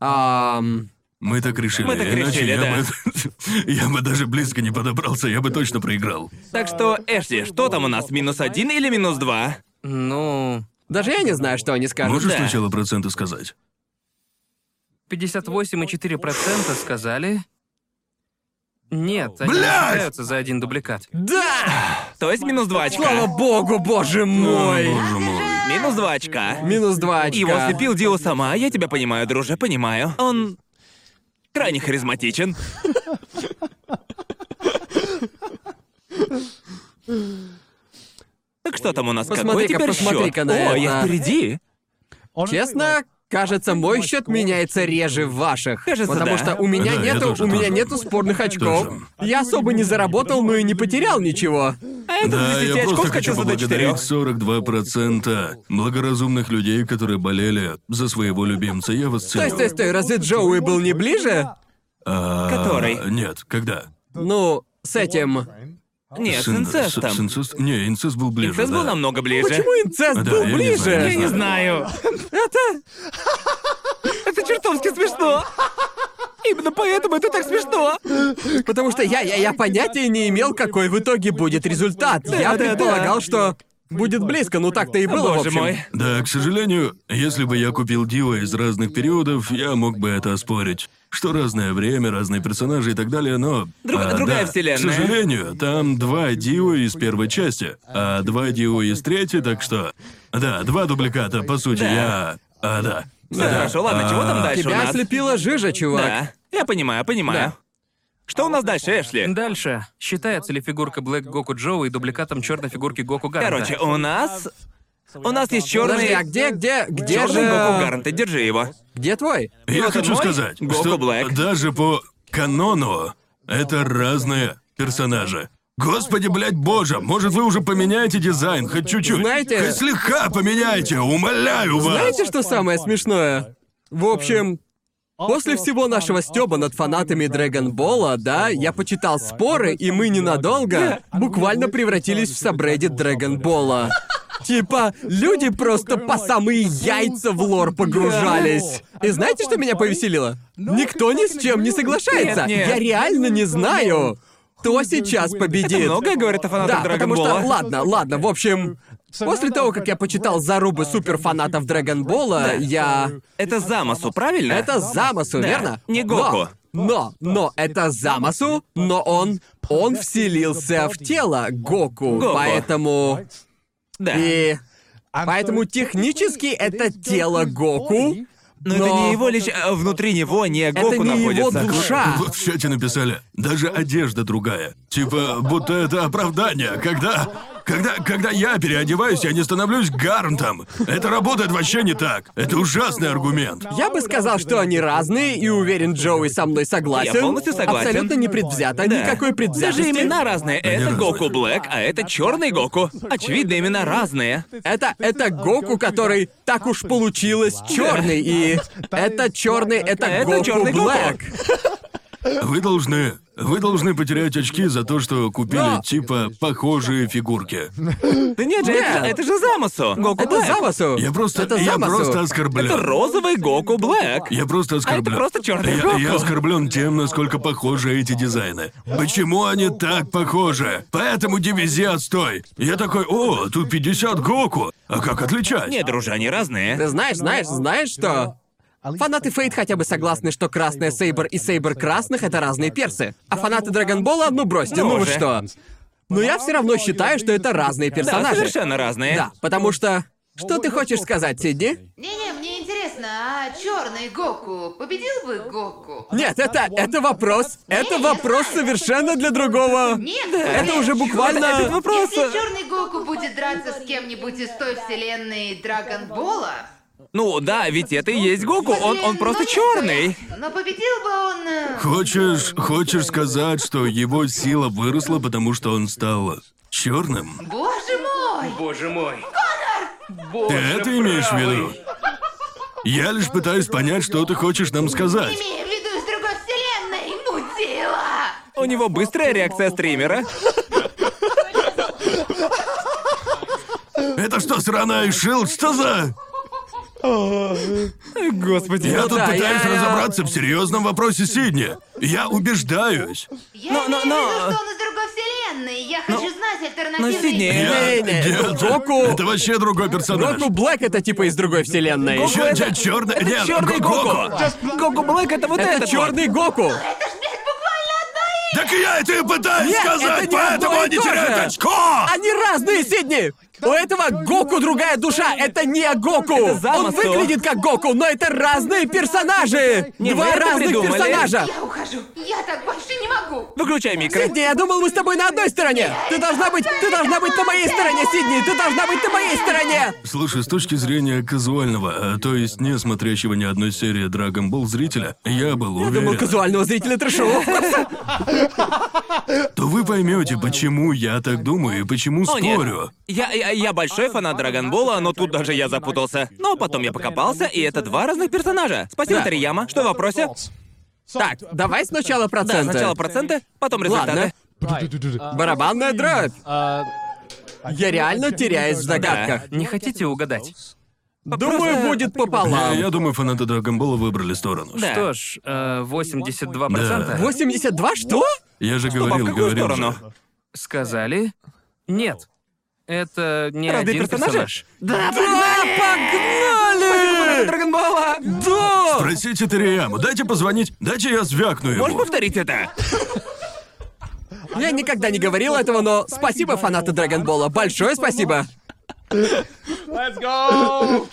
Ам, Мы так решили. Мы так иначе решили, я, да. бы, <laughs> я бы даже близко не подобрался, я бы точно проиграл. Так что, Эшли, что там у нас, минус один или минус два? Ну, Даже я не знаю, что они скажут. Можешь да. сначала проценты сказать? 58,4% сказали... Нет, они не Блядь! считаются за один дубликат. Да! То есть минус два очка. Слава богу, боже мой! Боже мой. Минус два очка. Минус два очка. Его слепил Дио сама, я тебя понимаю, друже, понимаю. Он крайне харизматичен. Так что там у нас? Какой Посмотри-ка, теперь счет? посмотри-ка на О, я это. впереди. Честно, Кажется, мой счет меняется реже ваших. Кажется, потому да. что у меня Да, я нету, тоже, у меня тоже. нету спорных очков. Тоже. Я особо не заработал, но и не потерял ничего. А этот Да, из 10 я очков просто хочу скатился до 4. поблагодарить 42% благоразумных людей, которые болели за своего любимца. Я вас ценю. Стой, стой, стой, разве Джоуи был не ближе? А, Который? Нет, когда? Ну, с этим. Нет, с Ин- с- с инцестом. инцест- Не, инцест был ближе, Инцест да. был намного ближе. Ну, Почему инцест Да, был я не ближе? знаю, Я не знаю. Это... <laughs> Это чертовски смешно. Именно поэтому это так смешно. Потому что я, я, я понятия не имел, какой в итоге будет результат. я да, да. предполагал, что будет близко, ну так-то и было, в Боже общем. мой. Да, к сожалению, если бы я купил Дива из разных периодов, я мог бы это оспорить. Что разное время, разные персонажи и так далее, но... Друг- а, другая да, вселенная. К сожалению, там два Дива из первой части, а два Дива из третьей, так что... Да, два дубликата, по сути, я... А, да. Всё, хорошо, ладно, чего там дальше у Тебя нас? ослепила жижа, чувак. Да, я понимаю, понимаю. Да. Что у нас дальше, Эшли? Дальше. Считается ли фигурка Блэк Гоку Джоу и дубликатом черной фигурки Гоку Гарта? Короче, у нас... У нас есть Подожди, черный... а где, где, где Черный же... Гоку Гарнт, ты держи его. Где твой? Я Вот хочу мой сказать, Гоку что Блэк. даже по канону это разные персонажи. Господи, блядь, боже, может вы уже поменяете дизайн, хоть чуть-чуть. Знаете- Хоть слегка поменяйте, умоляю вас. Знаете, что самое смешное? В общем, после всего нашего стёба над фанатами Дрэгонбола, да, я почитал споры, и мы ненадолго буквально превратились в сабреддит Дрэгонбола. Типа, люди просто по самые яйца в лор погружались. И знаете, что меня повеселило? Никто ни с чем не соглашается. Нет, нет. Я реально не знаю, кто сейчас победит. Многое говорят о фанатах а? Да, потому что, Драгонбола. ладно, ладно, в общем, после того, как я почитал зарубы суперфанатов Драгонбола, я... Это Замасу, правильно? Это Замасу, Да, верно? не Гоку. Но, но, но это Замасу, но он... Он вселился в тело Гоку, Гоку. поэтому... Да. И... Поэтому технически это тело Гоку, Но, это не его лишь... а, Внутри него не Гоку это не его находится. душа. Вот в чате написали, даже одежда другая. Типа, будто это оправдание, когда... Когда, когда я переодеваюсь, я не становлюсь гарнтом. Это работает вообще не так. Это ужасный аргумент. Я бы сказал, что они разные, и уверен, Джоуи со мной согласен. Я полностью согласен. Абсолютно не предвзято, Да. никакой предвзятости. Даже имена разные. Это разные. Гоку Блэк, а это черный Гоку. Очевидно, имена разные. Это, это Гоку, который так уж получилось черный, и это черный, это, Это Гоку чёрный Гоку. Блэк. Вы должны... Вы должны потерять очки за то, что купили, Но- типа, похожие фигурки. Да нет же, это, же- это же Замасу. Гоку Это Блэк. Замасу. Я просто... это я Замасу. просто оскорблен. Это розовый Гоку Блэк. Я просто А оскорблен. это просто черный Я, Гоку. я оскорблен тем, насколько похожи эти дизайны. Почему они так похожи? Поэтому дивизия отстой. Я такой, о, тут 50 Гоку. А как отличать? Нет, дружи, они разные. Ты знаешь, знаешь, знаешь что? Фанаты Фейт хотя бы согласны, что красная Сейбр и Сейбр красных — это разные персы. А фанаты Драгонбола, ну бросьте, Ну ну вы же. что. Но я все равно считаю, что это разные Да, персонажи. совершенно разные. Да, потому что... Что ты хочешь сказать, Сидни? Не-не, мне интересно, а черный Гоку победил бы Гоку? Нет, это... это вопрос... Это вопрос совершенно для другого... Нет, Это нет. уже буквально... Этот вопрос... Если черный Гоку будет драться с кем-нибудь из той вселенной Драгонбола, Ну да, ведь это и есть Гоку, он, он блин, просто ну, черный. но победил бы он... э, Хочешь, хочешь сказать, что его сила выросла, потому что он стал черным? Боже мой! Боже мой. Ты это имеешь в виду? Я лишь пытаюсь понять, что ты хочешь нам сказать. Имея в виду из другой вселенной, мудила! У него быстрая реакция стримера. Это что, сраная шил? Что за? Господи. Я Ну тут да, пытаюсь я- я- разобраться в серьезном вопросе Сидни. Я убеждаюсь. Я Но- но- имею в но- виду, что он из другой вселенной. Я хочу знать Но альтернативные... Сидней... Я- Не, не, Нет, Гоку- Это вообще другой персонаж. Гоку Блэк это типа из другой вселенной. Гоку Чё- это- чё- чёрный- Это Нет, черный Го- Гоку. Гоку. Гоку Блэк это вот Это, этот вот. черный Гоку! Так и я это и пытаюсь Нет, сказать, это не поэтому одно и они то же. теряют очко! Они разные, Сидни! У этого Гоку другая душа, это не Гоку! Это Замасу. Он выглядит как Гоку, но это разные персонажи! Не, Два вы это разных придумали. персонажа! Я ухожу. скажу. Я так больше не могу. Выключай микро. Сидни, я думал, мы с тобой на одной стороне! Ты должна быть... Ты должна быть на моей стороне, Сидни! Ты должна быть на моей стороне! Слушай, с точки зрения казуального, а, то есть не смотрящего ни одной серии Dragon Ball зрителя, я был Я думал, уверен, казуального зрителя трешового вкуса. то вы поймете, почему я так думаю и почему О, нет. спорю. Я, я, я большой фанат Драгонбола, но тут даже я запутался. Но потом я покопался, и это два разных персонажа. Спасибо, Да. Тарияма. Что в вопросе? <laughs> Так, давай сначала Да, проценты. сначала проценты, потом результаты. Ладно. Барабанная дробь. Я реально теряюсь в загадках. Не хотите угадать? Думаю, будет Э, Я, пополам. я думаю, фанаты Dragon Ball выбрали сторону. Да. Что ж, э, 82% Да. 82 что? Я же Попав в говорил, какую говорил. сторону? же. сказали нет. Это не Разные один персонажи? персонаж. Да, погнали! Драгонбола! Да! Просите Тарияму, дайте позвонить, дайте я звякну ему. Можешь повторить это? Я никогда не говорил этого, но спасибо, фанаты Драгонбола. Большое спасибо.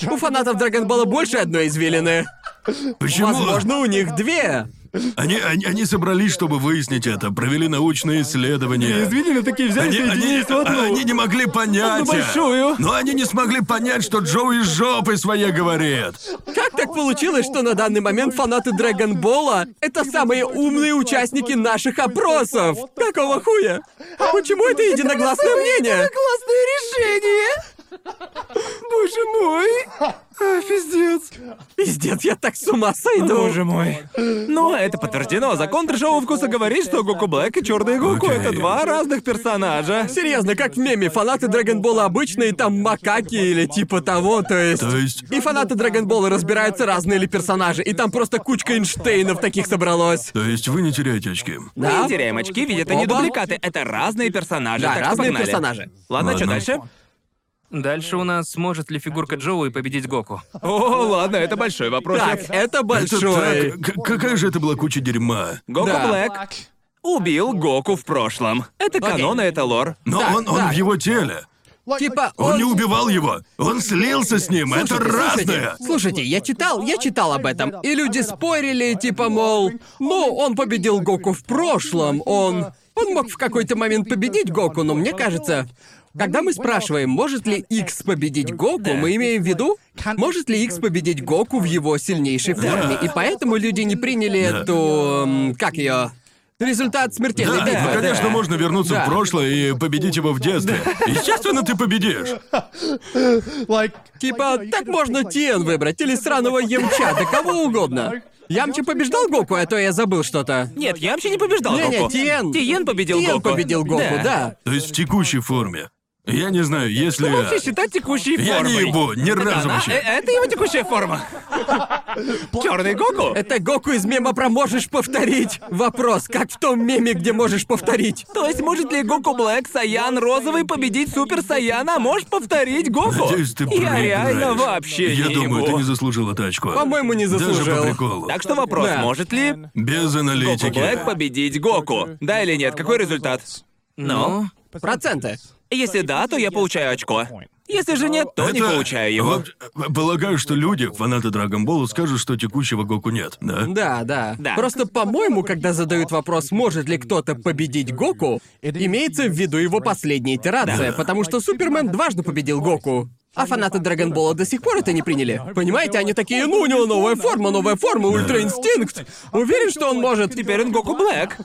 У фанатов Драгонбола больше одной извилины. Почему? Возможно, у них две. Они, они, они собрались, чтобы выяснить это, провели научные исследования. Извилины такие взяли, Они, они, соединились в одну. они не могли понять. Одну большую. Но они не смогли понять, что Джоуи жопой своей говорит. Как так получилось, что на данный момент фанаты Драгонбола — это самые умные участники наших опросов? Какого хуя? А Почему это единогласное мнение? Классное решение! Боже мой! А, пиздец. Пиздец, я так с ума сойду. Боже мой. Ну, это подтверждено. Закон Трешового вкуса говорит, что Гоку Блэк и Черный Гоку Окей. это два разных персонажа. Серьезно, как в меме, фанаты Драгонбола обычные, там макаки или типа того, то есть... То есть... И фанаты Драгонбола разбираются, разные ли персонажи, и там просто кучка Эйнштейнов таких собралась. То есть вы не теряете очки. Мы Да. не теряем очки, ведь это не Оба. дубликаты, это разные персонажи. Да, так что разные погнали. персонажи. Ладно, что Ладно. дальше? Дальше у нас сможет ли фигурка Джоуи победить Гоку? О, ладно, это большой вопрос. Так, это большой. Это так- к- какая же это была куча дерьма. Гоку Да. Блэк убил Гоку в прошлом. Это канон, и это лор. Но Да, он, он да. в его теле. а, Типа, Он, не он... убивал его. Он слился с ним. это разное. Слушайте, слушайте, я читал, я читал об этом. И люди спорили, типа, мол, ну, он победил Гоку в прошлом, он... Он мог в какой-то момент победить Гоку, но мне кажется, когда мы спрашиваем, может ли X победить Гоку, мы имеем в виду, может ли X победить Гоку в его сильнейшей форме. И поэтому люди не приняли Да. эту... м, как ее? Результат смертельной Да, битвы. ну, конечно, Да. можно вернуться Да. в прошлое и победить его в детстве. Естественно, ты победишь. Типа, так можно Тиен выбрать, или сраного Ямча, да кого угодно. Ямча побеждал Гоку, а то я забыл что-то. Нет, я вообще не побеждал Не-не, Гоку. Тиен. Тиен победил Тиен Гоку. победил Гоку, да. То есть в текущей форме. Я не знаю, если я... Вообще считать текущей Я формой. не его, ни разу Она- э- вообще. это его <laughs> текущая форма. Черный Гоку? Это Гоку из мема про «можешь повторить». Вопрос, как в том меме, где можешь повторить. То есть может ли Гоку Блэк Саян Розовый победить Супер Саяна? Можешь повторить Гоку? Надеюсь, ты Я проиграешь. реально вообще Я не думаю, его. ты не заслужила тачку. По-моему, не Даже по заслужил. приколу. Так что вопрос, Да. может ли Без Гоку аналитики. Блэк победить Гоку? Да или нет? Какой результат? Ну? Проценты. Если да, то я получаю очко. Если же нет, то не Это- получаю его. Вот, полагаю, что люди, фанаты Драгонбола, скажут, что текущего Гоку нет, да? Ну, Да, да, Да. Просто, по-моему, когда задают вопрос, может ли кто-то победить Гоку, имеется в виду его последняя итерация, Да. потому что Супермен дважды победил Гоку. А фанаты Драгонбола до сих пор это не приняли. Понимаете, они такие, ну, у него новая форма, новая форма, ультра инстинкт. Уверен, что он может. Теперь он Гоку Блэк.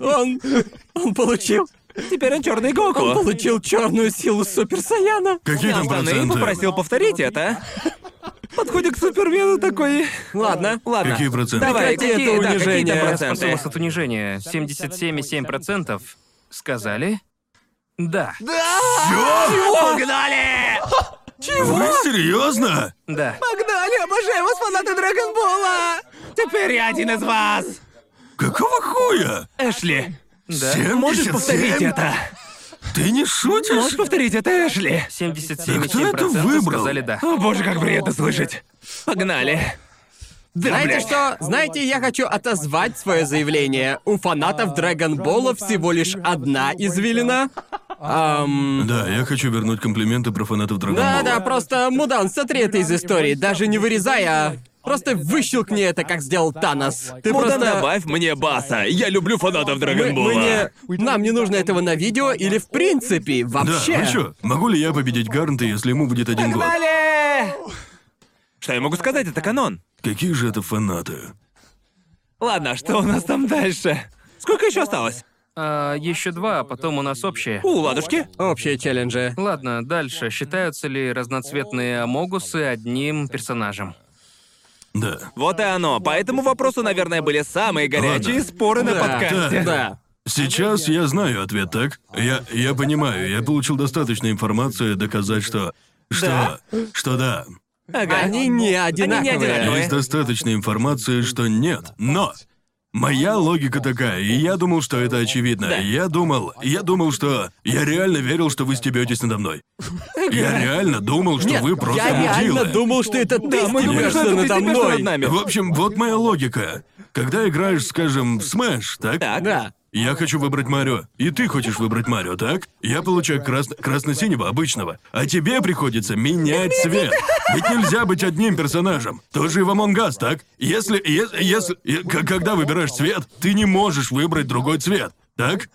Он... Он получил... Теперь он черный Гоку. Получил черную силу Супер Саяна. Какие Я там остальные проценты? попросил повторить это. Подходит к Супермену такой. Ладно. Ладно. Какие проценты? Давай, Прекрати какие, это да, какие унижение. там Спасибо проценты? от унижения. 77,7% сказали да. Погнали! Вы серьезно? Да. Погнали, обожаю вас, фанаты Драгонбола! Теперь я один из вас! Какого хуя? Эшли, Семьдесят можешь повторить семь? это? Ты не шутишь? Можешь повторить это, Эшли? 77,7% Да кто это выбрал? сказали да. О боже, как приятно слышать. Погнали. Да, Знаете блядь. что? Знаете, я хочу отозвать свое заявление. У фанатов Драгонбола всего лишь одна извилина. Ам, Да, я хочу вернуть комплименты про фанатов Да, Драгонбола. да, просто, мудан, сотри это из истории, даже не вырезая. Просто выщелкни это, как сделал Танос. Ты Ну да просто... добавь мне баса. Я люблю фанатов Мы- мы Драгонбола. не- Нам не нужно этого на видео или в принципе Да, вообще. ну чё, могу ли я победить Гарнта, если ему будет один год? Что я могу сказать? Это канон. Какие же это фанаты? Ладно, а что у нас там дальше? Сколько еще осталось? А, еще два, а потом у нас общее. У, ладушки. Общие челленджи. Ладно, дальше. Считаются ли разноцветные амогусы одним персонажем? Да. Вот и оно. По этому вопросу, наверное, были самые горячие Ладно. споры на Да. подкасте. Да. Сейчас я знаю ответ, так? Я, я понимаю, я получил достаточно информации доказать, что... Что? Что да. Ага. Они не одинаковые. одинаковые. Есть достаточно информации, что нет. Но моя логика такая, и я думал, что это очевидно. Я думал, я думал, что я реально верил, что вы стебетесь надо мной. Я реально думал, что Нет, вы просто я реально мудилы. думал, что это ты мы думали, что стебешься это ты надо стебешься над мной. нами. В общем, вот моя логика. Когда играешь, скажем, в Smash, так? Так. Да. Я хочу выбрать Марио, и ты хочешь выбрать Марио, так? Я получаю крас- красно-синего обычного, а тебе приходится менять цвет. Ведь нельзя быть одним персонажем. Тоже и в Among Us, так? Если, если, если, и- к- когда выбираешь цвет, ты не можешь выбрать другой цвет, так?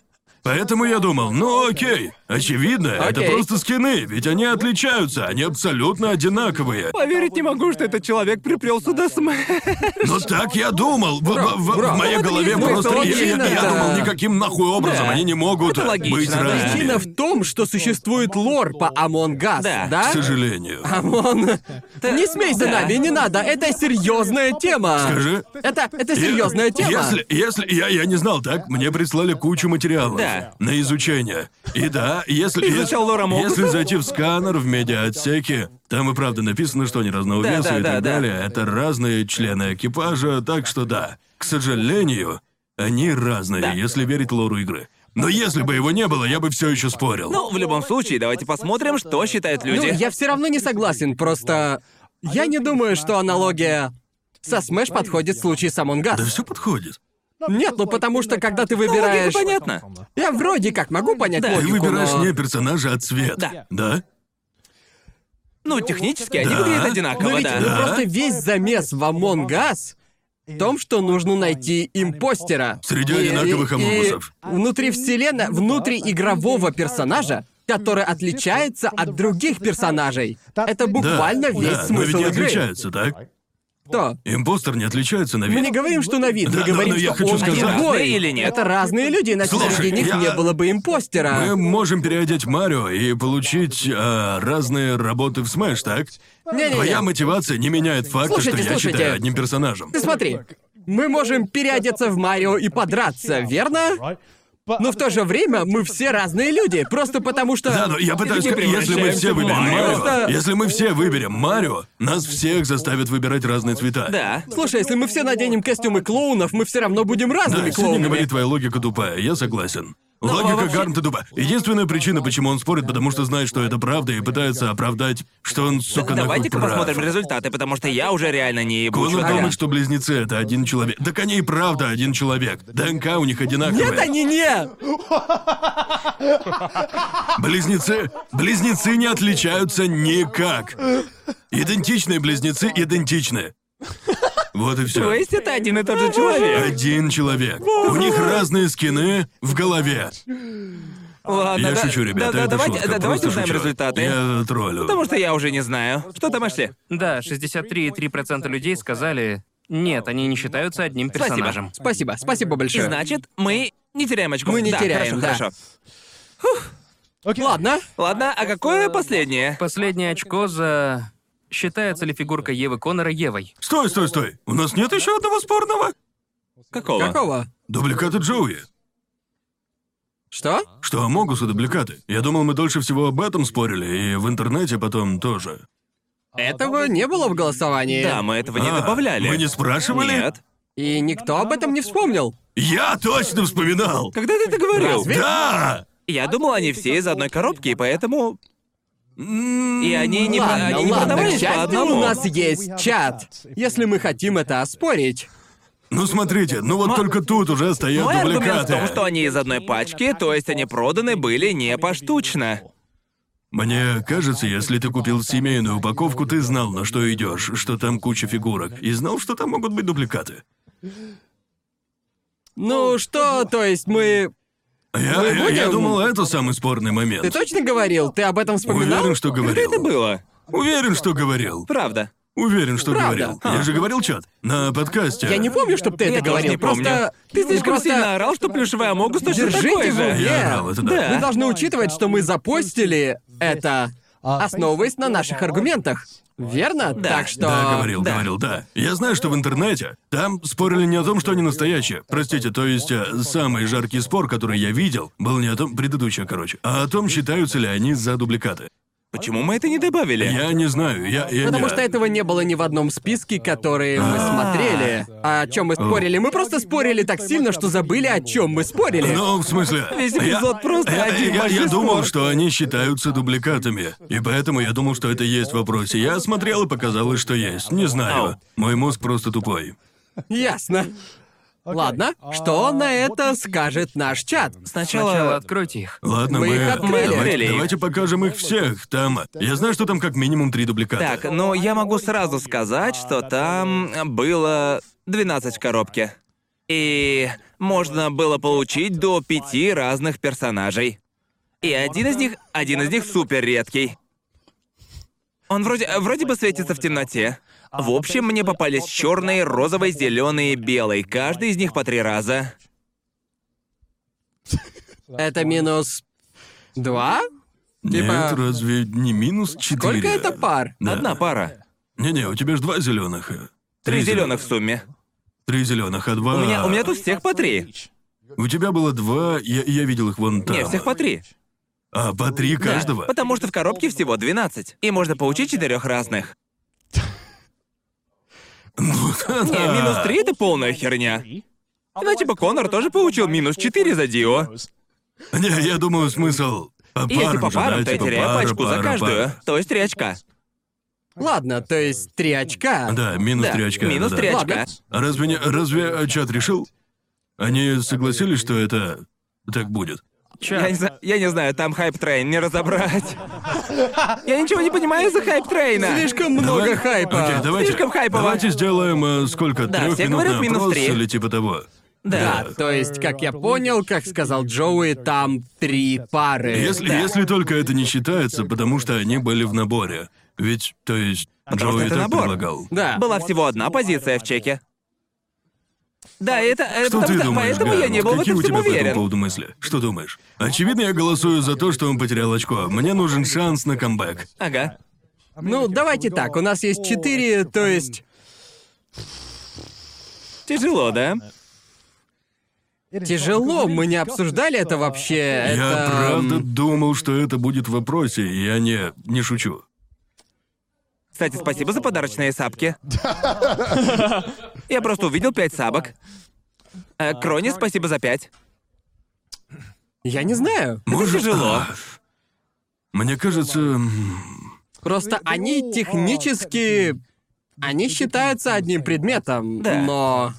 Поэтому я думал, ну окей, очевидно, это Окей. просто скины, ведь они отличаются, они абсолютно одинаковые. Поверить не могу, что этот человек приплел сюда с мэ- Ну так я думал. В, в- в- в бро, моей ну, голове это просто... Я, я- я логично, да. думал, никаким нахуй образом Да. они не могут Это логично, быть да. разными. Причина в том, что существует лор по Among Us, Да. да? К сожалению. А. Амон, не смейся Да. нами, не надо, это серьезная тема. Скажи. Это, это серьезная тема. Если, если, я, я не знал, так? Мне прислали кучу материалов Да. на изучение. И да, если... Ты изучал Лора если, Мокуса? если зайти в сканер в медиа-отсеке, там и правда написано, что они разного Да, веса да, и да, так да. далее. Это разные члены экипажа, так что да. К сожалению, они разные, если верить лору игры. Но если бы его не было, я бы все еще спорил. Ну, в любом случае, давайте посмотрим, что считают Ну, люди. я все равно не согласен, просто... Я не думаю, что аналогия со Smash подходит в случае с Among Us. Да все подходит. Нет, ну потому что когда ты Ну, логика выбираешь... понятна. Я вроде как могу понять Да. Ты логику, выбираешь но- не персонажа, а цвет. Да. Да? Ну, технически они Да. выглядят Но одинаково, ведь ну, да. Да. просто весь замес в Among Us в том, что нужно найти импостера. Среди И- одинаковых и- и амогусов. Внутри вселенной, внутри игрового персонажа, который отличается от других персонажей. Это Да. буквально весь да, но ведь смысл не игры. отличаются, так? Что? Импостер не отличается на Мы вид. не говорим, что на вид, Да, мы да, говорим, но я что хочу он сказать- другой. Разные или нет? Это разные люди, иначе Слушай, среди них я- не было бы импостера. А. Мы можем переодеть Марио и получить а, разные работы в Smash, так? Не-не-не. Твоя мотивация не меняет факта, Слушайте, что я слушайте. считаю одним персонажем. Ты смотри, мы можем переодеться в Марио и подраться, верно? Но в то же время мы все разные люди, просто потому что... Да, но я пытаюсь не сказать, если мы превращаемся все в выберем Марио. Марио, Просто- если мы все выберем Марио, нас всех заставят выбирать разные цвета. Да. Слушай, если мы все наденем костюмы клоунов, мы все равно будем Да, разными Сидни клоунами. говорит, твоя логика тупая, я согласен. Логика вообще- Гарнта тупая. Единственная причина, почему он спорит, потому что знает, что это правда, и пытается оправдать, что он, сука, нахуй Давайте-ка прав. посмотрим результаты, потому что я уже реально не ебу Он чувака. думает, что близнецы — это один человек. Так они и правда один человек. ДНК у них одинаковые. Нет, они не! Близнецы... Близнецы не отличаются никак. Идентичные близнецы идентичны. Вот и все. То есть это один и тот же человек. Один человек. У них разные скины в голове. Ладно, Я да, шучу, ребята, да, да, это давайте, шутка, да, давайте просто узнаем шучу. результаты. Я троллю. Потому что я уже не знаю. Что там, Эшли? Да, 63,3% людей сказали, нет, они не считаются одним Спасибо. персонажем. Спасибо, спасибо И большое. значит, мы не теряем очков. Мы не Да, теряем, да. хорошо, хорошо. Ладно. Ладно, а какое последнее? Последнее очко за... Считается ли фигурка Евы Коннора Евой? Стой, стой, стой! У нас нет еще одного спорного? Какого? Какого? Дубликаты Джоуи. Что? Что Амогусы дубликаты? Я думал, мы дольше всего об этом спорили, и в интернете потом тоже. Этого не было в голосовании. Да, мы этого не А, добавляли. Мы не спрашивали? Нет. И никто об этом не вспомнил. Я точно вспоминал! Когда ты это говорил? Разве? Да! Я думал, они все из одной коробки, и поэтому... И они не, ладно, они не ладно, к продавались по счастью, одному. у нас есть чат, если мы хотим это оспорить. Ну смотрите, ну вот только тут уже стоят Мой аргумент в дубликаты. том, что они из одной пачки, то есть они проданы были не поштучно. Мне кажется, если ты купил семейную упаковку, ты знал, на что идешь, что там куча фигурок, и знал, что там могут быть дубликаты. Ну что, то есть мы... А Я, Мы я- я Ну будем? думал, это самый спорный момент. Ты точно говорил? Ты об этом вспоминал? Уверен, что Когда говорил. это было? Уверен, что говорил. Правда. Уверен, что Правда? говорил. Я же говорил, чат, на подкасте. Я не помню, чтобы ты это Я тоже говорил. не помню. Ну, Просто ты слишком Слишком сильно сильно орал, что плюшевая могус точно Держите такой в же. уме. Я Yeah. орал, это да. Да. Вы должны учитывать, что мы запостили это, основываясь на наших аргументах. Верно? Да. Так что... Да, говорил, да. говорил, да. Я знаю, что в интернете там спорили не о том, что они настоящие. Простите, то есть э, самый жаркий спор, который я видел, был не о том, предыдущий, короче, а о том, считаются ли они за дубликаты. Почему мы это не добавили? Я не знаю, я... я Потому я- что этого не было ни в одном списке, которые мы смотрели. А о чем мы спорили? Мы просто спорили так сильно, что забыли, о чем мы спорили. Ну, в смысле... <laughs> Весь я- эпизод просто я, один я- я большой думал, спор. что они считаются дубликатами, и поэтому я думал, что это есть в вопросе. Я смотрел и показалось, что есть. Не Ау. знаю. Мой мозг просто тупой. Ясно. Ладно, что на это скажет наш чат? Сначала... Сначала откройте их. Ладно, Мы мы... их открыли. Открыли Давайте, их. давайте покажем их всех. Там... Я знаю, что там как минимум три дубликата. Так, но я могу сразу сказать, что там было 12 в коробке. И можно было получить до пяти разных персонажей. И один из них, один из них супер редкий. Он вроде, вроде бы светится в темноте. В общем, мне попались черные, розовые, зеленые, белые. Каждый из них по три раза. Это минус... Два? Нет, Типа- разве не минус 4? Сколько это пар? Да. Одна пара. Не-не, у тебя же два зеленых. Три зеленых в сумме. Три зеленых, а два. У меня, у меня тут всех по три. У тебя было два, я, я видел их вон там. Не, всех по три. А по три каждого. Потому что в коробке всего 12. И можно получить четырех разных. <laughs> Не, Э, минус 3 это полная херня. Давайте бы Конор тоже получил минус 4 за Дио. Не, я думаю, смысл. По И если парам по же, да, парам, то я типа теряю по пара, очку за пара, каждую. пара. То есть 3 очка. Ладно, то есть три очка. Да, минус Да, три очка. минус да, 3 да. очка. Ладно. А Разве, не, разве э, чат решил? Они согласились, что это так будет. Я не, зна- я не знаю, там хайп-трейн не разобрать. Я ничего не понимаю за хайп-трейна. Слишком много Давай- хайпа. Окей, давайте, А, Слишком хайпово. Давайте сделаем э, сколько? Да, все Трехминутный говорят, минус опрос три. или типа того. Да. Да, то есть, как я понял, как сказал Джоуи, там три пары. Если, если только это не считается, потому что они были в наборе. Ведь, то есть, А Потому что Джоуи это так набор. предлагал. Да. Была всего одна позиция в чеке. Да, это... э, Что потому ты что- думаешь, поэтому я Гарн? не был в Какие этом у всем тебя по этому уверен. поводу мысли? Что думаешь? Очевидно, я голосую за то, что он потерял очко. Мне нужен шанс на камбэк. Ага. А Ну, давайте так, у нас есть четыре, то есть... Тяжело, да? Тяжело, мы не обсуждали это вообще. Я это... правда м, думал, что это будет в вопросе, и я не, не шучу. Кстати, спасибо за подарочные <laughs> сапки. Я просто увидел пять сабок. Э, Крони, спасибо за пять. Я не знаю. Может, тяжело. а, Мне кажется, м, Просто они технически... Они считаются одним предметом, Да. но...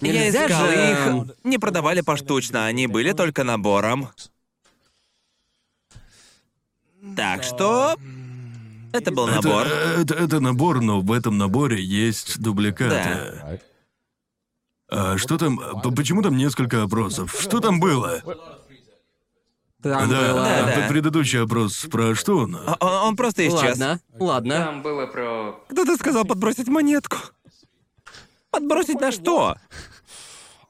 Я Нельзя искал же- их. Не продавали поштучно, они были только набором. Так что... Это был это, набор. это, это набор, но в этом наборе есть дубликаты. А что там? п- Почему там несколько опросов? Что там было? Там Да, было... а, А, Да, да. А, п- предыдущий опрос про что? он? О- о- Он просто исчез. Ладно, ладно. Там было про Кто-то сказал подбросить монетку. Подбросить на что?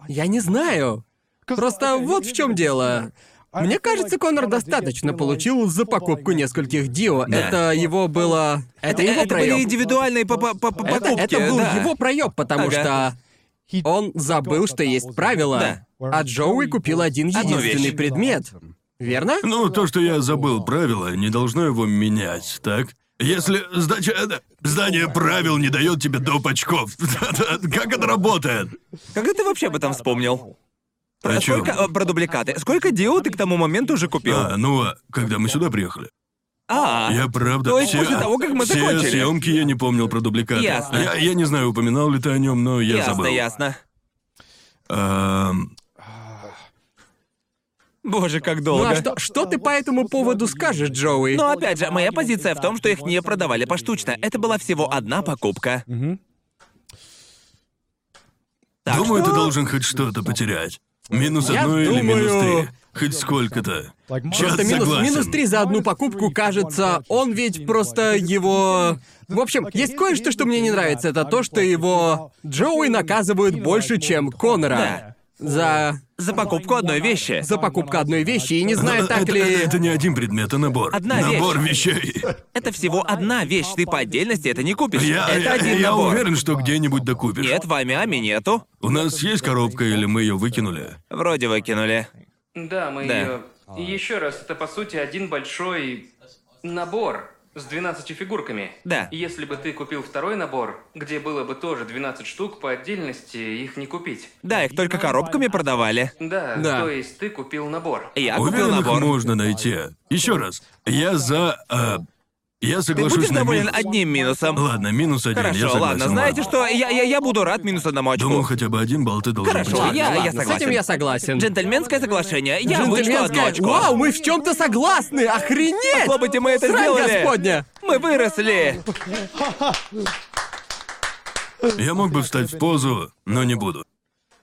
Я не знаю. Просто вот в чем дело. А Мне кажется, Конор достаточно получил за покупку нескольких Дио. Это его было... Это его Это были проеб. индивидуальные по- по- по- Это, покупки. это был да. его проеб, потому Ага. что он забыл, что есть правила. А Джоуи купил один Одну единственный вещь. предмет. Верно? Ну, то, что я забыл правила, не должно его менять, так? Если сдача... это- Здание правил не дает тебе доп. очков. <laughs> Как это работает? Когда ты вообще об этом вспомнил? Про, О чём? сколько, э, про дубликаты. Сколько Дио ты к тому моменту уже купил? А, ну, а когда мы сюда приехали. А, Я правда... То есть все, после того, как мы все закончили? съемки я не помнил про дубликаты. Ясно. Я, я не знаю, упоминал ли ты о нем, но я А, ясно, забыл. ясно. Эм, Боже, как Ну долго. а что, что ты по этому поводу скажешь, Джоуи? Но опять же, моя позиция в том, что их не продавали поштучно. Это была всего одна покупка. Так Думаю, что- ты должен хоть что-то потерять. Минус Я одно или минус думаю- три. Хоть сколько-то. Чёрт Просто минус, согласен. минус 3 за одну покупку, кажется, он ведь просто его... В общем, есть кое-что, что мне не нравится. Это то, что его Джоуи наказывают больше, чем Конора. За... За покупку одной вещи. за покупку одной вещи. И не знаю, Это, так это- ли... это не один предмет, а набор. Одна набор вещей. Это всего одна вещь. Ты по отдельности это не купишь. Я, это я- один я набор. уверен, что где-нибудь докупишь. Нет, в Амиаме нету. У нас есть коробка или мы ее выкинули? Вроде выкинули. Да, мы Да. А. ее... Еще раз, это по сути один большой набор с 12 фигурками. Да. Если бы ты купил второй набор, где было бы тоже 12 штук по отдельности, их не купить. Да, их только коробками продавали. Да, Да. то есть ты купил набор. Я купил Уверен, их А набор. можно найти. Еще раз, я за... э, я Ты соглашусь будешь на доволен минус. одним минусом? Ладно, минус один, я Хорошо, согласен. ладно. Знаете что? Я, я, я буду рад минус одному очку. Думал, хотя бы один балл ты должен Хорошо, потерять. я- Ладно, я с этим согласен. я согласен. Джентльменское соглашение. Я вычла одну Джентльменское. очко. Вау, мы в чем-то согласны! Охренеть! Слабо тебе мы это Срань сделали. господня! Мы выросли. Я мог бы встать в позу, но не буду.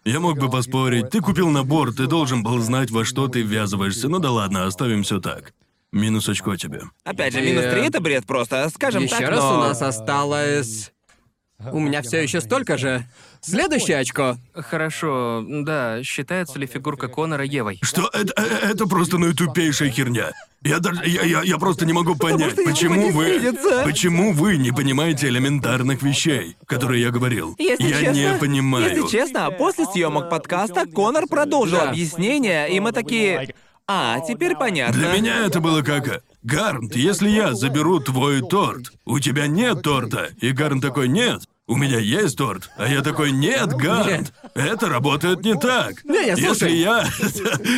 Я мог бы поспорить, ты купил набор, ты должен был знать, во что ты ввязываешься. Ну да ладно, оставим все так. Минус очко тебе. Опять же, минус И, э, три это бред просто. Скажем Еще так, раз но- у нас осталось... У меня все еще столько же. Следующее очко. Хорошо, да, считается ли фигурка Конора Евой? Что это, э, э, это просто наитупейшая херня. Я даже я, я, я просто не могу понять, что из почему него вы не сыдется. почему вы не понимаете элементарных вещей, которые я говорил. Если я честно, не понимаю. Если честно, после съемок подкаста Конор продолжил Да. объяснение, и мы такие. А, теперь понятно. Для меня это было как э, Гарнт, если я заберу твой торт, у тебя нет торта. И Гарнт такой, нет, у меня есть торт. А я такой, нет, Гарнт, это работает не так. Не-не, если слушай. я... <laughs>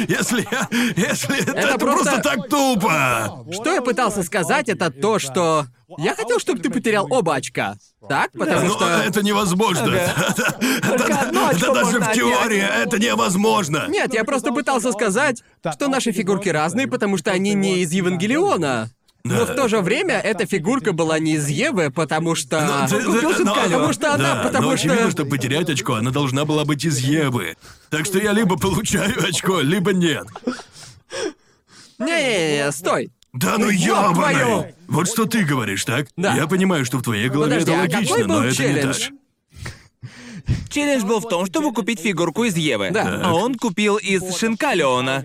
Если я... Если это, это просто- просто так тупо. Что я пытался сказать, это то, что... Я хотел, чтобы ты потерял оба очка. Так? Потому Ну, что... это невозможно. <laughs> Только одно Это очко даже можно в отнять. теории, это невозможно. Нет, я просто пытался сказать, что наши фигурки разные, потому что они не из Евангелиона. Но в то же время эта фигурка была не из Евы, потому что... Но ты- Он купил ты- но- Шинкалю, ну, а потому что она, А. да, потому но очевидно, что... что потерять очко она должна была быть из Евы. Так что я либо получаю очко, либо нет. Не-не-не, стой. Да ну твою! ёбаный! Вот что ты говоришь, так? Да. Я понимаю, что в твоей голове Подожди, это а логично, какой был но это челлендж? не так. Челлендж был в том, чтобы купить фигурку из Евы. Да. А он купил из Шинкалеона.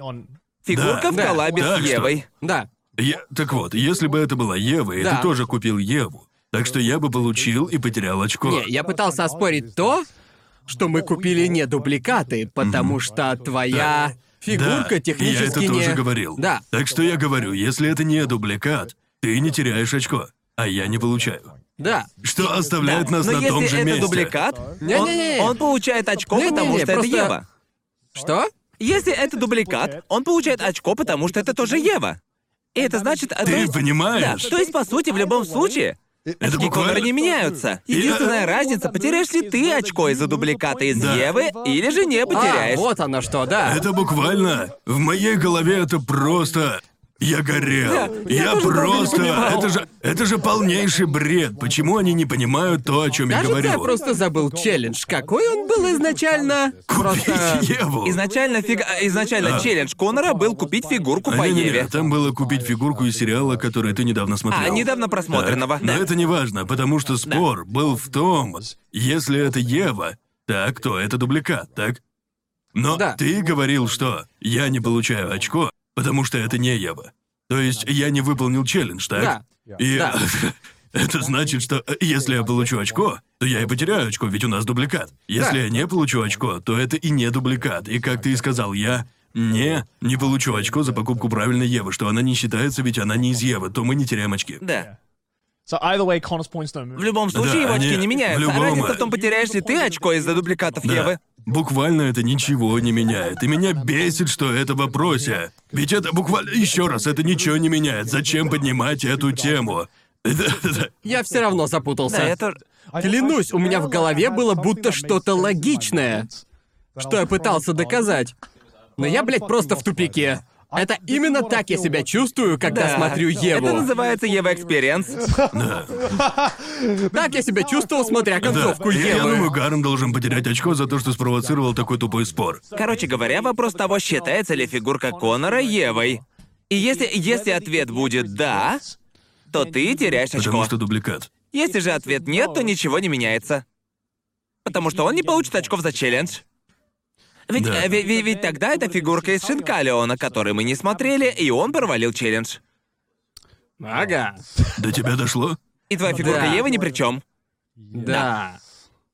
Фигурка в Да. коллабе Так с что- Евой. Да. Я- Так вот, если бы это была Ева, и Да. ты тоже купил Еву, так что я бы получил и потерял очко. Не, я пытался оспорить то, что мы купили не дубликаты, потому что твоя фигурка да, технически я это не... тоже говорил. Да. Так что я говорю, если это не дубликат, ты не теряешь очко, а я не получаю. Да. Что оставляет нас Но на если том же это месте. дубликат, он, Не-не-не. он получает очко, Не-не-не, потому что просто- это Ева. Что? Если это дубликат, он получает очко, потому что это тоже Ева. И это значит... а, то Ты есть- Да, понимаешь? то есть, по сути, в любом случае, Это очки Конора не буквально... меняются. Единственная разница, потеряешь ли ты очко из-за дубликата из Да. Евы, или же не А, потеряешь. вот оно что, да. Это буквально... В моей голове это просто... Я горел. я я тоже долго не просто... понимал. Это же... Это же полнейший бред. Почему они не понимают то, о чем я Кажется, говорю? я просто забыл челлендж. Какой он был изначально? Купить Просто... Еву. Изначально, фиг- а, изначально Да. челлендж Конора был купить фигурку А, по не-не-не, Еве. там было купить фигурку из сериала, который ты недавно смотрел. А, недавно просмотренного. Так, Но да. это не важно, потому что спор был в том, если это Ева, так, то это дубликат, так? Но Да. ты говорил, что я не получаю очко, потому что это не Ева. То есть я не выполнил челлендж, так? Да. И Да. <laughs> это значит, что э, если я получу очко, то я и потеряю очко, ведь у нас дубликат. Если Да. я не получу очко, то это и не дубликат. И как ты и сказал, я не, не получу очко за покупку правильной Евы, что она не считается, ведь она не из Евы, то мы не теряем очки. Да. В В любом случае, Да, его очки они- не меняются. в любом- Разница в том, потеряешь ли ты очко из-за дубликатов Да. Евы. Буквально это ничего не меняет. И меня бесит, что это в вопросе. Ведь это буквально... Еще раз, это ничего не меняет. Зачем поднимать эту тему? <laughs> Да-да-да. Я все равно запутался. Да, это... А Клянусь, у меня в голове было будто что-то логичное, Что я пытался доказать? но я, блядь, просто в тупике. Это именно так я себя чувствую, когда Да. смотрю Еву. Это называется Ева Экспириенс. Так я себя чувствовал, смотря Да, концовку я, я Евы. думаю, Гарн должен потерять очко за то, что спровоцировал такой тупой спор. Короче говоря, вопрос того, считается ли фигурка Конора Евой. И если, если ответ будет «да», то ты теряешь Потому очко. что дубликат. Если же ответ «нет», то ничего не меняется. Потому что он не получит очков за челлендж. Ведь, Да. э, ве- ве- ведь тогда это фигурка из Шинкалиона, который мы не смотрели, и он провалил челлендж. Ага. До тебя дошло? И твоя фигурка Да. Евы ни при чем. Да.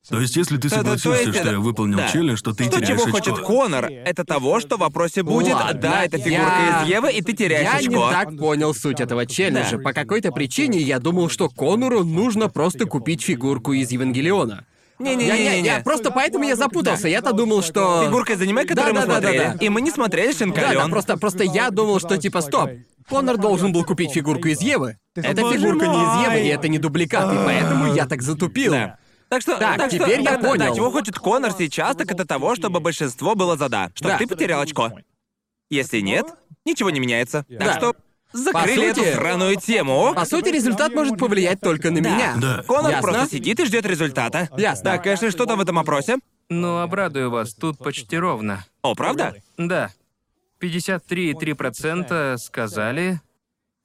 То есть, если ты Да, да, то есть согласился, что это- я выполнил да. челлендж, то ты То, теряешь чего очко. хочет Конор, это того, что в вопросе будет Ладно, «да, это фигурка я- из Евы, и ты теряешь Я очко». не так понял суть этого челленджа. Да. По какой-то причине я думал, что Конору нужно просто купить фигурку из Евангелиона. Я, я, Не-не-не-не. я- просто поэтому я запутался. Я-то думал, что... Фигурка из аниме, которую мы Да-да-да-да-да. смотрели. И мы не смотрели Да, Шинкалион. да, просто, просто я думал, что типа стоп. Конор должен был купить фигурку из Евы. Эта Боже фигурка не из Евы, мой. и это не дубликат, и поэтому я так затупил. Да. Так что, Так, что- теперь я да, да, понял. да, чего хочет Конор сейчас, так это того, чтобы большинство было за да, чтобы Да. ты потерял очко. Если нет, ничего не меняется. Да. Так что закрыли сути- эту сраную тему. По сути, результат может повлиять только на Да. меня. Да. Конор Ясно. просто сидит и ждет результата. Ясно. Так, конечно, что там в этом опросе? Ну, обрадую вас, тут почти ровно. О, правда? Да. 53,3% сказали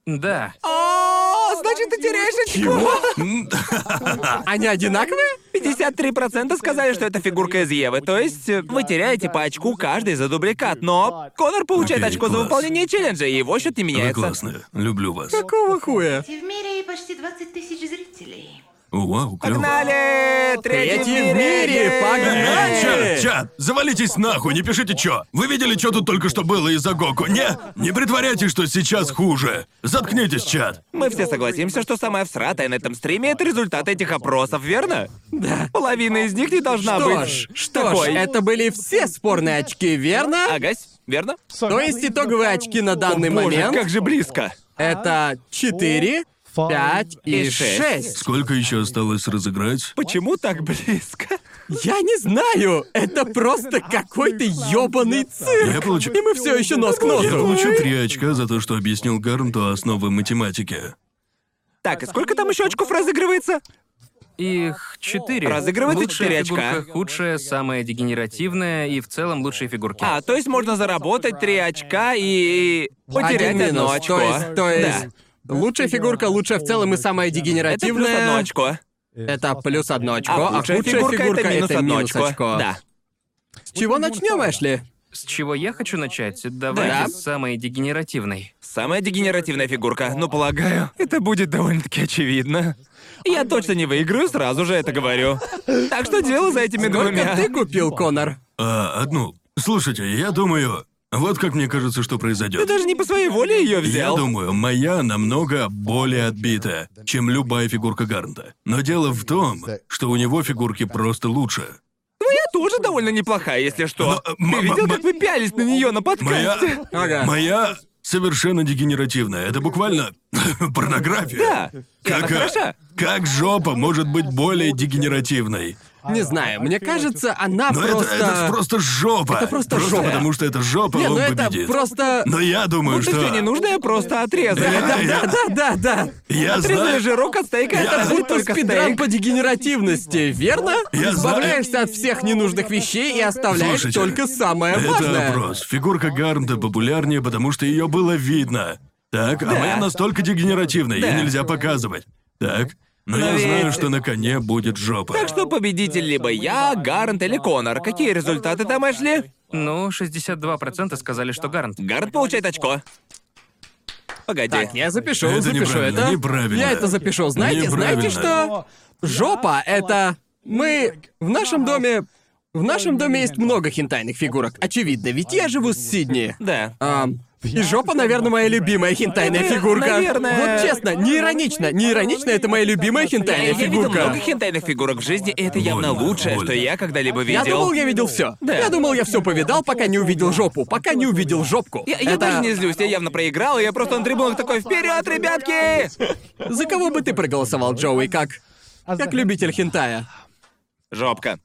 «да». О, значит, ты теряешь очко. <laughs> Они одинаковые? 53% сказали, что это фигурка из Евы. То есть э, вы теряете по очку каждый за дубликат, но Конор получает Окей, очко за класс. выполнение челленджа, и его счет не Вы меняется. классные. Люблю вас. Какого хуя? В мире почти 20 тысяч зрителей. О, Вау, клёво. Погнали! Третий, Третий в мире! Е-е-е! Погнали! Эй, чат, чат, завалитесь нахуй, не пишите чё. Вы видели, что тут только что было из-за Гоку? Не, не притворяйтесь, что сейчас хуже. Заткнитесь, чат. Мы все согласимся, что самая всратая на этом стриме — это результат этих опросов, верно? Да. Половина из них не должна Что быть. ж, что ж, такой. это были все спорные очки, верно? Агась, верно? То есть итоговые очки на данный Боже, момент как же близко. это 4, 5 и И шесть. 6. Сколько еще осталось разыграть? Почему так близко? Я не знаю, это просто какой-то ёбаный Я цирк. получу... И мы все еще нос к Я носу. получу три очка за то, что объяснил Гарнту основы математики. Так, и сколько там еще очков разыгрывается? Их четыре. Разыгрывается лучшая четыре очка. фигурка, худшая, самая дегенеративная и в целом лучшие фигурки. А, то есть можно заработать три очка и... потерять Один одно минус, очко. то есть, то есть... Да. Лучшая фигурка, лучшая в целом и самая Это плюс одно дегенеративная. очко. Это плюс одно очко, А а худшая фигурка, это минус одно очко. Да. С чего начнем, Эшли? С чего я хочу начать? Давайте Да. с самой дегенеративной. Самая дегенеративная фигурка, но полагаю, это будет довольно-таки очевидно. Я точно не выиграю, сразу же это говорю. Так что дело за этими Сколько двумя. ты купил, Конор? А, одну. Слушайте, я думаю, вот как мне кажется, что Ты произойдет. даже не по своей воле ее Я взял. думаю, моя намного более отбитая, чем любая фигурка Гарнта. Но дело в том, что у него фигурки просто лучше. Я тоже довольно неплохая, если что. Но, э, Ты м- видел, м- как вы пялись на нее Моя... на подкасте? Ага. Моя совершенно дегенеративная. Это буквально <laughs> порнография. Да. Она Как, э, хороша. как жопа может быть более дегенеративной? Не знаю, мне кажется, она Но А просто... Ну, это, это ж просто жопа. Это просто жопа. потому что это жопа, Не, он ну это победит. просто... Но я думаю, Ты что... все ненужное просто отрезали. Да, <laughs> я- Да, да, да. Я Отрезали знаю... жирок от стейка, это будет Будто А только спидран стейк. по дегенеративности, верно? Я Избавляешься от всех ненужных вещей и оставляешь Слушайте, только самое Это важное. опрос. Фигурка Гарнта популярнее, потому что ее было видно. Так, а моя настолько дегенеративная, ее нельзя показывать. Так. Но, я ведь- знаю, что на коне будет жопа. Так что победитель либо я, Гарнт или Конор. Какие результаты там, Эшли? Ну, 62% сказали, что Гарнт. Гарнт получает очко. Погоди. Так, я запишу, Это запишу неправильно, это. неправильно. Я это запишу. Знаете, знаете Неправильно. что? Жопа — это... Мы в нашем доме... В нашем доме есть много хентайных фигурок, очевидно, ведь я живу с Сидни. Да. Ам, и жопа, наверное, моя любимая хентайная Навер- фигурка. наверное. Вот честно, не иронично, не иронично, это моя любимая Я хентайная видел фигурка. много хентайных фигурок в жизни, и это явно Больно, лучшее, больно. что я когда-либо Я видел. думал, я видел все. Я думал, я все повидал, пока не увидел жопу, пока не увидел жопку. Я, я Это- даже не злюсь, я явно проиграл, и я просто на трибунах такой «Вперед, ребятки!» За кого бы ты проголосовал, Джоуи, как... А Как любитель хентая? Жопка.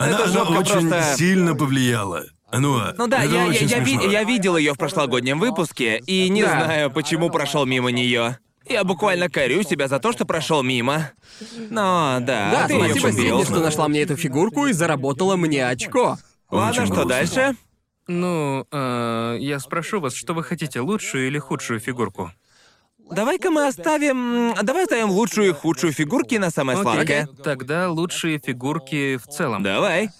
Она, Это она жопка очень просто- сильно повлияла. Ануа, Ну да, это я, я, очень я ви- смешно. я видел ее в прошлогоднем выпуске, и не Да. знаю, почему прошел мимо нее. Я буквально корю себя за то, что прошел мимо. Но да, Да, А ты её спасибо купил. Сидни, что нашла мне эту фигурку и заработала мне очко. Ладно, Очень что грустно. дальше? Ну, э, я спрошу вас, что вы хотите, лучшую или худшую фигурку? Давай-ка мы оставим... м, Давай оставим лучшую и худшую фигурки на самое Окей, сладкое. Тогда лучшие фигурки в целом. Давай.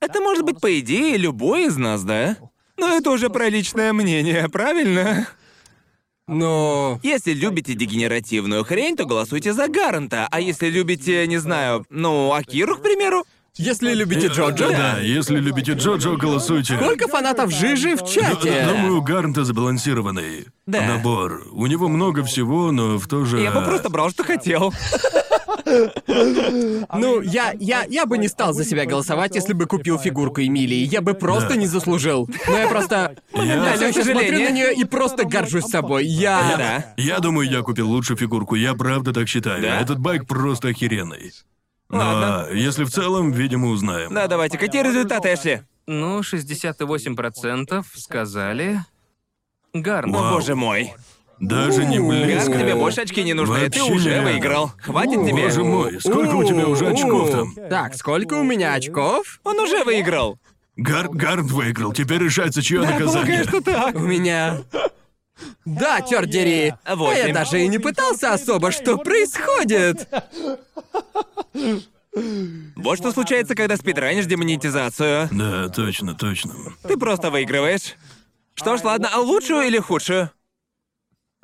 Это может быть, по идее, любой из нас, да? Но это уже про личное мнение, правильно? Но... Если любите дегенеративную хрень, то голосуйте за Гаранта. А если любите, не знаю, ну, Акиру, к примеру, Если любите Джоджо... Э, Да, если любите Джоджо, голосуйте. Ну, Сколько фанатов Жижи в чате? Думаю, у Гарнта забалансированный Да. набор. У него много всего, но в то же... я бы просто брал, что хотел. А Ну, я, я, я бы не стал а за себя голосовать, если бы купил фигурку Эмилии. Я бы просто Да. не заслужил. Но я просто... Я- всё ещё смотрю на нее и просто горжусь собой. Я... Да. Я думаю, я купил лучшую фигурку, я правда так считаю. Да? Этот байк просто охеренный. Но Ладно. если в целом, видимо, узнаем. Да, давайте, какие результаты, Эшли? Ну, 68% сказали... Гарн. Вау. Боже мой. Даже не Гарн, близко. тебе больше очки не нужны, ты Вообще уже нереально. выиграл. Хватит тебе. Боже мой, сколько у тебя уже очков там? Так, сколько у меня очков? Он уже выиграл. Гар... Гарнт выиграл, теперь решается, чье наказание. У меня... Да, тёрт дери. А я Восемь. даже и не пытался особо, что происходит. Вот что случается, когда спидранишь демонетизацию. Да, точно, точно. Ты просто выигрываешь. Что ж, ладно, а лучшую или худшую?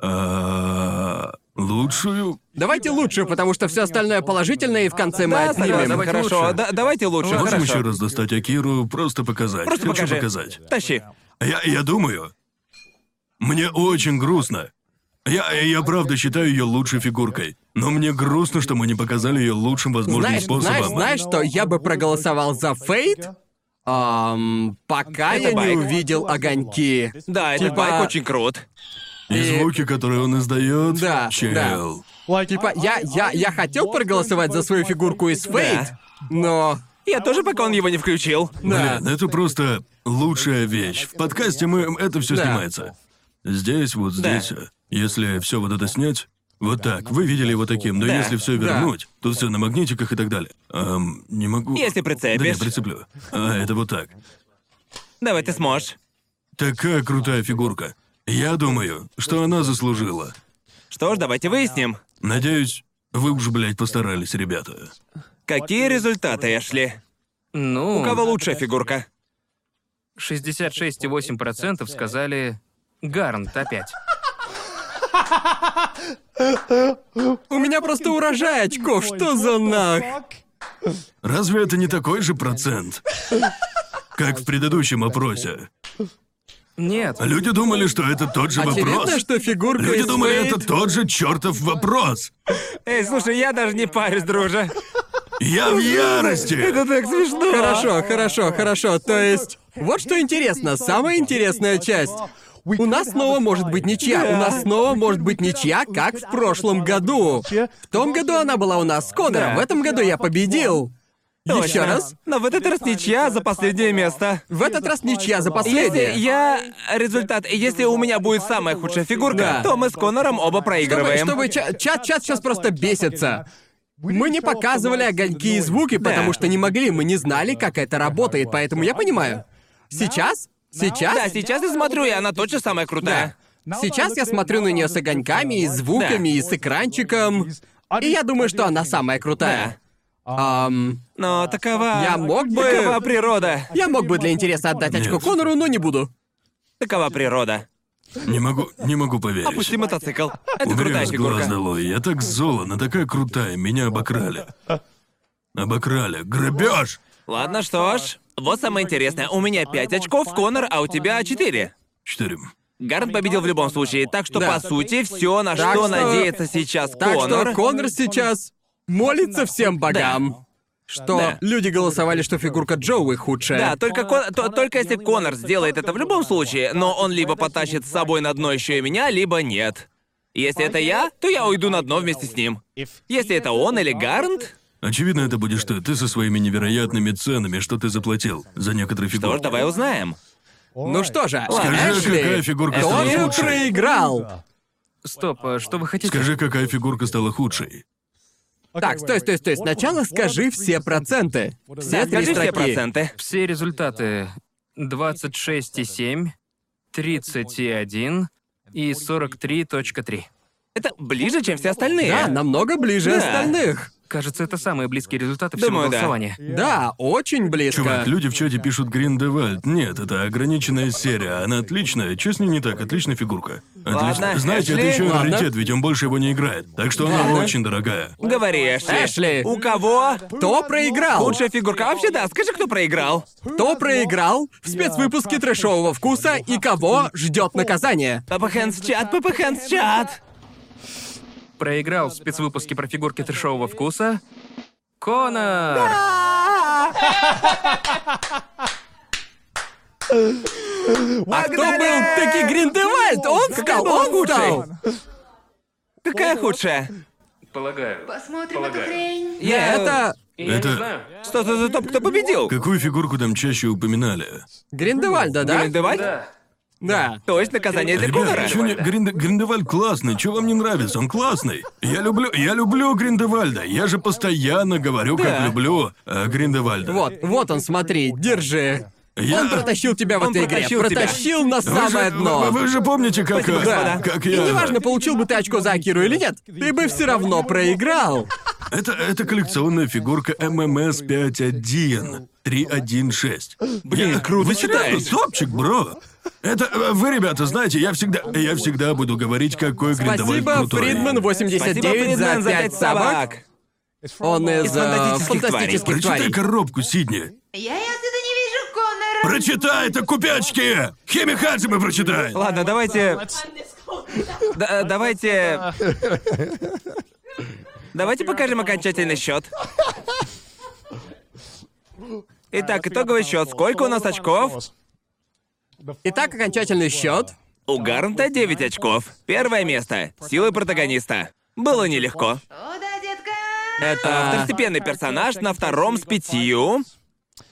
А, Лучшую? Давайте лучше, потому что все остальное положительное, и в конце мы Да, согласен, отнимем. давайте хорошо. лучшую. Да, давайте Ну, лучше. Можем хорошо. еще раз достать Акиру, просто показать. Просто Хочу покажи. показать. Тащи. Я, я думаю. Мне очень грустно. Я, я правда считаю ее лучшей фигуркой. Но мне грустно, что мы не показали ее лучшим возможным Знаешь, способом. знаешь, знаешь, что я бы проголосовал за Фейт, ам, пока Это я не байк. увидел огоньки. Да, этот Типа- байк очень крут. И звуки, которые он издает. э, Да, чел. да. Типа, я, я, я хотел проголосовать за свою фигурку из Фейт, Да. но... Я тоже, пока он его не включил. Да. Блин, ну это просто лучшая вещь. В подкасте мы это все Да. снимается. Здесь, вот Да. здесь, а, если все вот это снять, вот так, вы видели его таким, но Да. если все вернуть, тут все на магнитиках и так далее. Ам, не могу. Если прицепишь. Да, я прицеплю. А, это вот так. Давай ты сможешь. Такая крутая фигурка. Я думаю, что она заслужила. Что ж, давайте выясним. Надеюсь, вы уж, блядь, постарались, ребята. Какие результаты, Эшли? Ну, У кого лучшая фигурка? 66,8% сказали... Гарнт опять. У меня просто урожай очков, что за нах? Разве это не такой же процент, как в предыдущем опросе? Нет, Люди думали, что это тот же вопрос. Очевидно, что фигурка Люди из думали, Фейт- это тот же чертов вопрос. Эй, слушай, я даже не парюсь, друже. Я в ярости! так смешно. Хорошо, хорошо, хорошо. То есть, вот что интересно, самая интересная часть. У нас снова может быть ничья. У нас снова может быть ничья, как в прошлом году. В том году она была у нас с Конором, Да. в этом году я победил. Точно. Еще раз. Но в этот раз ничья за последнее место. В этот раз ничья за Если последнее. я... Результат... Если у меня будет самая худшая фигурка, Да. то мы с Конором оба Чтобы, проигрываем. чтобы ча- чат, чат сейчас просто бесится. Мы не показывали огоньки и звуки, Да. потому что не могли, мы не знали, как это работает, поэтому я понимаю. Сейчас? Сейчас? Да, сейчас я смотрю, и она точно самая крутая. Сейчас я смотрю на нее с огоньками и звуками, Да. и с экранчиком. И я думаю, что она самая крутая. Ам, Но такова... Я мог бы- Такова природа. я мог бы для интереса отдать очко Нет. Конору, но не буду. Такова природа. Не могу, не могу поверить. Опусти мотоцикл. Это Убери крутая с глаз фигурка. долой. Я так зол, она такая крутая, меня обокрали. Обокрали. Грабеж! Ладно, что ж. Вот самое интересное. У меня 5 очков, Конор, а у тебя 4. Четыре. Гарнт победил в любом случае, так что, Да. по сути, все, на Так что, что- надеется сейчас Так Конор. что Конор сейчас молится всем богам. Что Да. люди голосовали, что фигурка Джоуи худшая. Да, только, Кон- то- только если Конор сделает это в любом случае, но он либо потащит с собой на дно еще и меня, либо нет. Если это я, то я уйду на дно вместе с ним. Если это он или Гарнт, Очевидно, это будешь ты. Ты со своими невероятными ценами, что ты заплатил за некоторые то ж фигуры. давай узнаем. Ну что же, Скажи, какая Эшли фигурка стала тоже худшей? проиграл. Стоп, а что вы хотите? Скажи, какая фигурка стала худшей. Так, стой, стой, стой. Сначала скажи все проценты. Все три Скажи все строки. проценты. Все результаты 26,7, 31 и 43.3. Это ближе, чем все остальные. Да, намного ближе Да. остальных. Кажется, это самые близкие результаты всего Думаю, да. голосования. Да, очень близко. Чувак, люди в чате пишут Гриндевальд. Нет, это ограниченная серия. Она отличная. Чё с ней не так? Отличная фигурка. Отлично. Ладно, Знаете, это Эшли. еще и Ладно. раритет, ведь он больше его не играет. Так что она очень дорогая. Говори, Эшли. Эшли. У кого? Кто проиграл? Худшая фигурка вообще, да. Скажи, кто проиграл. Кто проиграл в спецвыпуске трэшового вкуса и кого ждет наказание? Папа Хэнс чат, Папа Хэнс чат. Проиграл в спецвыпуске про фигурки трешового вкуса. Конор! А кто был таки Гриндевальд? Он стал, он стал. Какая худшая? Полагаю. Посмотрим эту хрень. Я Это Я Это- не знаю. Что за за топ, кто победил? Какую фигурку там чаще упоминали? Гриндевальда, да? Гриндевальд? Да. Да. То есть наказание для Ребята, Конора. чё не... Гринде- Гриндевальд классный, чё вам не нравится? Он классный. Я люблю, я люблю Гриндевальда. Я же постоянно говорю, как Да. люблю э, Гриндевальда. Вот, вот он, смотри, держи. Я- Он протащил тебя в Он этой игре. протащил тебя. Протащил на Вы же- самое Вы, вы дно. же помните, как, э, господа. как И я. неважно, получил бы ты очко за Акиру или нет, ты бы все равно проиграл. Это, это коллекционная фигурка ММС 5.1. 316. Блин, круто. Вы читаешь. читаете топчик, бро. Это э, вы, ребята, знаете, я всегда, я всегда буду говорить, какой Гриндевальд Спасибо, крутой. Фридман Спасибо, 89 за Фридман, 5 собак. Он из э, фантастических тварей. фантастических Прочитай тварей. коробку, Сидни. Я отсюда не вижу Конора. Прочитай это, купячки! Хими Хаджимы прочитай! Ладно, давайте... Да, э, давайте... Давайте покажем окончательный счет. Итак, итоговый счет. Сколько у нас очков? Итак, окончательный счет. У Гарнта 9 очков. Первое место. Силы протагониста. Было нелегко. О, да, детка. Это второстепенный персонаж на втором с пятью.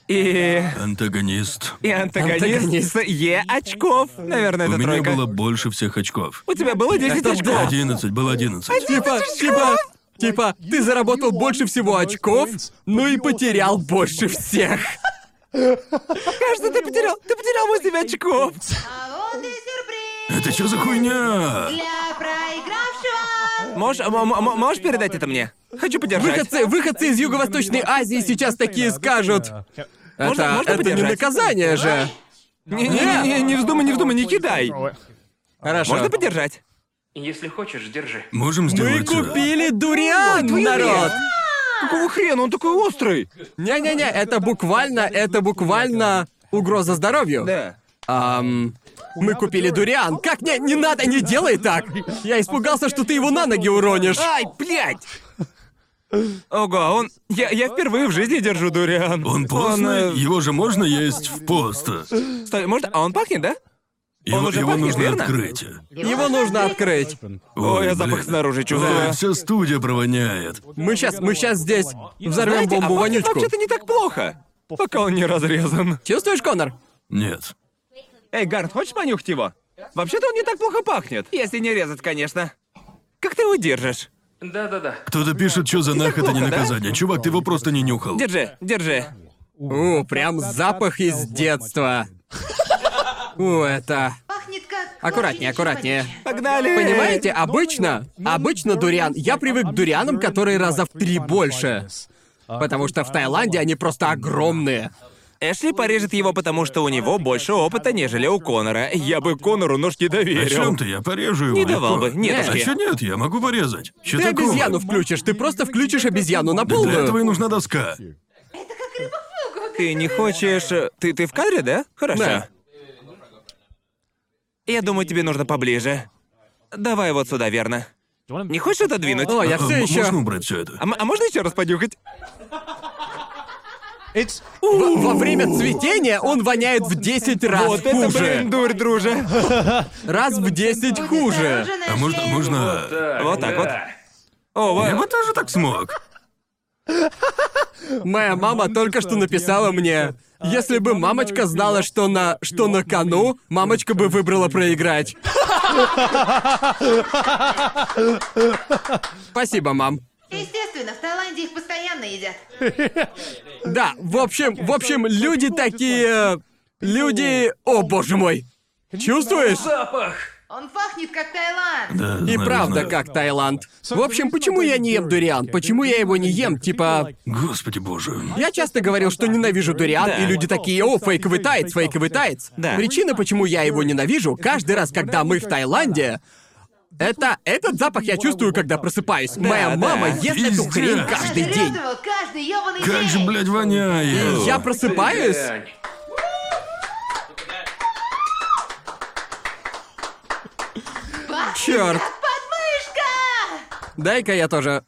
И... Антагонист. И антагонист Антагонист. с Е очков. Наверное, У это меня тройка. было больше всех очков. У тебя было 10 очков. 11, было 11. Типа, типа, типа, ты заработал больше всего очков, ну и потерял больше всех. Кажется, А ты потерял. Ты потерял 8 очков. А вот и сюрприз Это что за хуйня? для проигравшего. Можешь, м- м- м- можешь передать это мне? Хочу подержать. Выходцы, выходцы из Юго-Восточной Азии сейчас такие скажут. Это, можно это не подержать? наказание же. Не, не, не, не, не вздумай, не вздумай, не кидай. Хорошо. Можно подержать? Если хочешь, держи. Можем Мы сделать... э, купили дуриан, Ой, дуриан. народ! Какого хрена? Он такой острый. Не-не-не, это буквально, это буквально угроза здоровью. Да. Ам, мы купили дуриан. Как? Не, не надо, не делай так! Я испугался, что ты его на ноги уронишь. Ай, блядь! Ого, он... Я, я впервые в жизни держу дуриан. Он постный, э, его же можно есть в пост. Стой, может... А он пахнет, да? Его, уже его пахнет, нужно верно? открыть. Его нужно открыть. Ой, я запах снаружи чувствую. вся студия провоняет. Мы сейчас, мы сейчас здесь взорвем Знаете, бомбу а пахнет вонючку. вообще-то не так плохо. Пока он не разрезан. Чувствуешь, Конор? Нет. Эй, Гард, хочешь понюхать его? Вообще-то он не так плохо пахнет. Если не резать, конечно. Как ты его держишь? Да-да-да. Кто-то пишет, что за нах это не плохо, да? наказание. Чувак, ты его просто не нюхал. Держи, держи. У, прям запах из детства. У, это... Пахнет как... Аккуратнее, очень-очень аккуратнее. вонючий. Погнали! Понимаете, обычно, обычно дуриан... Я привык к дурианам, которые раза в три больше. Потому что в Таиланде они просто огромные. Эшли порежет его, потому что у него больше опыта, нежели у Конора. Я бы Конору нож не доверил. О чем ты? Я порежу его. Не давал легко. бы, не А дошли. чё нет? Я могу порезать. Чё Ты такого? обезьяну включишь, ты просто включишь обезьяну на Да для этого и полную. нужна доска. Ты не хочешь... э, Ты, ты в кадре, да? Хорошо. Да. Я думаю, тебе нужно поближе. Давай вот сюда, верно? Не хочешь это двинуть? О, я А, все м- Можно еще... убрать все это? А, м- а можно еще раз подюхать? Во время цветения он воняет в 10 раз вот это, блин, А хуже. дурь, друже. Раз в 10 хуже. Осторожно, А можно, Эшли. можно... Вот так вот. О, ва- Я бы тоже так смог. Моя мама только что написала мне. Если бы мамочка знала, что на что на кону, мамочка бы выбрала проиграть. Спасибо, мам. Естественно, в Таиланде их постоянно едят. Да, в общем, в общем, люди такие... Люди... О, боже мой! Чувствуешь? Он пахнет, как Таиланд. Да, И знаю, правда, знаю. как Таиланд. В общем, почему я не ем дуриан? Почему я его не ем? Типа, Господи боже. я часто говорил, что ненавижу дуриан, Да. и люди такие, о, фейковый таец, фейковый таец. Да. Причина, почему я его ненавижу, каждый раз, когда мы в Таиланде, это этот запах я чувствую, когда просыпаюсь. Моя да. мама ест эту Пиздец. хрень каждый Жрет день. его каждый ёбаный Как день. же, блядь, воняет. Я просыпаюсь. Черт, Подмышка! дай-ка я тоже.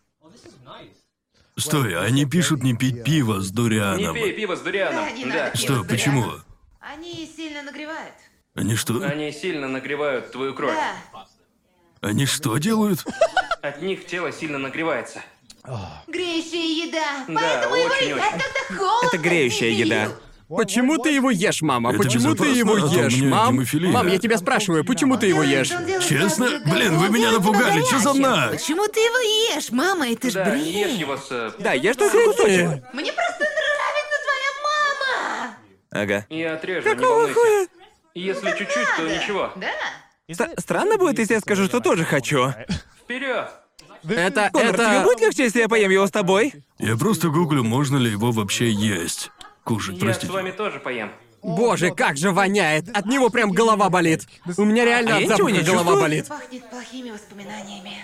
Стой, они пишут не пить пиво с Не дурианом. пей пиво с Да, дурианом. не Да. надо пить. Что, почему? Они сильно нагревают. Они что? Они сильно нагревают твою кровь. Да. Они что делают? От них тело сильно нагревается. Греющая еда. Да, Поэтому его очень-очень. едят, когда холодно. Это греющая еда. Почему ты его ешь, мама? Это почему ты безопасно, его а то у ешь, меня мам? гемофилия. Мам, я тебя спрашиваю, почему ты его ешь? Он делает Честно? так, Блин, вы он меня делает его напугали, чё за горячим. нач? Почему ты его ешь, мама? Это ж Да, бред. не ешь его с... э, Да, ешь только кусочек. Мне просто нравится твоя мама. Ага. И отрежу, не волнуйся. Если чуть-чуть, то ничего. Да. Ст- странно будет, если я скажу, что тоже хочу. Вперед! Это, Конор, тебе это... будет легче, если я поем его с тобой? Я просто гуглю, можно ли его вообще есть. Кушать, Я с вами простите. тоже поем. Боже, как же воняет. От него прям голова болит. У меня реально А от я ничего запаха не голова чувствую. болит. Пахнет плохими воспоминаниями.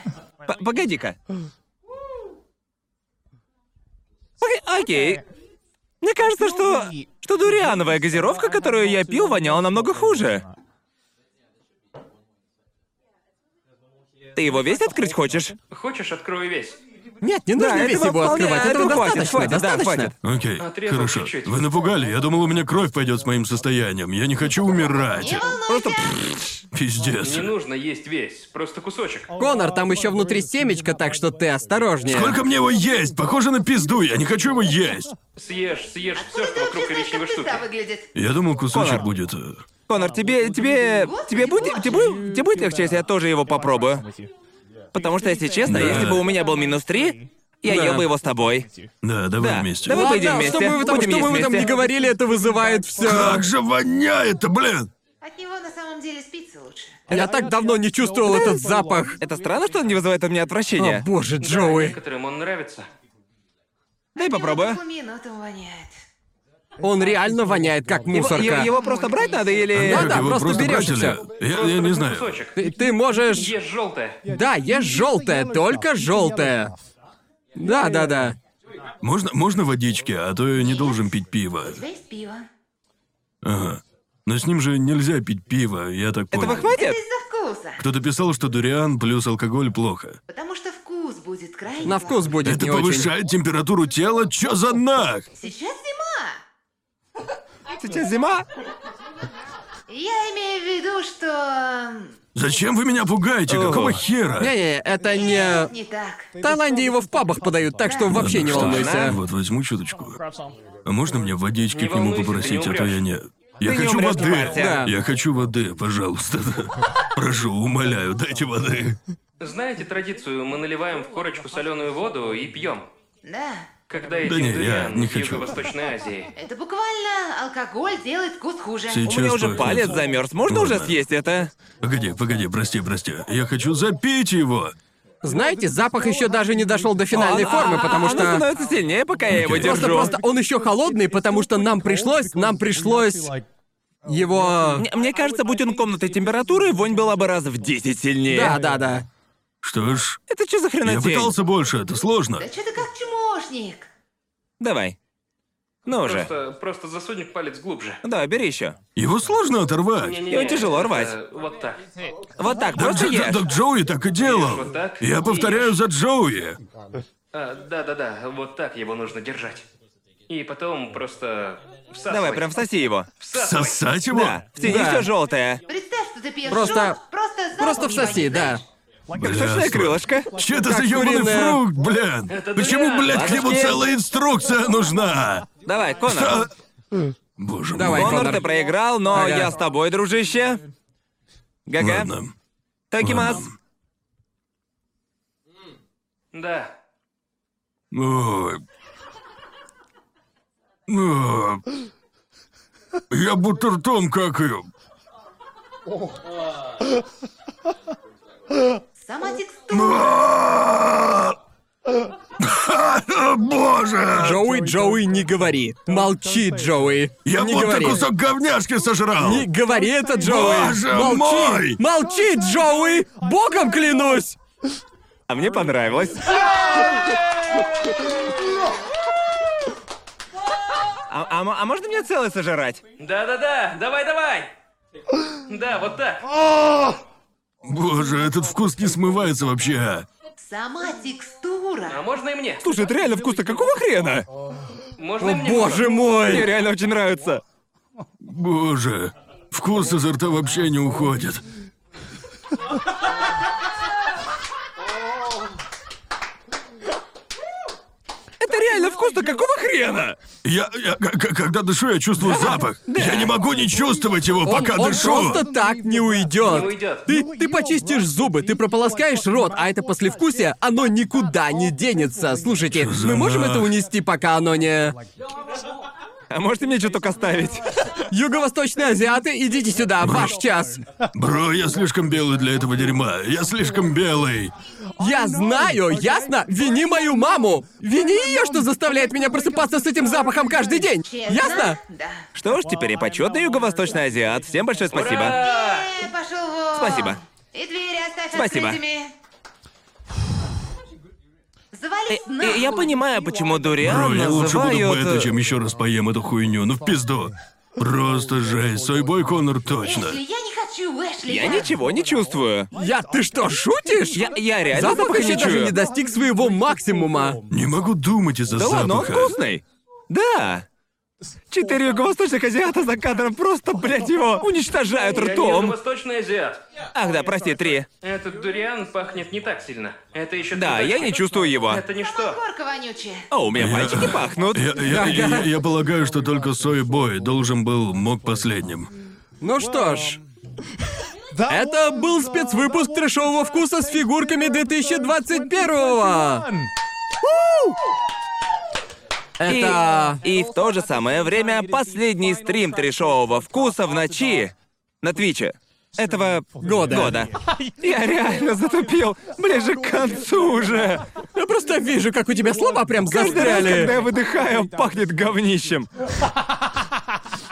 П- Погоди-ка. Пога- Окей. Мне кажется, что... Что дуриановая газировка, которую я пил, воняла намного хуже. Ты его весь открыть хочешь? Хочешь, открою весь. Нет, не нужно этого весь его вполне- открывать. этого Этого хватит, достаточно, хватит, да, достаточно. хватит. Окей, Отрезал хорошо. чуть-чуть. Вы напугали, я думал, у меня кровь пойдет с моим состоянием. Я не хочу умирать. Не волнуйся. Пиздец. Не ну- нужно есть весь, просто кусочек. Конор, там еще внутри семечко, так что ты осторожнее. Сколько мне его есть? Похоже на пизду, я не хочу его есть. Съешь, съешь все, Откуда что ты вокруг вообще знаешь, коричневой как штуки. пизда выглядит? Я думал, кусочек Конор. будет... э, Конор, тебе... Тебе... Тебе будет... Тебе, будет- тебе будет легче, если я тоже его попробую? Потому что, если честно, Да. если бы у меня был минус три, я Да. ел бы его с тобой. Да, давай Да. вместе. Давай. Ладно, поедем вместе, что бы вы там, будем что бы есть вы там не вместе. говорили, это вызывает все. Как же воняет-то, блин! От него на самом деле спится лучше. Я так давно не чувствовал этот запах. Это странно, что он не вызывает у меня О, отвращения. боже, Да, Джоуи. некоторым он нравится. Дай попробую. минуту воняет. Он реально воняет, как Его, мусорка. е- его просто брать надо или... Да, Как да, его просто берёшь и брать всё. или- Я, я не знаю. Кусочек. Ты, ты можешь... Ешь желтое. Да, есть желтое, только желтое. Да, да, да. Можно, можно водички, а то я не должен пить пиво. У тебя есть пиво. Ага. Но с ним же нельзя пить пиво, я так понял. Этого хватит? Это из-за вкуса. Кто-то писал, что дуриан плюс алкоголь плохо. Потому что вкус будет крайне На вкус плохой. будет Это не очень. повышает температуру тела? Чё за нах? Сейчас зима. Сейчас зима. Я имею в виду, что... Зачем вы меня пугаете? Какого хера? Не-не, это Нет, не... не так. В Таиланде его в пабах подают, так что Ладно, вообще не что ж, волнуйся. Вот возьму чуточку. А можно мне водички Не к нему волнуйся, ты не попросить, а то я не... Я Ты не хочу умрёшь, воды. Мартин. Да. Я хочу воды, пожалуйста. <laughs> Прошу, умоляю, дайте воды. Знаете традицию, мы наливаем в корочку соленую воду и пьем. Да. Когда едим не, я дуриан не в хочу. Юго-Восточной Азии. Это буквально алкоголь делает вкус хуже. У Сейчас меня уже пойду. палец замерз. Можно уже Ладно. съесть это? Погоди, погоди, прости, прости. Я хочу запить его. Знаете, запах еще даже не дошел до финальной Оно- формы, а- потому оно что... становится сильнее, пока я его Окей. держу. Просто, просто он еще холодный, потому что нам пришлось, нам пришлось его... Мне, мне кажется, будь он комнатной температуры, вонь была бы раза в 10 сильнее. Да, да, да. Что ж, Это что за я хренотень? пытался больше, это сложно. Да что ты как чмошник? Давай. Ну уже. Просто, просто засунь палец глубже. Да, бери еще. Его сложно оторвать. Не-не-не, Его тяжело это рвать. Вот так. Вот так, Так, просто Дж- ешь. так Джоуи так и А, делал. вот так Я и повторяю ешь. за Джоуи. А, Да-да-да, вот так его нужно держать. И потом просто всасывай. Давай, прям всоси его. Всасывай. Сосать его? Да, в тени Да. все желтое. Представь, что ты пьешь Просто- жёлоб, просто запах Просто его всоси, не да. Пшёшное крылышко. Че это за ёбаный куриная. фрукт, блядь? Это Почему, дуриан. блядь, к нему Ладушки. целая инструкция нужна? Давай, Конор. А, Боже мой. Давай, Конор, Конор. ты проиграл, но Ага. я с тобой, дружище. Гага. Ладно. Токимас. ладно. Да. Ой. Ой. Я будто ртом какаю. Сама текстура. Боже! Джоуи, Джоуи, не говори. Молчи, Джоуи. Я не будто говори. кусок говняшки сожрал! Не говори это, Джоуи. Боже Молчи. мой! Молчи, Джоуи. Богом клянусь. А мне понравилось. А, а м- а можно мне целый сожрать? Да-да-да, давай-давай! Да, вот так. Боже, этот вкус не смывается вообще. Сама текстура. А можно и мне? Слушай, это реально вкусно. Какого хрена? Можно О, и мне? боже Мне мой. реально очень нравится. Боже, вкус изо рта вообще не уходит. Это реально вкусно. Какого хрена? Я, я- к- к- когда дышу, я чувствую запах. Я не могу не чувствовать его, Он, пока он дышу. просто так не уйдет. Не уйдет. Ты, ты почистишь зубы, ты прополоскаешь рот, а это послевкусие, оно никуда не денется. Слушайте, за мы можем нах? это унести, пока оно не... А можете мне что-то оставить? Юго-восточные азиаты, идите сюда, ваш час. Бро, я слишком белый для этого дерьма. Я слишком белый. Я знаю, ясно? Вини мою маму! Вини ее, что заставляет меня просыпаться с этим запахом каждый день! Честно? Ясно? Да. Что ж, теперь я почетный юго-восточный азиат. Всем большое спасибо. Ура! Э, пошел вон. Спасибо. И двери оставь Спасибо. открытыми. Э, Завались э, нахуй. Я понимаю, почему дуриан Бро, я лучше буду называют... бета, чем еще раз поем эту хуйню. Ну в пизду. Просто жесть. Сойбой Конор точно. Эшли, я не хочу, Эшли. Я ничего не чувствую. Я... Ты что, шутишь? Я, я реально Запах запаха еще не даже чую. не достиг своего максимума. Не могу думать из-за Да ладно, он запаха. вкусный. Да. Четыре юго-восточных азиата за кадром просто, блядь, его уничтожают Я ртом. восточный азиат. Ах да, прости, три. Этот дуриан пахнет не так сильно. Это еще Да, я не чувствую его. Это ничто. Горка вонючая. О, А, у меня пальчики пахнут. Я, я- я- я- я полагаю, что только Сойбой должен был мог последним. Ну что ж. Это был спецвыпуск трешового вкуса с фигурками 2021-го! И- Это... И, в то же самое время последний стрим трешового вкуса в ночи на Твиче. Этого года. года. Я реально затупил. Ближе к концу уже. Я просто вижу, как у тебя слова прям Каждый раз, когда я застряли. выдыхаю, пахнет говнищем.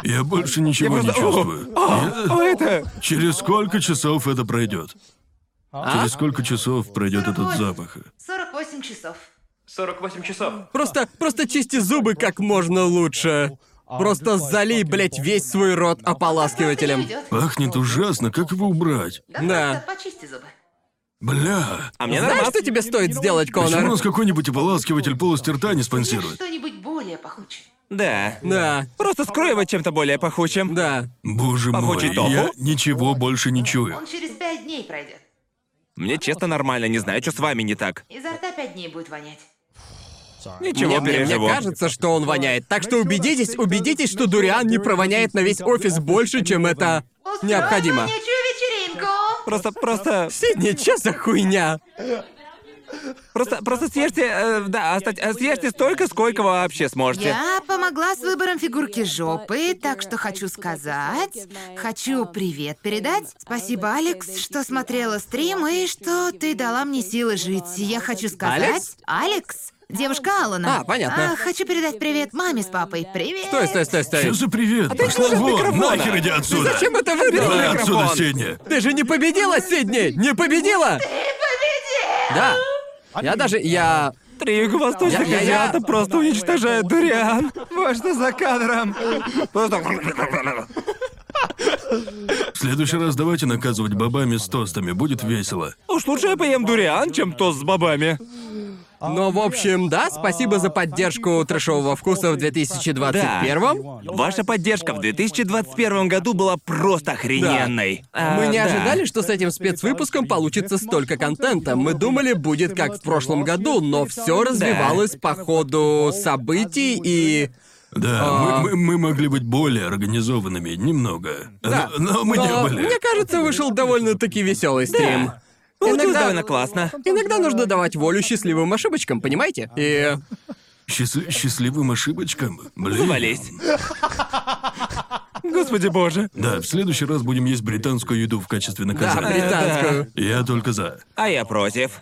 Я больше ничего не просто- чувствую. О, это... Через сколько часов это пройдет? Через сколько часов пройдет этот запах? 48 часов. 48 часов. Просто, просто чисти зубы как можно лучше. Просто залей, блядь, весь свой рот ополаскивателем. Уйдет. Пахнет ужасно, как его убрать? Да, Да. просто почисти зубы. Бля, А мне Знаешь, нормально. что тебе стоит сделать, почему Конор? нас какой-нибудь ополаскиватель полости рта не Есть спонсирует? что-нибудь более пахучее. Да. Да, Просто скрой его чем-то более пахучим. да. Боже мой, Пахучий тофу? я ничего больше не чую. Он через 5 дней пройдет. Мне честно нормально, не знаю, что с вами не так. Изо рта 5 дней будет вонять. Ничего, мне, мне переживу. кажется, что он воняет. Так что убедитесь, убедитесь, что дуриан не провоняет на весь офис больше, чем это Устроим необходимо. вонючую вечеринку. Просто, просто, Сидни, чё за хуйня? просто, просто съешьте, э, да, оста- э, съешьте столько, сколько вы вообще сможете. Я помогла с выбором фигурки жопы, так что хочу сказать, хочу привет передать. Спасибо, Алекс, что смотрела стрим и что ты дала мне силы жить. Я хочу сказать, Алекс? Алекс, девушка Алана. А, понятно. А, хочу передать привет маме с папой. Привет. Стой, стой, стой, стой. Что за привет? Пошла слышишь вон, микрофона? нахер иди отсюда! Зачем это выбрала? Давай отсюда, микрофон? Сидни! Ты же не победила, Сидни! Не победила! Ты победил! Да. Я даже, я... Три юго-восточных Я- я- я- азиата просто уничтожают дуриан. Вот что за кадром. Просто... В следующий раз давайте наказывать бабами с тостами, будет весело. Уж лучше я поем дуриан, чем тост с бобами. Но, ну, в общем, да, спасибо за поддержку трэшового вкуса в 2021 Ваша поддержка в 2021 году была просто охрененной. А, Мы не да. ожидали, что с этим спецвыпуском получится столько контента. Мы думали, будет как в прошлом году, но все развивалось по ходу событий и... Да, мы, мы- мы могли быть более организованными немного. Да. Но, но мы не Но, были. Мне кажется, вышел довольно-таки веселый стрим. Получилось довольно классно. Иногда нужно давать волю счастливым ошибочкам, понимаете? И Счастли- счастливым ошибочкам. Блин. Завались. Господи боже. Да, в следующий раз будем есть британскую еду в качестве да, наказания. британскую. Я только за. А я против.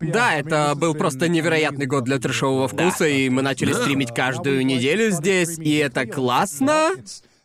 Да, это был просто невероятный год для трешового вкуса, и мы начали Да. стримить каждую неделю здесь, и это классно.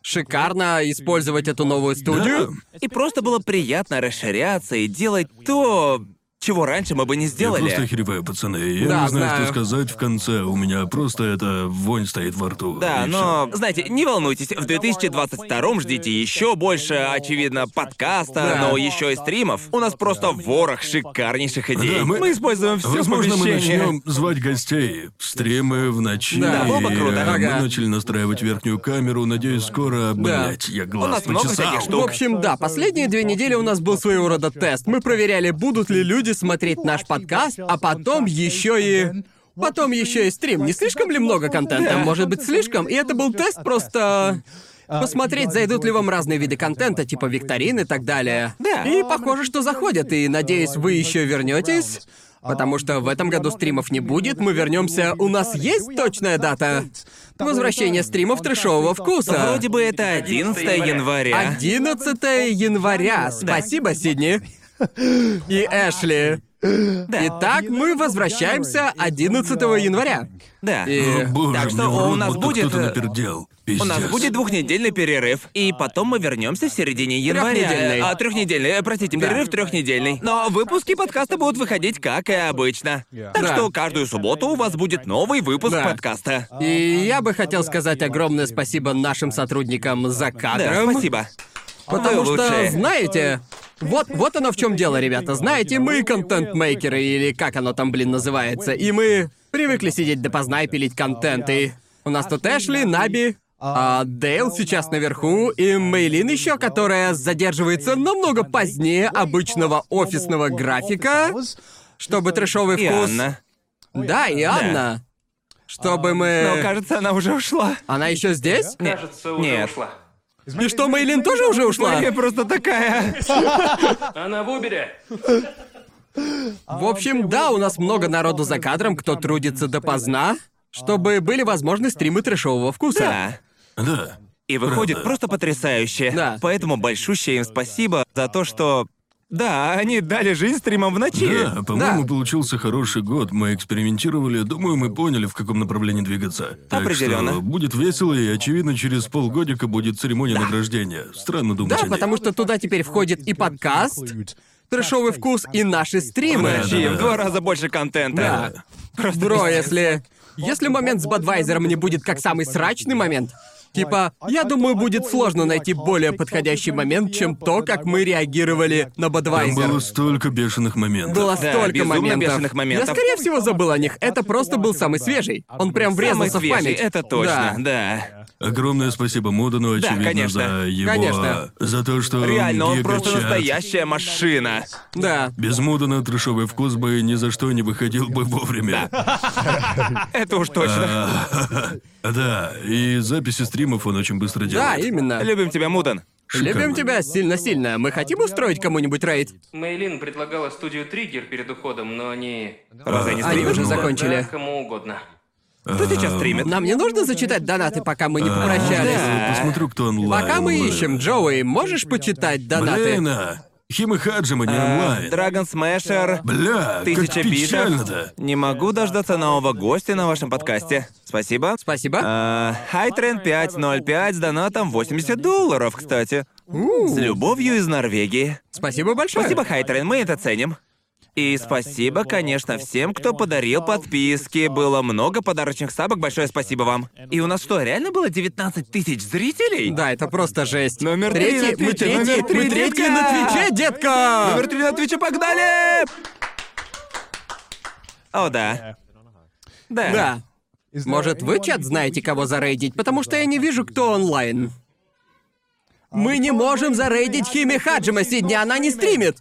Шикарно использовать эту новую студию. И просто было приятно расширяться и делать то, чего раньше мы бы не Я сделали. просто охереваю, пацаны. Я Да, не знаю, знаю. что сказать в конце. У меня просто эта вонь стоит во рту. Да, и но, знаете, не волнуйтесь, в 2022 ждите еще больше, очевидно, подкаста, Да. но еще и стримов. У нас просто ворох шикарнейших идей. Да, мы- используем всё. все Возможно, мы начнем звать гостей. Стримы в ночи. Да, было бы и, э, круто. Ага. Мы начали настраивать верхнюю камеру. Надеюсь, скоро... Блять, я глаз нас много почесал. всяких А, В штук. общем, да, последние две недели у нас был своего рода тест. Мы проверяли, будут ли люди смотреть наш подкаст, а потом еще и... Потом еще и стрим. Не слишком ли много контента? Может быть, слишком? И это был тест просто... Посмотреть, зайдут ли вам разные виды контента, типа викторин и так далее. Да. И похоже, что заходят, и надеюсь, вы еще вернетесь. Потому что в этом году стримов не будет, мы вернемся. У нас есть точная дата. Возвращение стримов трешового вкуса. Вроде бы это 11 января. 11 января. Спасибо, Сидни. И Эшли. А, Итак, мы возвращаемся 11 января. Да. И- О, боже, Так мне что в рот у нас будто будет, кто-то э, напердел. У нас Пиздец. будет двухнедельный перерыв, и потом мы вернемся в середине января. Трёхнедельный. А, трехнедельный, э, простите, перерыв трехнедельный. Но выпуски подкаста будут выходить как и обычно. Так Да. что каждую субботу у вас будет новый выпуск Да. подкаста. И я бы хотел сказать огромное спасибо нашим сотрудникам за Да, кадром. спасибо. Потому Вы что, лучшие. знаете, вот, вот оно в чем дело, ребята. Знаете, мы контент-мейкеры, или как оно там, блин, называется. И мы привыкли сидеть допоздна и пилить контент. И у нас тут Эшли, Наби, а Дейл сейчас наверху, и Мейлин еще, которая задерживается намного позднее обычного офисного графика, чтобы трешовый И вкус... Анна. Да, и Анна. Чтобы Но, мы... Ну, кажется, она уже ушла. Она еще здесь? Кажется, уже Нет. ушла. И что, Мейлин тоже уже ушла? Я просто такая... Она в Убере. В общем, да, у нас много народу за кадром, кто трудится допоздна, чтобы были возможны стримы трешового вкуса. Да. Да. И выходит Правда. просто потрясающе. Да. Поэтому большущее им спасибо за то, что... Да, они дали жизнь стримам в ночи. Да, по-моему, Э, Да. получился хороший год. Мы экспериментировали, думаю, мы поняли, в каком направлении двигаться. Так Определенно. что будет весело, и, очевидно, через полгодика будет церемония награждения. Странно думать Да, о ней. потому что туда теперь входит и подкаст, трешовый вкус и наши стримы. Да, Ночи, да, в да. два раза больше контента. Да. Просто Бро, пиздец. если... Если момент с Бадвайзером не будет как самый срачный момент, типа, я думаю, будет сложно найти более подходящий момент, чем то, как мы реагировали на Там Бадвайзер. было столько бешеных моментов. Было Да, столько безумно моментов. бешеных моментов. Я, скорее всего, забыл о них. Это просто был самый свежий. Он прям Самый врезался в свежий, память. это точно, Да. да. Огромное спасибо Модану, Да, очевидно, конечно. за его... Конечно. За то, что... Реально, он просто гигачат. настоящая машина. Да. Без Модана трешовый вкус бы ни за что не выходил бы вовремя. А, Это уж точно. <laughs> Да, и записи стримов он очень быстро Да, делает. именно. Любим тебя, Мудан. Любим тебя сильно-сильно. Мы хотим устроить кому-нибудь рейд. Мейлин предлагала студию Триггер перед уходом, но они... Разве они А, Они стримят? уже ну, Да, закончили. кому угодно. А. Кто сейчас стримит? Нам не нужно зачитать донаты, пока мы не попрощались. А, да. Посмотрю, кто онлайн. Пока мы Блин. ищем, Джоуи, можешь почитать донаты? Блин, а. Хим и Хаджима не онлайн. Драгон Смешер. Бля, как Э, Тысяча печально-то. битов. Не могу дождаться нового гостя на вашем подкасте. Спасибо. Спасибо. А, Хайтрен 505 с донатом 80 долларов, кстати. С любовью из Норвегии. Спасибо большое. Спасибо, Хайтрен, мы это ценим. И спасибо, конечно, всем, кто подарил подписки. Было много подарочных сабок, большое спасибо вам. И у нас что, реально было 19 тысяч зрителей? Да, это просто жесть. Номер три третий, на мы Твиче, третий, номер три, мы третий детка! на Твиче, детка! А, Номер три на Твиче, погнали! О, да. Да. Да. Может, вы, чат, знаете, кого зарейдить? Потому что я не вижу, кто онлайн. Мы не можем зарейдить Хими Хаджима Сидни, она не стримит.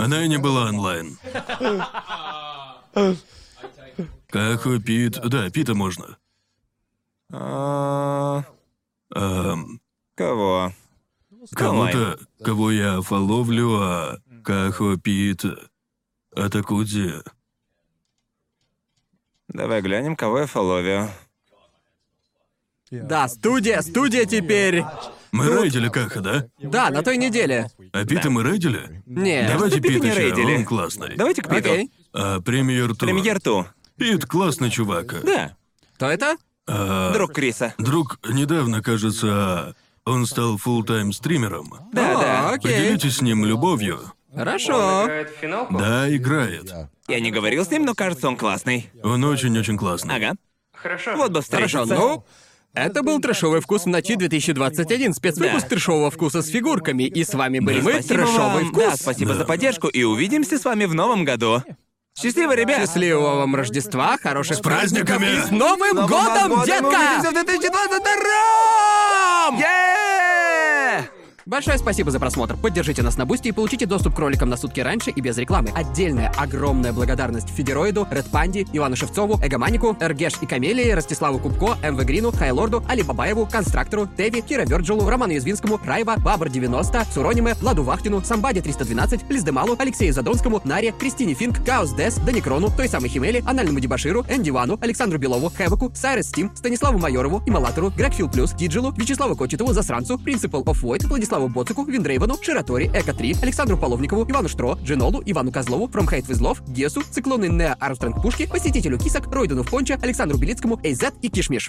Она и не была онлайн. Кахо, Пит... Да, Пита можно. А, Эм, Кого? кого-то, кого я фоловлю, а Кахо Пит, Атакудзи. Давай глянем, кого я фоловил. Да, студия, студия теперь. Мы Ну рейдили Каха, да? Да, на той неделе. А Пита мы рейдили? Нет. Давайте Пита не Пита, Ну, рейдили. он классный. Давайте к Питу. Окей. А, премьер тур. Премьер Ту. Пит классный чувак. Да, Кто это? А, друг Криса. друг недавно, кажется, он стал фулл-тайм стримером. Да, да. О, окей. Поделитесь с ним любовью. Он Хорошо. играет в финалку? Да, играет. Я не говорил с ним, но кажется, он классный. Он очень-очень классный. Ага. Хорошо. Вот бы встретиться. Хорошо, ну... Это был трэшовый вкус в ночи 2021, спецвыпуск Да. трэшового вкуса с фигурками. И с вами были мы, Спасибо трэшовый вам. вкус. Да, спасибо Да. за поддержку, и увидимся с вами в новом году. Счастливо, ребят! Счастливого вам Рождества, хороших С праздниками! праздников И с Новым, годом, детка! в 2022! Большое спасибо за просмотр. Поддержите нас на Бусти и получите доступ к роликам на сутки раньше и без рекламы. Отдельная огромная благодарность Федероиду, Ред Панди, Ивану Шевцову, Эгоманику, Эргеш и Камелии, Ростиславу Кубко, МВ Грину, Хайлорду, Али Бабаеву, Констрактору, Теви, Кира Верджелу, Роману Язвинскому, Райва, Бабр 90, Сурониме, Владу Вахтину, Самбаде 312, Лиздемалу, Алексею Задонскому, Наре, Кристине Финк, Каос Дес, Даникрону, той самой Химели, Анальному Дебаширу, Энди Вану, Александру Белову, Хэвоку, Сайрес Стим, Станиславу Майорову, Ималатору, Грегфил Плюс, Диджелу, Вячеславу Кочетову, Засранцу, Принципал Оф Войт, Владиславу Боцику, Виндрейвану, Ширатори, Эко 3, Александру Половникову, Ивану Штро, Джинолу, Ивану Козлову, From Hate with Love, Гесу, Циклоны Неа Армстронг Пушки, Посетителю Кисок, Ройдену в Понча, Александру Белицкому, Эйзет и Кишмиш.